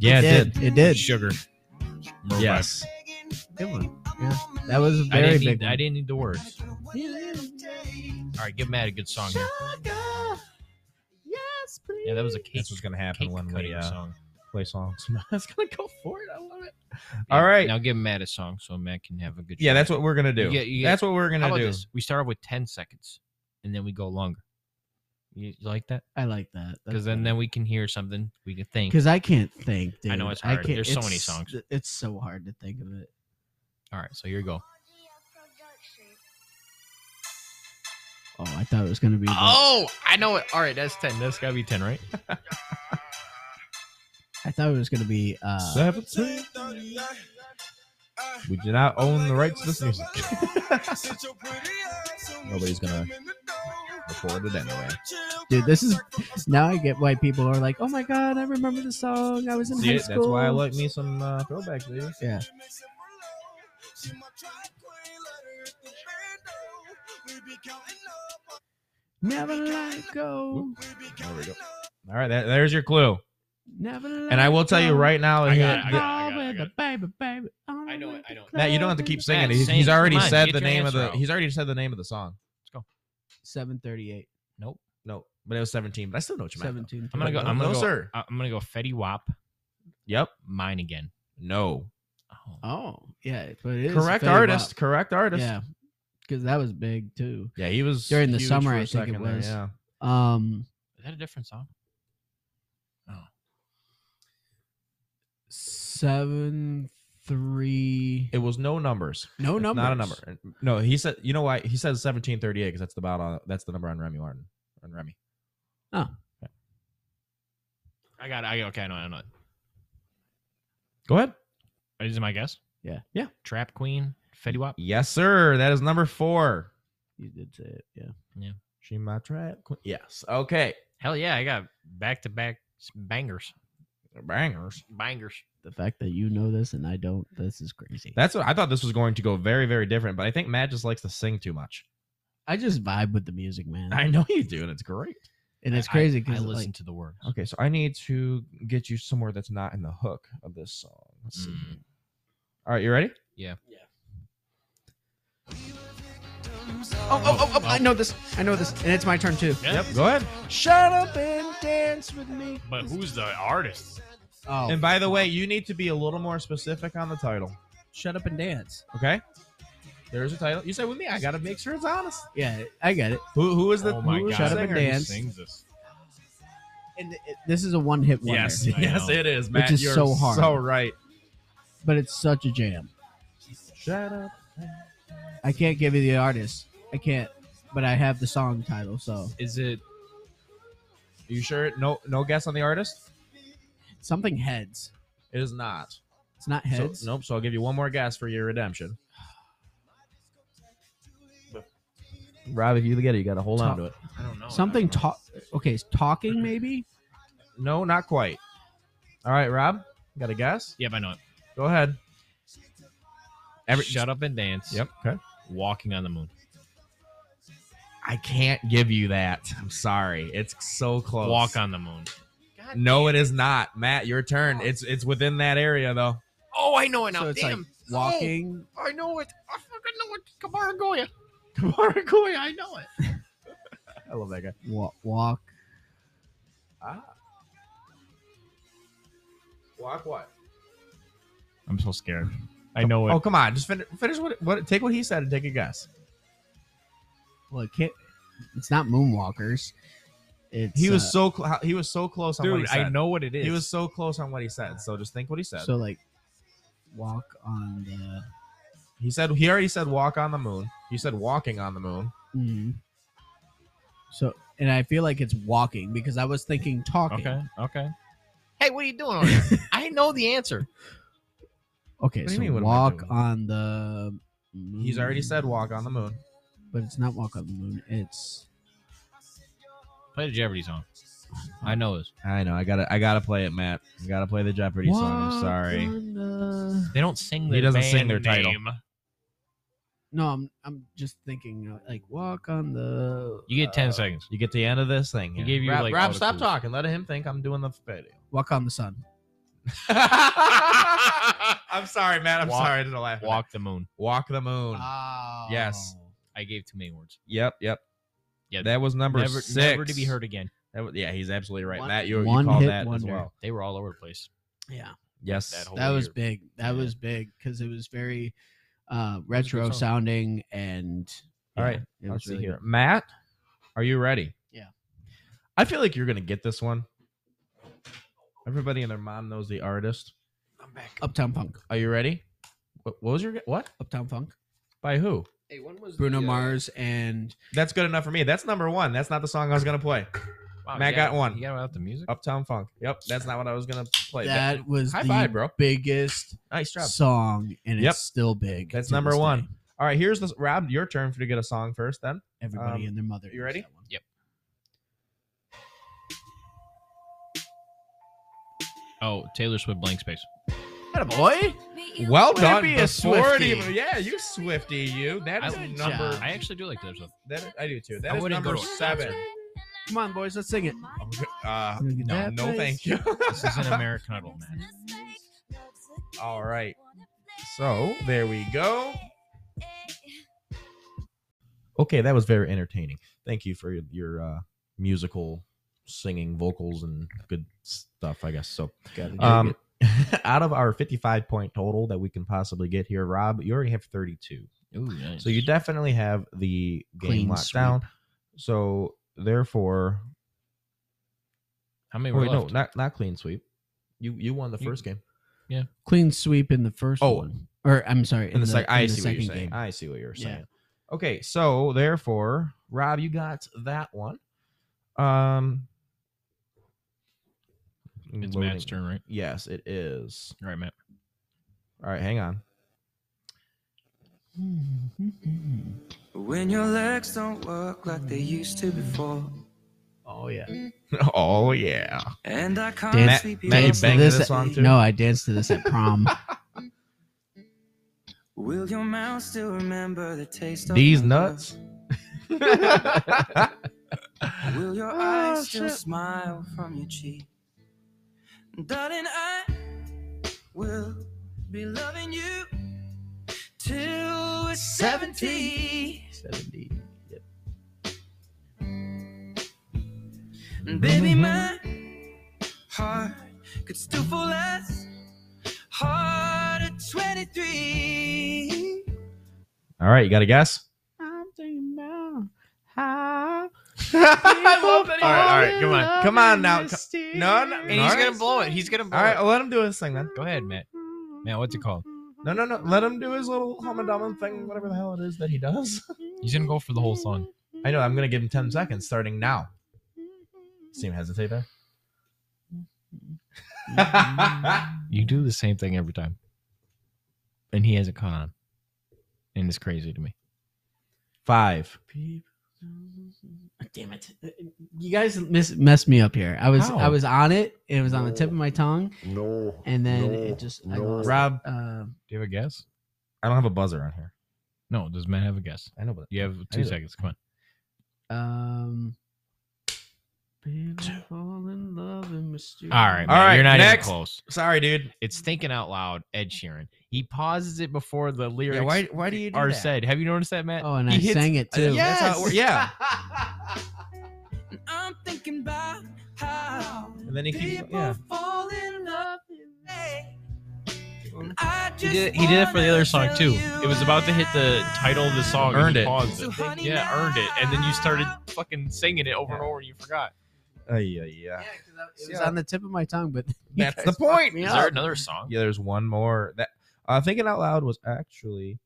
Speaker 3: Yeah, it did.
Speaker 1: It did.
Speaker 2: Sugar. Maroon
Speaker 3: Yes.
Speaker 1: Good one. Yeah, that was a
Speaker 2: five. I
Speaker 1: very
Speaker 2: didn't,
Speaker 1: big.
Speaker 2: need,
Speaker 1: one.
Speaker 2: I didn't need the words.
Speaker 6: Song
Speaker 2: All right, give Matt a good song here.
Speaker 1: Yes, please.
Speaker 2: Yeah, that was a cake.
Speaker 3: That's what's gonna happen
Speaker 2: cake
Speaker 3: when we
Speaker 2: cutting
Speaker 3: uh,
Speaker 2: song.
Speaker 3: play songs. That's gonna go for it. I love it.
Speaker 2: Yeah,
Speaker 3: All right.
Speaker 2: Now give Matt a song so Matt can have a good.
Speaker 3: Yeah,
Speaker 2: shot.
Speaker 3: that's what we're gonna do.
Speaker 2: You get- you get-
Speaker 3: that's what we're
Speaker 2: How
Speaker 3: gonna
Speaker 2: about
Speaker 3: do.
Speaker 2: this? We start off with ten seconds, and then we go longer. You, you like that?
Speaker 1: I like that.
Speaker 2: Because then, then we can hear something. We can think.
Speaker 1: because I can't think. Dude.
Speaker 2: I know it's hard.
Speaker 1: can't,
Speaker 2: There's so
Speaker 1: it's-
Speaker 2: many songs.
Speaker 1: It's so hard to think of it.
Speaker 2: All right, so here you go.
Speaker 1: Oh, I thought it was gonna be. the-
Speaker 2: Oh, I know it. All right, that's ten. That's gotta be ten, right?
Speaker 1: I thought it was gonna be. Uh,
Speaker 3: Seventeen. We do not own the rights to this music. Nobody's gonna record it anyway.
Speaker 1: dude, this is now I get why people are like, "Oh my god, I remember the song. I was in
Speaker 3: See
Speaker 1: high
Speaker 3: it?
Speaker 1: school."
Speaker 3: That's why I like me some uh, throwbacks, dude.
Speaker 1: Yeah. Never let go.
Speaker 3: There we go. All right, that, there's your clue.
Speaker 1: Never. Let
Speaker 3: And I will tell you
Speaker 1: go.
Speaker 3: right now,
Speaker 2: I got it,
Speaker 3: that-
Speaker 2: I got
Speaker 3: that-
Speaker 2: it, I got it, I
Speaker 1: Baby, baby, on
Speaker 2: I know
Speaker 1: with
Speaker 2: it,
Speaker 1: the
Speaker 2: I know it.
Speaker 3: Matt, you don't have to keep singing.
Speaker 2: Matt,
Speaker 3: He's,
Speaker 2: sing.
Speaker 3: he's already
Speaker 2: Come on,
Speaker 3: said
Speaker 2: get
Speaker 3: the
Speaker 2: your
Speaker 3: name of the.
Speaker 2: answer out.
Speaker 3: He's already said the name of the song.
Speaker 1: Seven thirty-eight.
Speaker 2: Nope.
Speaker 3: No, but it was 17. But I still know what you meant. though.
Speaker 1: Seventeen.
Speaker 2: I'm gonna go. I'm
Speaker 3: No,
Speaker 2: gonna go.
Speaker 3: sir.
Speaker 2: I- I'm gonna go. Fetty Wap.
Speaker 3: Yep.
Speaker 2: Mine again.
Speaker 3: No.
Speaker 2: Oh.
Speaker 3: Uh,
Speaker 1: Oh yeah, but it is
Speaker 3: Correct
Speaker 1: Fetty
Speaker 3: artist.
Speaker 1: Wap.
Speaker 3: Correct artist.
Speaker 1: Yeah, because that was big too.
Speaker 3: Yeah, he was
Speaker 1: During the
Speaker 3: huge
Speaker 1: summer,
Speaker 3: for a
Speaker 1: I think it
Speaker 3: second there,
Speaker 1: was.
Speaker 3: Yeah.
Speaker 1: Um,
Speaker 2: Is that a different song?
Speaker 1: seven three.
Speaker 3: It was no numbers.
Speaker 1: no
Speaker 3: It's
Speaker 1: number.
Speaker 3: Not a number. No, he said. You know why? He says 1738 because that's the about on. That's the number on Remy Martin. On Remy.
Speaker 2: I got. It. I okay. I know. I know. it.
Speaker 3: Go ahead.
Speaker 2: Is it my guess?
Speaker 1: Yeah.
Speaker 3: Yeah.
Speaker 2: Trap Queen. Fetty Wap.
Speaker 3: Yes, sir. That is number four.
Speaker 1: You did say it. Yeah.
Speaker 3: She my trap. queen. Yes. Okay.
Speaker 2: Hell yeah! I got back to back bangers.
Speaker 3: Bangers.
Speaker 2: Bangers.
Speaker 1: The fact that you know this and I don't, this is crazy.
Speaker 3: That's what I thought this was going to go very, very different, but I think Matt just likes to sing too much.
Speaker 1: I just vibe with the music, man.
Speaker 3: I know you do, and it's great.
Speaker 1: and it's
Speaker 2: I-
Speaker 1: crazy
Speaker 2: I, I
Speaker 1: because
Speaker 2: listen
Speaker 1: like,
Speaker 2: to the words.
Speaker 3: Okay, so I need to get you somewhere that's not in the hook of this song. Let's see.
Speaker 2: Mm.
Speaker 3: here. All right, you ready?
Speaker 1: oh, oh, oh, oh, I know this. I know this, and it's my turn too.
Speaker 2: Yeah.
Speaker 3: Go ahead.
Speaker 5: Shut up and dance with me.
Speaker 2: But who's the artist?
Speaker 1: Oh,
Speaker 3: And by the way, you need to be a little more specific on the title.
Speaker 1: shut up and dance.
Speaker 3: Okay. There's a title. You said with me, I gotta make sure it's honest.
Speaker 1: Yeah, I get it.
Speaker 3: Who who is the
Speaker 7: oh my
Speaker 3: who is
Speaker 7: god!
Speaker 1: Shut Up and
Speaker 7: who
Speaker 1: Dance.
Speaker 7: sings this?
Speaker 1: And it- this is a one hit wonder.
Speaker 7: Yes. I
Speaker 3: Yes,
Speaker 7: know.
Speaker 3: it is,
Speaker 1: Which
Speaker 3: Matt.
Speaker 1: is
Speaker 3: You're
Speaker 1: so hard.
Speaker 3: So right.
Speaker 1: But it's such a jam.
Speaker 3: Shut up.
Speaker 1: I can't give you the artist. I can't. But I have the song title, so
Speaker 3: Is it? Are you sure? No, no guess on the artist.
Speaker 1: something heads.
Speaker 3: It is not.
Speaker 1: It's not
Speaker 3: So-
Speaker 1: heads.
Speaker 3: nope. So I'll give you one more guess for your redemption. Rob, if you get it, you got to hold
Speaker 1: Top-
Speaker 3: on to it.
Speaker 7: I don't know.
Speaker 1: Something talk. Okay, it's talking maybe.
Speaker 3: No, not quite. All right, Rob, got a guess?
Speaker 2: Yep, I know it.
Speaker 3: Go ahead.
Speaker 2: Every, Shut up and dance.
Speaker 3: Yep. Okay.
Speaker 2: Walking on the moon.
Speaker 3: I can't give you that. I'm sorry. It's so close.
Speaker 2: Walk on the moon.
Speaker 3: No, it is not. Matt, your turn. It's it's within that area though.
Speaker 2: Oh, I know it
Speaker 1: So it's like walking.
Speaker 2: Oh, I know it. I fucking know it. Kamara Goya. Kamara Goya. I know it.
Speaker 3: I love that guy.
Speaker 1: Wa- walk.
Speaker 3: Ah. Walk what?
Speaker 7: I'm so scared. I know it.
Speaker 3: Oh, come on. Just fin- finish what what take what he said and take a guess.
Speaker 1: Well, it can't. It's not moonwalkers. It's
Speaker 3: He was
Speaker 1: uh,
Speaker 3: so cl- he was so close on what he
Speaker 7: Dude,
Speaker 3: said.
Speaker 7: I know what it is.
Speaker 3: He was so close on what he said. So just think what he said.
Speaker 1: so like walk on the.
Speaker 3: he said he already said walk on the moon. He said walking on the moon.
Speaker 1: Mm, so and I feel like it's walking because I was thinking talking.
Speaker 2: Okay. Okay. Hey, what are you doing? Over there? I know the answer.
Speaker 1: Okay,
Speaker 3: What do you
Speaker 1: so
Speaker 3: mean, what am I
Speaker 1: walk
Speaker 3: doing?
Speaker 1: on the. Moon,
Speaker 3: He's already said walk on the moon.
Speaker 1: but it's not walk on the moon. It's
Speaker 2: Play the Jeopardy song. I know this.
Speaker 3: I know. I gotta. I gotta play it, Matt. I gotta play the Jeopardy song. I'm
Speaker 1: Walk
Speaker 3: sorry.
Speaker 1: on the-
Speaker 2: They don't sing.
Speaker 3: He
Speaker 2: Their
Speaker 3: doesn't sing
Speaker 2: band
Speaker 3: their title.
Speaker 2: name.
Speaker 1: No, I'm I'm just thinking uh, like walk on the.
Speaker 2: You get ten
Speaker 1: uh,
Speaker 2: seconds.
Speaker 3: You get the end of this thing.
Speaker 2: He gave you,
Speaker 3: Rob,
Speaker 2: like, all
Speaker 3: Rob
Speaker 2: the
Speaker 3: stop
Speaker 2: clues.
Speaker 3: talking. Let him think I'm doing the video.
Speaker 1: uh, Walk on the sun.
Speaker 3: I'm sorry, Matt. I'm
Speaker 2: Walk-
Speaker 3: sorry. I didn't laugh. at
Speaker 2: Walk Uh, the moon.
Speaker 3: that. walk the moon.
Speaker 1: Oh.
Speaker 3: Yes.
Speaker 2: I gave too many words.
Speaker 3: yep, yep.
Speaker 2: Yeah,
Speaker 3: that was number
Speaker 2: never,
Speaker 3: six.
Speaker 2: never to be heard again.
Speaker 3: That was- yeah, he's absolutely right,
Speaker 1: One-
Speaker 3: Matt. You, you
Speaker 1: one
Speaker 3: called
Speaker 1: hit
Speaker 3: that as
Speaker 1: wonder.
Speaker 3: well.
Speaker 2: They were all over the place.
Speaker 1: Yeah.
Speaker 3: Yes.
Speaker 2: That whole
Speaker 1: that was
Speaker 2: year.
Speaker 1: big. That
Speaker 2: Yeah.
Speaker 1: was big because it was very uh,
Speaker 2: was a good
Speaker 1: retro
Speaker 2: song.
Speaker 1: sounding and.
Speaker 3: All right,
Speaker 1: it
Speaker 3: Let's
Speaker 1: was
Speaker 3: see
Speaker 1: really
Speaker 3: here, Matt. Are you ready?
Speaker 1: Yeah.
Speaker 3: I feel like you're gonna get this one. Everybody and their mom knows the artist.
Speaker 1: good. Uptown Funk.
Speaker 3: Are you ready? What, what was your gu- what?
Speaker 1: Uptown Funk.
Speaker 3: By who?
Speaker 2: Hey, when was uh,
Speaker 1: Bruno Mars and
Speaker 3: That's good enough for me. That's number one. That's not the song I was gonna play. Matt got one.
Speaker 2: You got without the music.
Speaker 3: Uptown Funk. Yep, that's not what I was gonna play.
Speaker 1: that, was
Speaker 3: high
Speaker 1: the
Speaker 3: five, bro.
Speaker 1: biggest
Speaker 3: nice job.
Speaker 1: song, and
Speaker 3: Yep.
Speaker 1: it's still big.
Speaker 3: That's
Speaker 1: to
Speaker 3: number
Speaker 1: this
Speaker 3: one.
Speaker 1: day.
Speaker 3: All right, here's the Rob. Your turn for to get a song first. Then
Speaker 1: Everybody
Speaker 3: Um,
Speaker 1: and their mother.
Speaker 3: you
Speaker 1: knows
Speaker 3: ready?
Speaker 1: that one.
Speaker 2: Oh, Taylor Swift, blank space.
Speaker 1: Atta boy.
Speaker 3: well
Speaker 1: Let it
Speaker 3: done.
Speaker 1: be a
Speaker 3: Before it
Speaker 1: Swifty.
Speaker 3: even- yeah, you Swifty, you. That is
Speaker 2: I,
Speaker 1: Good
Speaker 3: number.
Speaker 1: job.
Speaker 2: I actually do like Taylor Swift.
Speaker 3: That, I do too.
Speaker 2: I
Speaker 3: That is
Speaker 2: wouldn't
Speaker 3: number
Speaker 2: go to-
Speaker 3: seven.
Speaker 1: Come on, boys, let's sing it.
Speaker 3: Uh,
Speaker 1: Look at
Speaker 3: no,
Speaker 1: that
Speaker 3: no,
Speaker 1: face.
Speaker 3: thank you.
Speaker 2: This is an American Idol, man.
Speaker 3: All right. So there we go. Okay, that was very entertaining. Thank you for your uh, musical singing, vocals, and good stuff. I guess so. Um, out of our 55 point total that we can possibly get here, Rob, you already have 32.
Speaker 2: Ooh, nice.
Speaker 3: So you definitely have the game
Speaker 1: Clean
Speaker 3: locked
Speaker 1: sweep.
Speaker 3: down. So therefore,
Speaker 2: How many
Speaker 3: oh,
Speaker 2: were
Speaker 3: wait, no,
Speaker 2: left?
Speaker 3: not not clean sweep. You you won the
Speaker 2: You-
Speaker 3: first game.
Speaker 1: Clean sweep in the first
Speaker 3: Oh.
Speaker 1: one, Or I'm sorry,
Speaker 3: In the, sec- I
Speaker 1: in the
Speaker 3: see what you're saying.
Speaker 1: game.
Speaker 3: I see what you're
Speaker 1: Yeah.
Speaker 3: saying. Okay, so therefore, Rob, you got that one. Um,
Speaker 2: it's
Speaker 3: loading.
Speaker 2: Matt's turn, right?
Speaker 3: Yes, it is.
Speaker 2: All right, Matt.
Speaker 3: All right, hang on.
Speaker 6: When your legs don't work like they used to before,
Speaker 1: Oh yeah.
Speaker 3: oh yeah.
Speaker 6: and I can't
Speaker 1: Dance-
Speaker 6: sleep
Speaker 3: Matt, you
Speaker 6: enough.
Speaker 1: Dance
Speaker 3: banged
Speaker 1: to this,
Speaker 3: this song, too?
Speaker 1: No, I danced to this at prom.
Speaker 6: Will your mouth still remember the taste of
Speaker 3: These
Speaker 6: my
Speaker 3: nuts.
Speaker 6: love? Will your
Speaker 3: Oh,
Speaker 6: eyes still
Speaker 3: shit.
Speaker 6: smile from your cheek? Darling, I will be loving you till we're 70.
Speaker 3: 70.
Speaker 6: And
Speaker 3: Mm-hmm.
Speaker 6: baby, my heart could still fall as hard at 23.
Speaker 3: All right, you got a guess?
Speaker 1: I'm thinking about how
Speaker 3: I love that.
Speaker 2: he-
Speaker 3: All right, all right, come on, come on now. co- no, no,
Speaker 2: And he's gonna
Speaker 8: Oh,
Speaker 2: blow it. He's gonna blow
Speaker 3: All right,
Speaker 2: it.
Speaker 3: well, let him do his thing then.
Speaker 2: Go ahead, Matt. Matt, what's it called?
Speaker 3: No, no, no. Let him do his little hummadum thing, whatever the hell it is that he does.
Speaker 2: He's gonna go for the whole song.
Speaker 3: I know. I'm gonna give him 10 seconds starting now. See him hesitate there.
Speaker 2: You do the same thing every time, and he hasn't caught on, and it's crazy to me.
Speaker 3: Five.
Speaker 1: Damn it! You guys miss, messed me up here. I was
Speaker 2: How?
Speaker 1: I was on it. It was on the tip of my tongue,
Speaker 5: No.
Speaker 1: and then
Speaker 5: no,
Speaker 1: it just I
Speaker 5: no.
Speaker 1: lost it.
Speaker 3: Rob.
Speaker 1: Um,
Speaker 2: Do you have a guess?
Speaker 3: I don't have a buzzer on here.
Speaker 2: No. Does Matt have a guess?
Speaker 3: I know, but
Speaker 2: You have two
Speaker 3: do.
Speaker 2: seconds. Come on.
Speaker 1: um, baby, fall in love and mysterious.
Speaker 2: All right,
Speaker 3: All
Speaker 2: Matt, You're
Speaker 3: right,
Speaker 2: not
Speaker 3: next.
Speaker 2: even close.
Speaker 3: sorry, dude.
Speaker 2: It's thinking out loud. Ed Sheeran. He pauses it before the lyrics
Speaker 3: why- why do you do
Speaker 2: are
Speaker 3: that?
Speaker 2: said. Have you noticed that, Matt?
Speaker 1: Oh, and
Speaker 2: He
Speaker 1: I
Speaker 2: hits-
Speaker 1: sang it too.
Speaker 3: That's how it works. yeah.
Speaker 6: I'm thinking about how
Speaker 3: And then he keeps. Yeah.
Speaker 6: fall in love
Speaker 8: He did, he did it for the other song too. It was about to hit the title of the song. and
Speaker 3: Earned
Speaker 8: he
Speaker 3: it.
Speaker 8: paused it.
Speaker 6: Yeah,
Speaker 8: Yeah, earned it. And then you started fucking singing it over and over. and You forgot.
Speaker 3: Oh, yeah, yeah.
Speaker 1: It was on the tip of my tongue, but you
Speaker 3: That's
Speaker 1: guys
Speaker 3: the
Speaker 1: fucked
Speaker 3: point.
Speaker 1: me
Speaker 2: Is
Speaker 1: up.
Speaker 2: there another song?
Speaker 3: Yeah, there's one more. That uh, thinking out loud was actually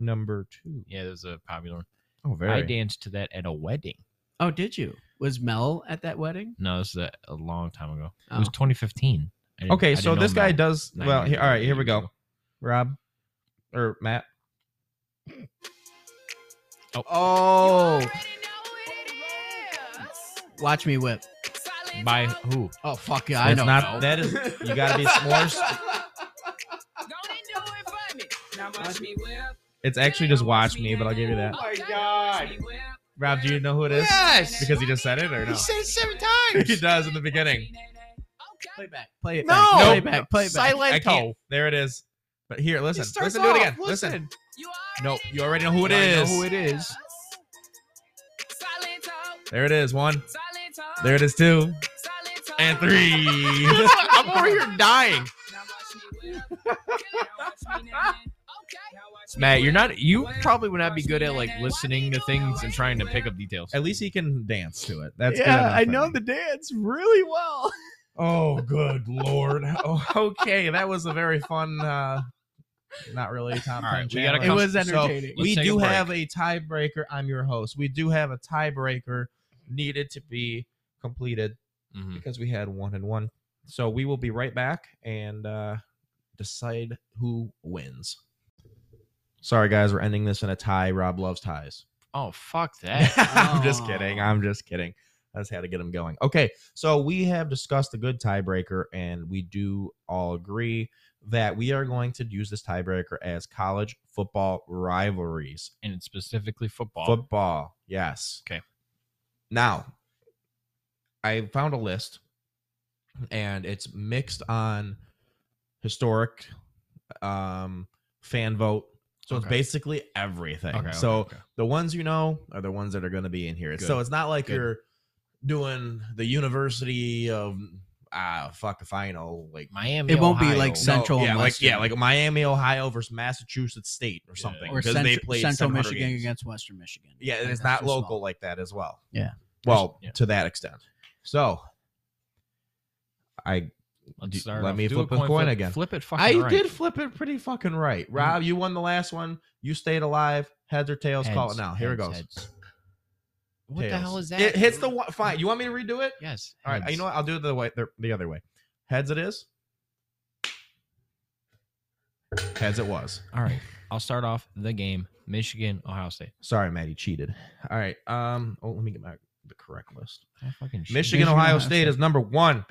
Speaker 3: number two.
Speaker 2: Yeah, there's a popular one.
Speaker 3: Oh, very.
Speaker 2: I danced to that at a wedding.
Speaker 1: Oh, did you? Was Mel at that wedding?
Speaker 2: No, this is a, a long time ago. It
Speaker 1: Oh.
Speaker 2: was 2015. I didn't- I
Speaker 3: Okay,
Speaker 2: didn't
Speaker 3: so
Speaker 2: know
Speaker 3: this guy
Speaker 2: Mel.
Speaker 3: does
Speaker 2: Nine
Speaker 3: well.
Speaker 2: years
Speaker 3: he-
Speaker 2: ago,
Speaker 3: all right,
Speaker 2: eight
Speaker 3: here we
Speaker 2: years
Speaker 3: go.
Speaker 2: ago.
Speaker 3: Rob or Matt.
Speaker 1: Oh, watch me whip.
Speaker 2: By who?
Speaker 1: Oh fuck yeah, I
Speaker 3: That's
Speaker 1: know.
Speaker 3: not- that is. You gotta be more. It's actually just watch me, but I'll give you that.
Speaker 2: Oh
Speaker 8: my god.
Speaker 3: Rob, do you know who it is?
Speaker 8: Yes.
Speaker 3: Because he just said it, or no?
Speaker 8: He said it seven times.
Speaker 3: He does in the beginning.
Speaker 1: Play back. Play it
Speaker 2: No!
Speaker 1: back. Play
Speaker 2: Nope.
Speaker 1: back. Play it back.
Speaker 3: I
Speaker 2: Silento.
Speaker 3: can't. There it is. But here, listen,
Speaker 2: starts
Speaker 3: listen, do it
Speaker 2: off.
Speaker 3: again. Listen.
Speaker 2: Listen.
Speaker 3: Nope, you already know who it
Speaker 2: I know
Speaker 3: is.
Speaker 2: who it is.
Speaker 3: There it is. One. There it is. Two. And three.
Speaker 2: I'm over here dying. Matt, you're not. You probably would not be good at like listening to things and trying to pick up details.
Speaker 3: At least he can dance to it. That's good
Speaker 1: yeah,
Speaker 3: enough
Speaker 1: I
Speaker 3: for
Speaker 1: know
Speaker 3: me.
Speaker 1: the dance really well.
Speaker 3: Oh, good lord. Oh, okay, that was a very fun. uh Not really. Tom
Speaker 2: All right,
Speaker 3: Tom
Speaker 2: we gotta
Speaker 3: Chandler.
Speaker 1: It
Speaker 2: come-
Speaker 1: was
Speaker 3: So,
Speaker 1: entertaining.
Speaker 2: Let's
Speaker 3: we
Speaker 2: take a
Speaker 3: do
Speaker 2: break.
Speaker 3: have a tiebreaker. I'm your host. We do have a tiebreaker needed to be completed
Speaker 2: Mhm.
Speaker 3: because we had one and one. So we will be right back and uh, decide who wins. Sorry, guys, we're ending this in a tie. Rob loves ties.
Speaker 2: Oh fuck that.
Speaker 3: I'm just
Speaker 2: oh.
Speaker 1: Aw.
Speaker 3: kidding. I'm just kidding. I just had to get him going. Okay, so we have discussed a good tiebreaker, and we do all agree that we are going to use this tiebreaker as college football rivalries.
Speaker 2: and it's specifically football.
Speaker 3: Football, yes.
Speaker 2: Okay.
Speaker 3: Now, I found a list, and it's mixed on historic, um, fan vote. So it's
Speaker 2: Okay.
Speaker 3: basically everything.
Speaker 2: Okay, okay,
Speaker 3: so
Speaker 2: okay.
Speaker 3: the ones you know are the ones that are going to be in here. So
Speaker 2: Good.
Speaker 3: it's not like
Speaker 2: Good.
Speaker 3: you're doing the University of ah fuck if I know like
Speaker 2: Miami.
Speaker 1: It won't be,
Speaker 2: Ohio.
Speaker 1: like,
Speaker 3: no,
Speaker 1: Central and
Speaker 3: yeah, like yeah,
Speaker 1: Western.
Speaker 3: like Miami, Ohio versus Massachusetts State or
Speaker 2: Yeah.
Speaker 3: something
Speaker 1: Or
Speaker 3: because
Speaker 1: cent-
Speaker 3: they played
Speaker 1: Central
Speaker 3: 700
Speaker 1: Michigan
Speaker 3: games.
Speaker 1: against Western Michigan.
Speaker 3: Yeah, and it's
Speaker 1: that's
Speaker 3: not
Speaker 1: too small.
Speaker 3: local like that as well.
Speaker 1: Yeah.
Speaker 3: Well,
Speaker 2: Yeah.
Speaker 3: to that extent. So I
Speaker 2: Let's start
Speaker 3: let
Speaker 2: off.
Speaker 3: me
Speaker 2: Do
Speaker 3: flip a coin
Speaker 2: flip,
Speaker 3: again.
Speaker 2: Flip it.
Speaker 3: I
Speaker 2: Fucking right.
Speaker 3: did flip it pretty fucking right. Rob, you won the last one. You stayed alive. Heads or tails, call it
Speaker 2: Heads,
Speaker 3: now. Here it
Speaker 2: heads,
Speaker 3: goes.
Speaker 2: heads. What the
Speaker 3: Tails.
Speaker 2: hell is that?
Speaker 3: It hits the one. Fine. You want me to redo it?
Speaker 2: Yes.
Speaker 3: All right. You know what? I'll do it the way the, the other way. Heads it is. Heads it was.
Speaker 2: All right. I'll start off the game. Michigan, Ohio State.
Speaker 3: Sorry, Matt. You cheated. All right. Um. Oh, let me get my the correct list.
Speaker 2: I fucking shit.
Speaker 3: Michigan, Ohio, State is number one.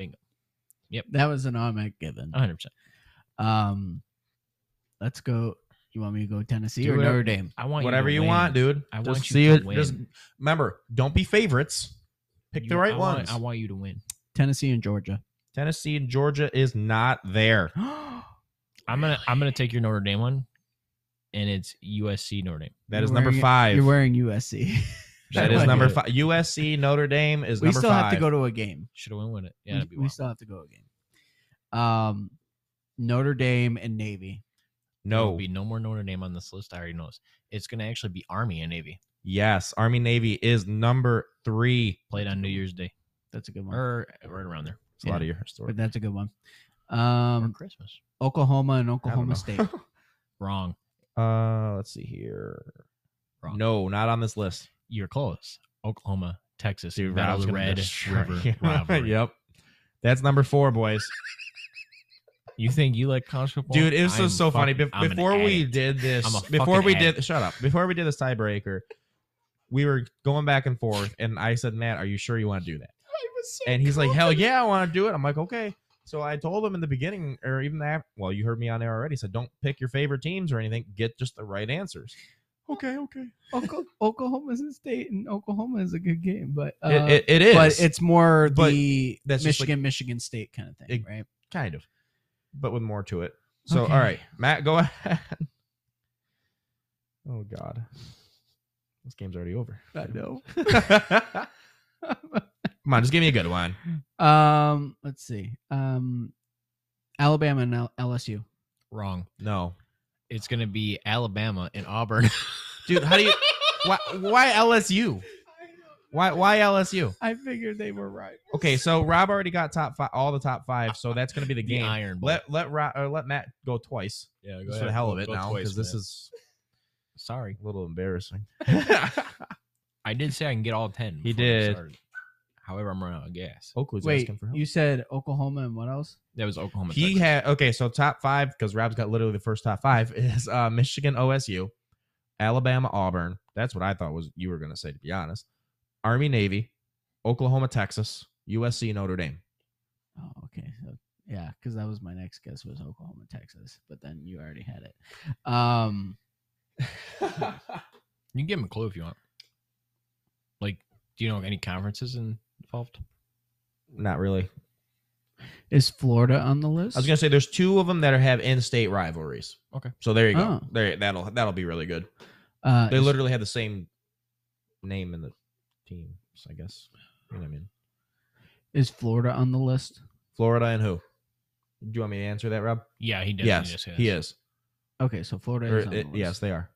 Speaker 1: That was an automatic given.
Speaker 2: 100. percent
Speaker 3: Uh-huh.
Speaker 1: Um, let's go. You want me to go Tennessee
Speaker 2: Do
Speaker 1: or
Speaker 2: it.
Speaker 1: Notre Dame?
Speaker 2: I want
Speaker 3: Whatever
Speaker 2: you, to
Speaker 3: you
Speaker 2: win.
Speaker 3: want, dude.
Speaker 2: I want you to win.
Speaker 3: Just remember, don't be favorites. Pick
Speaker 2: You-
Speaker 3: the right
Speaker 2: I want-
Speaker 3: ones.
Speaker 2: I want you to win.
Speaker 1: Tennessee and Georgia.
Speaker 3: Tennessee and Georgia is not there.
Speaker 2: I'm gonna I'm gonna take your Notre Dame one, and it's USC Notre Dame.
Speaker 3: That is
Speaker 1: You're
Speaker 3: number
Speaker 1: wearing-
Speaker 3: five.
Speaker 1: You're wearing USC.
Speaker 3: That is number five. USC Notre Dame is
Speaker 1: we
Speaker 3: number
Speaker 1: still
Speaker 3: five.
Speaker 1: have to go to a game.
Speaker 2: Should have won with it. Yeah,
Speaker 1: We-
Speaker 2: that'd be
Speaker 1: we
Speaker 2: wild.
Speaker 1: still have to go to a game. Um, Notre Dame and Navy.
Speaker 2: There will
Speaker 3: no.
Speaker 2: be no more Notre Dame on this list. I already know this. it's going to actually be Army and Navy
Speaker 3: Yes, Army Navy is number three.
Speaker 2: played on New Year's Day
Speaker 1: That's a good one.
Speaker 2: or right around there.
Speaker 3: It's a lot of your story.
Speaker 1: But that's a good one.
Speaker 2: Or
Speaker 1: Um,
Speaker 2: Christmas.
Speaker 1: Oklahoma and
Speaker 3: I don't know.
Speaker 1: Oklahoma State.
Speaker 2: Wrong.
Speaker 3: uh, let's see here.
Speaker 2: Wrong.
Speaker 3: No, not on this list.
Speaker 2: You're close. Oklahoma, Texas.
Speaker 3: Dude,
Speaker 2: that
Speaker 3: I
Speaker 2: was
Speaker 3: gonna
Speaker 2: Red
Speaker 3: destroy you.
Speaker 2: River rivalry.
Speaker 3: yep, that's number four, boys.
Speaker 2: You think you like college football?
Speaker 3: Dude, it was
Speaker 2: I'm
Speaker 3: so, so funny.
Speaker 2: fucking-
Speaker 3: Bef-
Speaker 2: I'm an
Speaker 3: before we
Speaker 2: addict.
Speaker 3: did this,
Speaker 2: I'm a
Speaker 3: before
Speaker 2: fucking
Speaker 3: we
Speaker 2: addict.
Speaker 3: did, shut up. Before we did this tiebreaker, we were going back and forth, and I said, "Matt, are you sure you want to do that?" and he's like, "Hell yeah, I want to do it." I'm like, "Okay." So I told him in the beginning, or even that. Well, you heard me on air already. So don't pick your favorite teams or anything. Get just the right answers. Okay, okay.
Speaker 1: Oka- Oklahoma State and Oklahoma is a good game, but uh,
Speaker 3: it, it, it is,
Speaker 1: but it's more
Speaker 3: But
Speaker 1: the
Speaker 3: that's just like-
Speaker 1: Michigan, Michigan State kind of thing,
Speaker 3: It-
Speaker 1: right?
Speaker 3: kind of, but with more to it. So
Speaker 1: Okay.
Speaker 3: all right, Matt, go ahead. oh God, this game's already over.
Speaker 1: I know.
Speaker 3: Come on, just give me a good one.
Speaker 1: Um, let's see. Um, Alabama and L- LSU.
Speaker 2: Wrong.
Speaker 3: No,
Speaker 2: It's going to be Alabama and Auburn.
Speaker 3: dude, how do you? Why, why LSU? Why why LSU?
Speaker 1: I figured they were right.
Speaker 3: Okay, so Rob already got top five, all the top five, so that's gonna be the
Speaker 2: The
Speaker 3: game.
Speaker 2: Iron Bowl.
Speaker 3: let let Rob, or let Matt go twice
Speaker 8: Yeah,
Speaker 3: just for the hell of it now because this is
Speaker 2: Sorry.
Speaker 3: a little embarrassing.
Speaker 2: I did say I can get all 10. before we
Speaker 3: He did.
Speaker 2: started. However, I'm running out of gas.
Speaker 3: Oakley's
Speaker 1: Wait,
Speaker 3: asking for help.
Speaker 1: you said Oklahoma and what else?
Speaker 2: That was Oklahoma.
Speaker 3: He
Speaker 2: Texas.
Speaker 3: had okay, so top five because Rob's got literally the first top five is uh, Michigan OSU, Alabama Auburn. That's what I thought was you were gonna say to be honest. Army Navy, Oklahoma Texas, USC Notre Dame.
Speaker 1: Oh, okay. So yeah, because that was my next guess was Oklahoma, Texas, but then you already had it. Um,
Speaker 2: You can give him a clue if you want. Like, do you know any conferences in- involved?
Speaker 3: Not really.
Speaker 1: is Florida on the list?
Speaker 3: I was gonna say there's two of them that are, have in-state rivalries.
Speaker 2: Okay.
Speaker 3: so there you go.
Speaker 1: Oh.
Speaker 3: There that'll that'll be really good.
Speaker 1: Uh,
Speaker 3: They
Speaker 1: is-
Speaker 3: literally have the same name in the teams, I guess. You know what I mean?
Speaker 1: is Florida on the list?
Speaker 3: Florida and who? Do you want me to answer that, Rob?
Speaker 2: Yeah, he does.
Speaker 3: Yes, he is.
Speaker 1: Okay, so Florida
Speaker 3: Or
Speaker 1: is on the
Speaker 3: it-
Speaker 1: list.
Speaker 3: yes, they are.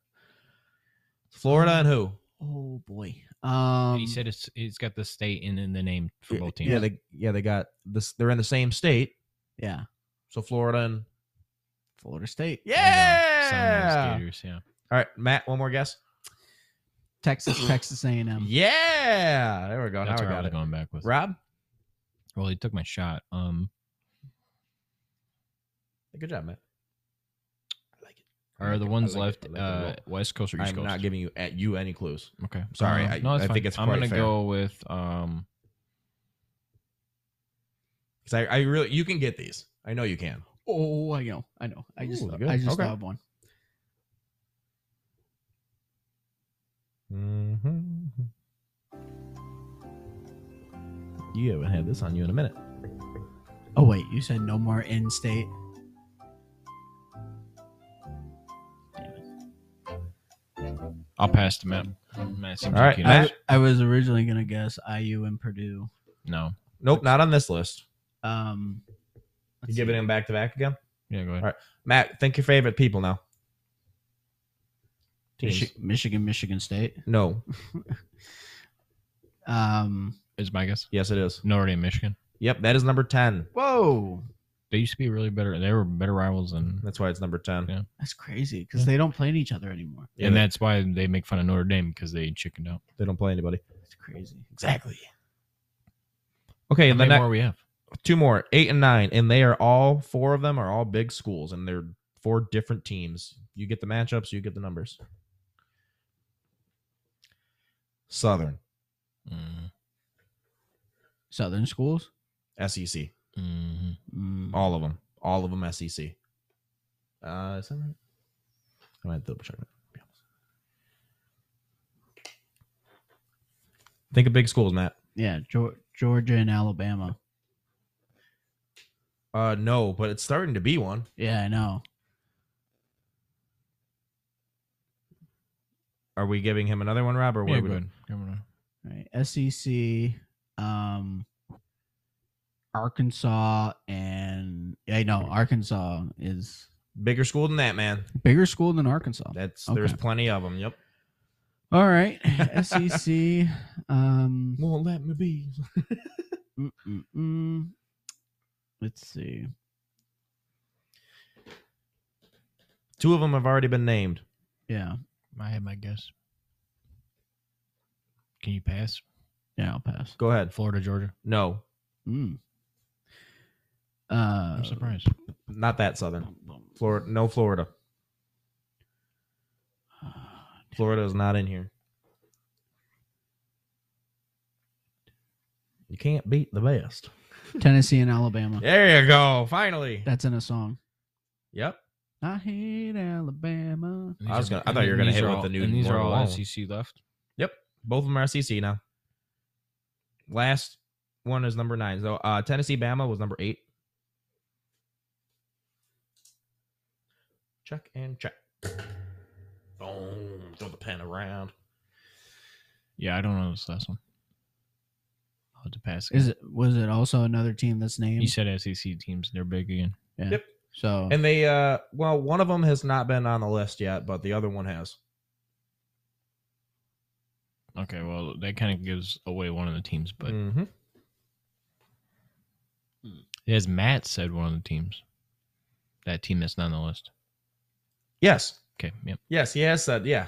Speaker 3: Florida and who?
Speaker 1: Oh boy. Um,
Speaker 2: And he said it's it's got the state and then the name for both teams.
Speaker 3: Yeah, they yeah they got this. They're in the same state,
Speaker 1: yeah,
Speaker 3: so Florida and
Speaker 1: Florida State,
Speaker 2: yeah. Gators, yeah.
Speaker 3: All right, Matt, one more guess.
Speaker 1: Texas, Texas A&M.
Speaker 3: yeah, there we go.
Speaker 2: That's
Speaker 3: Oh,
Speaker 2: where
Speaker 3: now
Speaker 2: I
Speaker 3: we got
Speaker 2: was
Speaker 3: it.
Speaker 2: going back with.
Speaker 3: Rob,
Speaker 2: Well, he took my shot. Um,
Speaker 3: good job, Matt. I like it. I
Speaker 2: are
Speaker 3: like
Speaker 2: the
Speaker 3: it, I
Speaker 2: ones
Speaker 3: like
Speaker 2: left
Speaker 3: it, I like it a
Speaker 2: uh,
Speaker 3: lot.
Speaker 2: West Coast or East
Speaker 3: I'm
Speaker 2: Coast?
Speaker 3: not giving you at you any clues.
Speaker 2: okay,
Speaker 3: Sorry,
Speaker 2: Um,
Speaker 3: I-
Speaker 2: no, it's
Speaker 3: I
Speaker 2: fine.
Speaker 3: think it's
Speaker 2: I'm
Speaker 3: quite
Speaker 2: gonna
Speaker 3: fair.
Speaker 2: go with um.
Speaker 3: Because I, I really you can get these. I know you can.
Speaker 1: Oh, I know, I know. I just,
Speaker 3: Ooh,
Speaker 1: thought,
Speaker 3: good.
Speaker 1: I just
Speaker 3: Okay.
Speaker 1: thought of one.
Speaker 3: Mm-hmm. You haven't had this on you in a minute.
Speaker 1: Oh wait, you said no more in-state.
Speaker 2: I'll pass to Matt. Matt seems
Speaker 3: All right,
Speaker 2: like he
Speaker 3: Matt.
Speaker 2: knows.
Speaker 1: I was originally gonna guess IU and Purdue.
Speaker 2: No.
Speaker 3: Nope, not on this list.
Speaker 1: Um,
Speaker 3: You
Speaker 1: let's
Speaker 3: giving
Speaker 1: see.
Speaker 3: him back to back again?
Speaker 2: Yeah, go ahead.
Speaker 3: All right. Matt, think your favorite people now. Teams.
Speaker 1: Michi- Michigan, Michigan State.
Speaker 3: No.
Speaker 1: Um,
Speaker 2: Is my guess
Speaker 3: Yes, it is.
Speaker 2: Notre Dame, Michigan?
Speaker 3: Yep, that is number ten.
Speaker 1: whoa,
Speaker 2: They used to be really better. They were better rivals than
Speaker 3: That's why it's number ten.
Speaker 2: Yeah.
Speaker 1: that's crazy
Speaker 3: Hmm.
Speaker 1: because they don't play each other anymore.
Speaker 3: Yeah,
Speaker 2: and
Speaker 3: they,
Speaker 2: that's why they make fun of Notre Dame because they chickened out.
Speaker 3: they don't play anybody.
Speaker 1: That's crazy.
Speaker 3: Exactly. Okay,
Speaker 2: How
Speaker 3: and the
Speaker 2: many
Speaker 3: next
Speaker 2: more we have?
Speaker 3: two more, eight and nine, and they are all four of them are all big schools, and they're four different teams. You get the matchups, you get the numbers. Southern
Speaker 2: Mm,
Speaker 1: Southern schools.
Speaker 3: SEC,
Speaker 2: mhm.
Speaker 1: Mm,
Speaker 3: E all of them, all of them SEC. Uh, is that right? I might double check that. to be honest. Think of big schools, Matt.
Speaker 1: yeah, Geor- Georgia and Alabama.
Speaker 3: Uh, no, but it's starting to be one.
Speaker 1: Yeah, I know.
Speaker 3: Are we giving him another one, Rob, or what?
Speaker 2: Yeah,
Speaker 3: are we
Speaker 2: go
Speaker 3: doing?
Speaker 2: ahead. Come on.
Speaker 1: Right. SEC, um, Arkansas, and I know Arkansas is
Speaker 3: Bigger school than that, man.
Speaker 1: Bigger school than Arkansas.
Speaker 3: That's
Speaker 1: Okay.
Speaker 3: there's plenty of them. Yep.
Speaker 1: All right, SEC. Um,
Speaker 3: Won't let me be.
Speaker 1: mm, mm, mm. Let's see.
Speaker 3: Two of them have already been named.
Speaker 1: Yeah,
Speaker 2: I have my guess. Can you pass?
Speaker 1: yeah, I'll pass.
Speaker 3: Go ahead.
Speaker 2: Florida, Georgia.
Speaker 3: No,
Speaker 1: Mm. Uh,
Speaker 2: I'm surprised.
Speaker 3: not that Southern.
Speaker 1: bum, bum.
Speaker 3: Florida. No, Florida. Florida is not in here. You can't beat the best.
Speaker 1: Tennessee and Alabama.
Speaker 3: There you go. Finally.
Speaker 1: That's in a song.
Speaker 3: Yep.
Speaker 1: I hate Alabama.
Speaker 3: I was gonna- I thought you were gonna hit with the new
Speaker 2: And these are
Speaker 3: Mortal
Speaker 2: all
Speaker 3: Kombat.
Speaker 2: SEC left.
Speaker 3: Yep. Both of them are SEC now. Last one is number nine. So uh, Tennessee Bama was number eight. Check and check. Boom. Throw the pen around.
Speaker 2: Yeah, I don't know this last one. I'll have to pass.
Speaker 1: Is it? Was it also another team that's named?
Speaker 2: You said SEC teams. They're big again.
Speaker 1: so
Speaker 3: And they uh well, one of them has not been on the list yet, but the other one has.
Speaker 2: Okay, well, that kind of gives away one of the teams, but
Speaker 3: Mhm.
Speaker 2: as Matt said, one of the teams, that team that's not on the list.
Speaker 3: Yes.
Speaker 2: Okay, yep.
Speaker 3: Yes, he has said, yeah.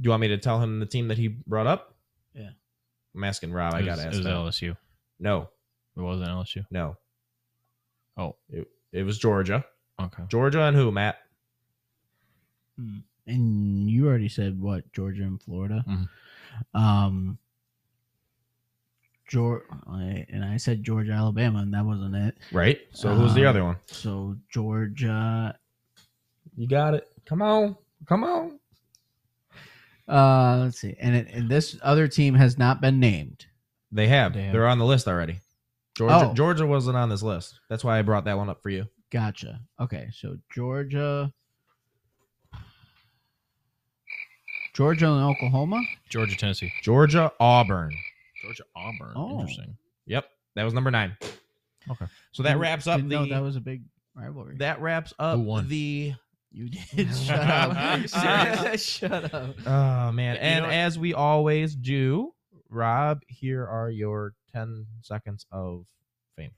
Speaker 3: Do you want me to tell him the team that he brought up?
Speaker 1: Yeah.
Speaker 3: I'm asking Rob, Oh, I
Speaker 2: It
Speaker 3: gotta
Speaker 2: was-
Speaker 3: ask
Speaker 2: It was
Speaker 3: that.
Speaker 2: LSU.
Speaker 3: No,
Speaker 2: It wasn't LSU.
Speaker 3: no.
Speaker 2: Oh.
Speaker 3: It, it was Georgia.
Speaker 2: Okay.
Speaker 3: Georgia and who, Matt?
Speaker 1: and you already said what Georgia and Florida.
Speaker 2: Mhm.
Speaker 1: Um, Georgia, and I said Georgia, Alabama, and that wasn't it.
Speaker 3: Right. So who's the
Speaker 1: Um,
Speaker 3: other one?
Speaker 1: So Georgia,
Speaker 3: You got it. Come on. Come on.
Speaker 1: uh, let's see, and, it, and this other team has not been named.
Speaker 3: They have.
Speaker 2: They have.
Speaker 3: They're on the list already. Georgia
Speaker 1: Oh.
Speaker 3: Georgia wasn't on this list. That's why I brought that one up for you.
Speaker 1: Gotcha. Okay, so Georgia, Georgia and Oklahoma.
Speaker 2: Georgia, Tennessee.
Speaker 3: Georgia Auburn.
Speaker 2: Georgia, Auburn.
Speaker 1: Oh.
Speaker 2: Interesting.
Speaker 3: Yep. That was number nine.
Speaker 2: Okay.
Speaker 3: So that
Speaker 1: Didn't-
Speaker 3: wraps up
Speaker 1: didn't know
Speaker 3: the
Speaker 1: that
Speaker 3: that,
Speaker 1: was a big rivalry.
Speaker 3: wraps up
Speaker 2: Who won?
Speaker 3: the
Speaker 1: you did. Shut up. Shut up.
Speaker 3: Oh man.
Speaker 2: You
Speaker 3: And
Speaker 2: know-
Speaker 3: as we always do, Rob, here are your ten seconds of fame.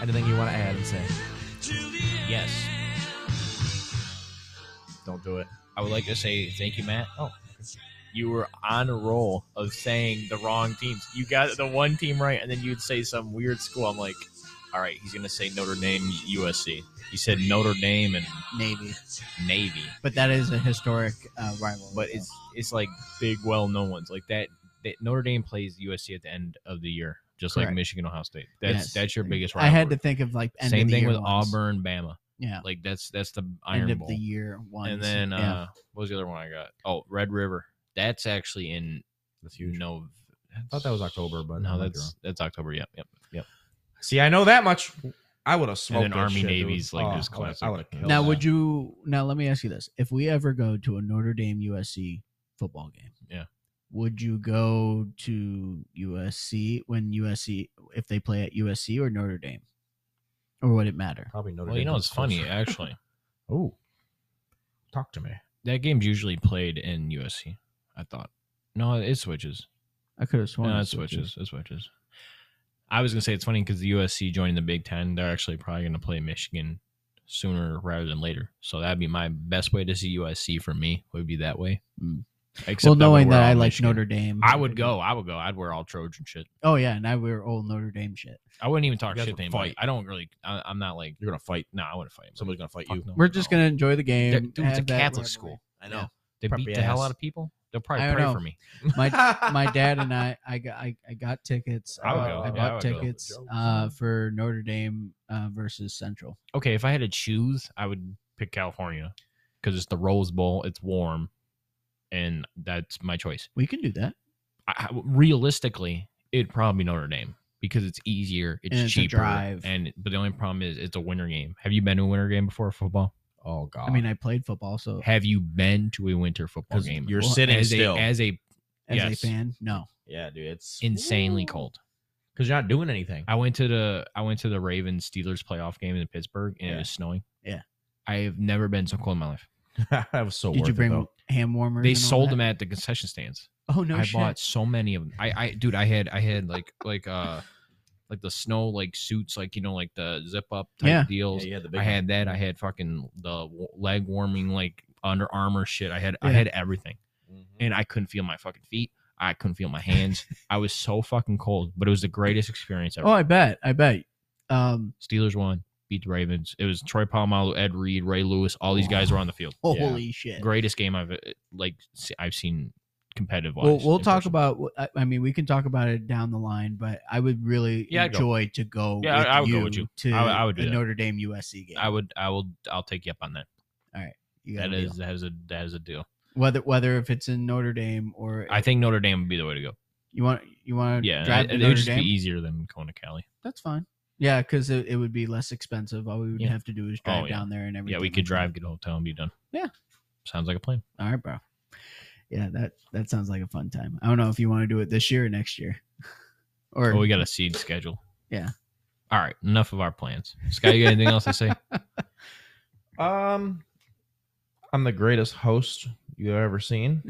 Speaker 3: Anything you want to add and say?
Speaker 2: Yes.
Speaker 3: Don't do it.
Speaker 2: I would like to say thank you, Matt.
Speaker 3: Oh,
Speaker 2: You were on a roll of saying the wrong teams. You got the one team right, and then you'd say some weird school. I'm like, all right, he's going to say Notre Dame, USC. He said Notre Dame and
Speaker 1: Navy.
Speaker 2: Navy.
Speaker 1: But that is a historic uh, rivalry.
Speaker 2: but
Speaker 1: though.
Speaker 2: it's it's like big well known ones like that, that Notre Dame plays USC at the end of the year just
Speaker 1: Correct.
Speaker 2: like Michigan Ohio State that's
Speaker 1: Yes.
Speaker 2: that's your biggest
Speaker 1: I
Speaker 2: rivalry.
Speaker 1: had to think of like end
Speaker 2: same
Speaker 1: of the
Speaker 2: thing
Speaker 1: year
Speaker 2: with
Speaker 1: ones.
Speaker 2: Auburn Bama
Speaker 1: Yeah,
Speaker 2: like that's that's the Iron
Speaker 1: end of
Speaker 2: Bowl
Speaker 1: the year one.
Speaker 2: and then
Speaker 1: yeah.
Speaker 2: uh what was the other one I got oh Red River that's actually in
Speaker 3: That's
Speaker 2: you
Speaker 3: huge.
Speaker 2: know
Speaker 3: I thought that was October, but I
Speaker 2: no
Speaker 3: might be
Speaker 2: that's that's October yep yep yep
Speaker 3: wrong. See, I know that much. I would have smoked.
Speaker 2: then
Speaker 3: that
Speaker 2: Army
Speaker 3: shit, dude.
Speaker 2: Navy's, like,
Speaker 3: Oh,
Speaker 2: just
Speaker 3: I would've-
Speaker 2: classic.
Speaker 3: I would have killed.
Speaker 1: now
Speaker 3: that.
Speaker 1: would you? Now let me ask you this: If we ever go to a Notre Dame USC football game,
Speaker 2: Yeah.
Speaker 1: would you go to USC when USC if they play at USC or Notre Dame, or would it matter?
Speaker 3: probably Notre
Speaker 2: well you
Speaker 3: Dame
Speaker 2: know
Speaker 3: was
Speaker 2: it's funny eh?
Speaker 3: closer.
Speaker 2: actually
Speaker 3: Oh, talk to me.
Speaker 2: that game's usually played in USC I thought no it switches
Speaker 1: I could have sworn
Speaker 2: No,
Speaker 1: it
Speaker 2: it switches. It switches. I was gonna say it's funny because the USC joining the Big Ten, they're actually probably gonna play Michigan sooner rather than later. So that'd be my best way to see USC for me would be that way.
Speaker 1: Mm.
Speaker 2: Except
Speaker 1: Well,
Speaker 2: I would
Speaker 1: knowing
Speaker 2: wear
Speaker 1: that
Speaker 2: all
Speaker 1: I like
Speaker 2: Michigan.
Speaker 1: Notre Dame,
Speaker 2: I would go. I would go. I'd wear all Trojan shit.
Speaker 1: Oh yeah, and I wear old Notre Dame shit.
Speaker 2: I wouldn't even talk
Speaker 3: You guys
Speaker 2: shit to
Speaker 3: would
Speaker 2: anybody.
Speaker 3: fight.
Speaker 2: I don't really. I, I'm not like.
Speaker 3: You're gonna fight.
Speaker 2: No, I wouldn't fight. anybody.
Speaker 3: Somebody's gonna fight
Speaker 2: Fuck
Speaker 3: you.
Speaker 2: no,
Speaker 1: We're just
Speaker 2: no.
Speaker 1: gonna enjoy the game.
Speaker 2: They're- dude, it's a
Speaker 1: have that
Speaker 2: Catholic
Speaker 1: rivalry.
Speaker 2: school.
Speaker 3: I
Speaker 1: know.
Speaker 2: They
Speaker 3: prep
Speaker 2: beat the
Speaker 3: your
Speaker 2: hell
Speaker 3: ass.
Speaker 2: out of people. They'll probably
Speaker 1: I don't
Speaker 2: pray
Speaker 1: know.
Speaker 2: for me.
Speaker 1: My my dad and I, I got I, I got tickets.
Speaker 2: I would
Speaker 1: uh, I
Speaker 2: go. Yeah, I
Speaker 1: bought
Speaker 2: would go.
Speaker 1: tickets uh, for Notre Dame uh, versus Central.
Speaker 2: Okay, if I had to choose, I would pick California because it's the Rose Bowl. It's warm, and that's my choice.
Speaker 1: We can do that.
Speaker 2: I, I- realistically, it'd probably be Notre Dame because it's easier, it's,
Speaker 1: And it's a
Speaker 2: cheaper,
Speaker 1: drive.
Speaker 2: and but the only problem is it's a winter game. Have you been to a winter game before football?
Speaker 3: Oh god.
Speaker 1: I mean, I played football, so
Speaker 2: Have you been to a winter football
Speaker 3: 'Cause
Speaker 2: game?
Speaker 3: you're sitting
Speaker 2: as
Speaker 3: still.
Speaker 2: a as a
Speaker 1: as
Speaker 2: yes.
Speaker 1: a fan, no.
Speaker 3: yeah, dude, it's
Speaker 2: insanely cold.
Speaker 3: because you're not doing anything.
Speaker 2: I went to the I went to the Ravens Steelers playoff game in Pittsburgh and
Speaker 3: Yeah.
Speaker 2: it was snowing.
Speaker 1: Yeah.
Speaker 2: I have never been so cold in my life.
Speaker 3: that was so
Speaker 1: Did
Speaker 3: worth
Speaker 1: you
Speaker 3: it,
Speaker 1: bring
Speaker 3: though.
Speaker 1: ham warmers?
Speaker 2: They
Speaker 1: and all
Speaker 2: sold
Speaker 1: that?
Speaker 2: them at the concession stands.
Speaker 1: Oh no!
Speaker 2: I
Speaker 1: shit.
Speaker 2: bought so many of them. I, I dude, I had I had like like uh like the snow like suits, like you know, like the zip up type
Speaker 1: Yeah.
Speaker 2: deals.
Speaker 3: Yeah, you had the big
Speaker 2: I
Speaker 3: one.
Speaker 2: had that. I had fucking the w- leg warming like Under Armour shit. I had I
Speaker 1: Yeah.
Speaker 2: had everything,
Speaker 3: Mm-hmm.
Speaker 2: and I couldn't feel my fucking feet. I couldn't feel my hands. I was so fucking cold, but it was the greatest experience ever.
Speaker 1: Oh, I bet. I bet. Um,
Speaker 2: Steelers won, beat the Ravens. It was Troy Polamalu, Ed Reed, Ray Lewis. All these guys were on the field.
Speaker 1: holy shit!
Speaker 2: Greatest game I've uh, like se- I've seen competitive.
Speaker 1: Well, we'll talk about. I- I mean, we can talk about it down the line, but I would really
Speaker 2: Yeah, I'd go.
Speaker 1: enjoy to go.
Speaker 2: Yeah, I-
Speaker 1: with
Speaker 2: I would
Speaker 1: you
Speaker 2: go with you.
Speaker 1: to
Speaker 2: I would- I would do
Speaker 1: the
Speaker 2: that.
Speaker 1: Notre Dame USC game.
Speaker 2: I would. I will. I'll take you up on that.
Speaker 1: You got
Speaker 2: That
Speaker 1: a deal.
Speaker 2: is that is a that is a deal.
Speaker 1: whether whether if it's in Notre Dame or
Speaker 2: I think Notre Dame would be the way to go.
Speaker 1: you want you want to
Speaker 2: Yeah,
Speaker 1: drive
Speaker 2: it,
Speaker 1: to
Speaker 2: it
Speaker 1: Notre
Speaker 2: would just
Speaker 1: Dame.
Speaker 2: be easier than going to Cali.
Speaker 1: That's fine. Yeah, because it, it would be less expensive. All we would
Speaker 2: Yeah.
Speaker 1: have to do is drive
Speaker 2: Oh, yeah.
Speaker 1: down there and everything.
Speaker 2: Yeah, we
Speaker 1: like
Speaker 2: could
Speaker 1: that.
Speaker 2: drive, get a hotel, and be done.
Speaker 1: Yeah.
Speaker 2: sounds like a plan.
Speaker 1: All right, bro. Yeah, that that sounds like a fun time. I don't know if you want to do it this year or next year, or
Speaker 2: But Oh, we got a seed schedule.
Speaker 1: Yeah.
Speaker 2: All right, enough of our plans. Sky, you got anything else to say?
Speaker 3: Um, I'm the greatest host you've ever seen.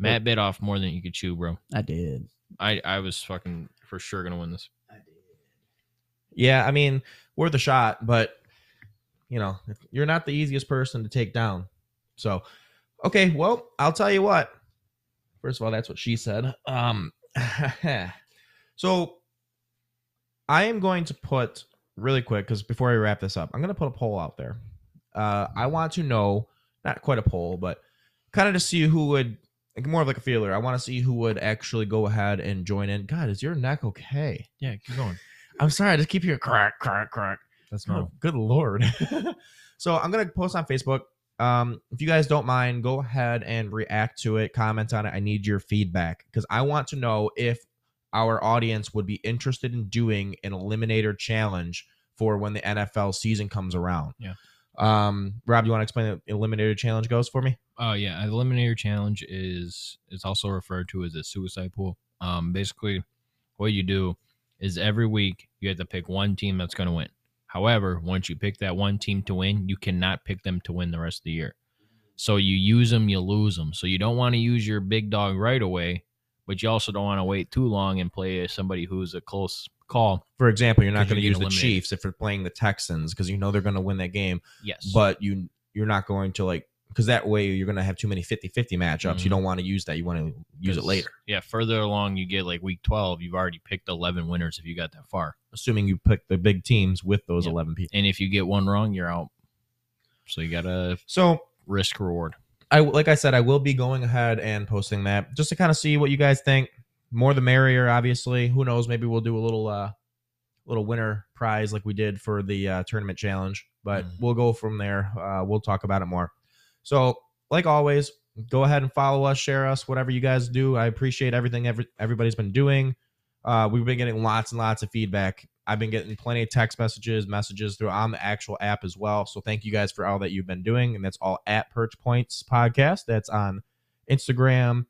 Speaker 2: Matt bit off more than you could chew, bro.
Speaker 1: I did.
Speaker 2: I I was fucking for sure gonna win this.
Speaker 3: Yeah, I mean, worth a shot, but you know, you're not the easiest person to take down. So, okay, well, I'll tell you what. First of all, that's what she said. Um So, I am going to put really quick cuz before I wrap this up, I'm going to put a poll out there. Uh I want to know, not quite a poll, but kind of to see who would like more of like a feeler. I want to see who would actually go ahead and join in. God, is your neck okay?
Speaker 2: Yeah, keep going.
Speaker 3: I'm sorry, I just keep hearing crack, crack, crack.
Speaker 2: That's
Speaker 3: Oh, good lord. so I'm gonna post on Facebook. Um, if you guys don't mind, go ahead and react to it, comment on it. I need your feedback because I want to know if our audience would be interested in doing an eliminator challenge for when the NFL season comes around.
Speaker 2: Yeah.
Speaker 3: Um, Rob, you want to explain the eliminator challenge goes for me?
Speaker 2: Oh yeah, an eliminator challenge is is also referred to as a suicide pool. Um, basically, what you do is every week you have to pick one team that's going to win. However, once you pick that one team to win, you cannot pick them to win the rest of the year. So you use them, you lose them. So you don't want to use your big dog right away, but you also don't want to wait too long and play somebody who's a close call.
Speaker 3: For example, you're not
Speaker 2: 'Cause you're
Speaker 3: going to
Speaker 2: getting
Speaker 3: use the
Speaker 2: eliminated.
Speaker 3: Chiefs if you're playing the Texans because you know they're going to win that game.
Speaker 2: Yes,
Speaker 3: but you you're not going to like because that way you're going to have too many 50-50 matchups you
Speaker 2: Mhm.
Speaker 3: don't want to use that you want to use it
Speaker 2: 'Cause,
Speaker 3: later
Speaker 2: Yeah, further along you get like week twelve, you've already picked eleven winners if you got that far.
Speaker 3: assuming you pick the big teams with those
Speaker 2: Yeah.
Speaker 3: 11 people
Speaker 2: and if you get one wrong, you're out. So you gotta
Speaker 3: so
Speaker 2: risk reward.
Speaker 3: i like i said i will be going ahead and posting that just to kind of see what you guys think more the merrier obviously who knows maybe we'll do a little uh little winner prize like we did for the uh, tournament challenge but
Speaker 2: Mhm.
Speaker 3: we'll go from there uh, we'll talk about it more so like always go ahead and follow us share us whatever you guys do i appreciate everything every, everybody's been doing uh, we've been getting lots and lots of feedback i've been getting plenty of text messages messages through on the actual app as well so thank you guys for all that you've been doing and that's all at perch points podcast that's on instagram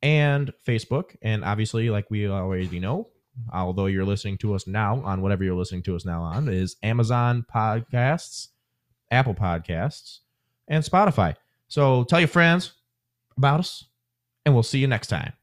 Speaker 3: and facebook and obviously like we already know although you're listening to us now on whatever you're listening to us now on is amazon podcasts apple podcasts and spotify so tell your friends about us and we'll see you next time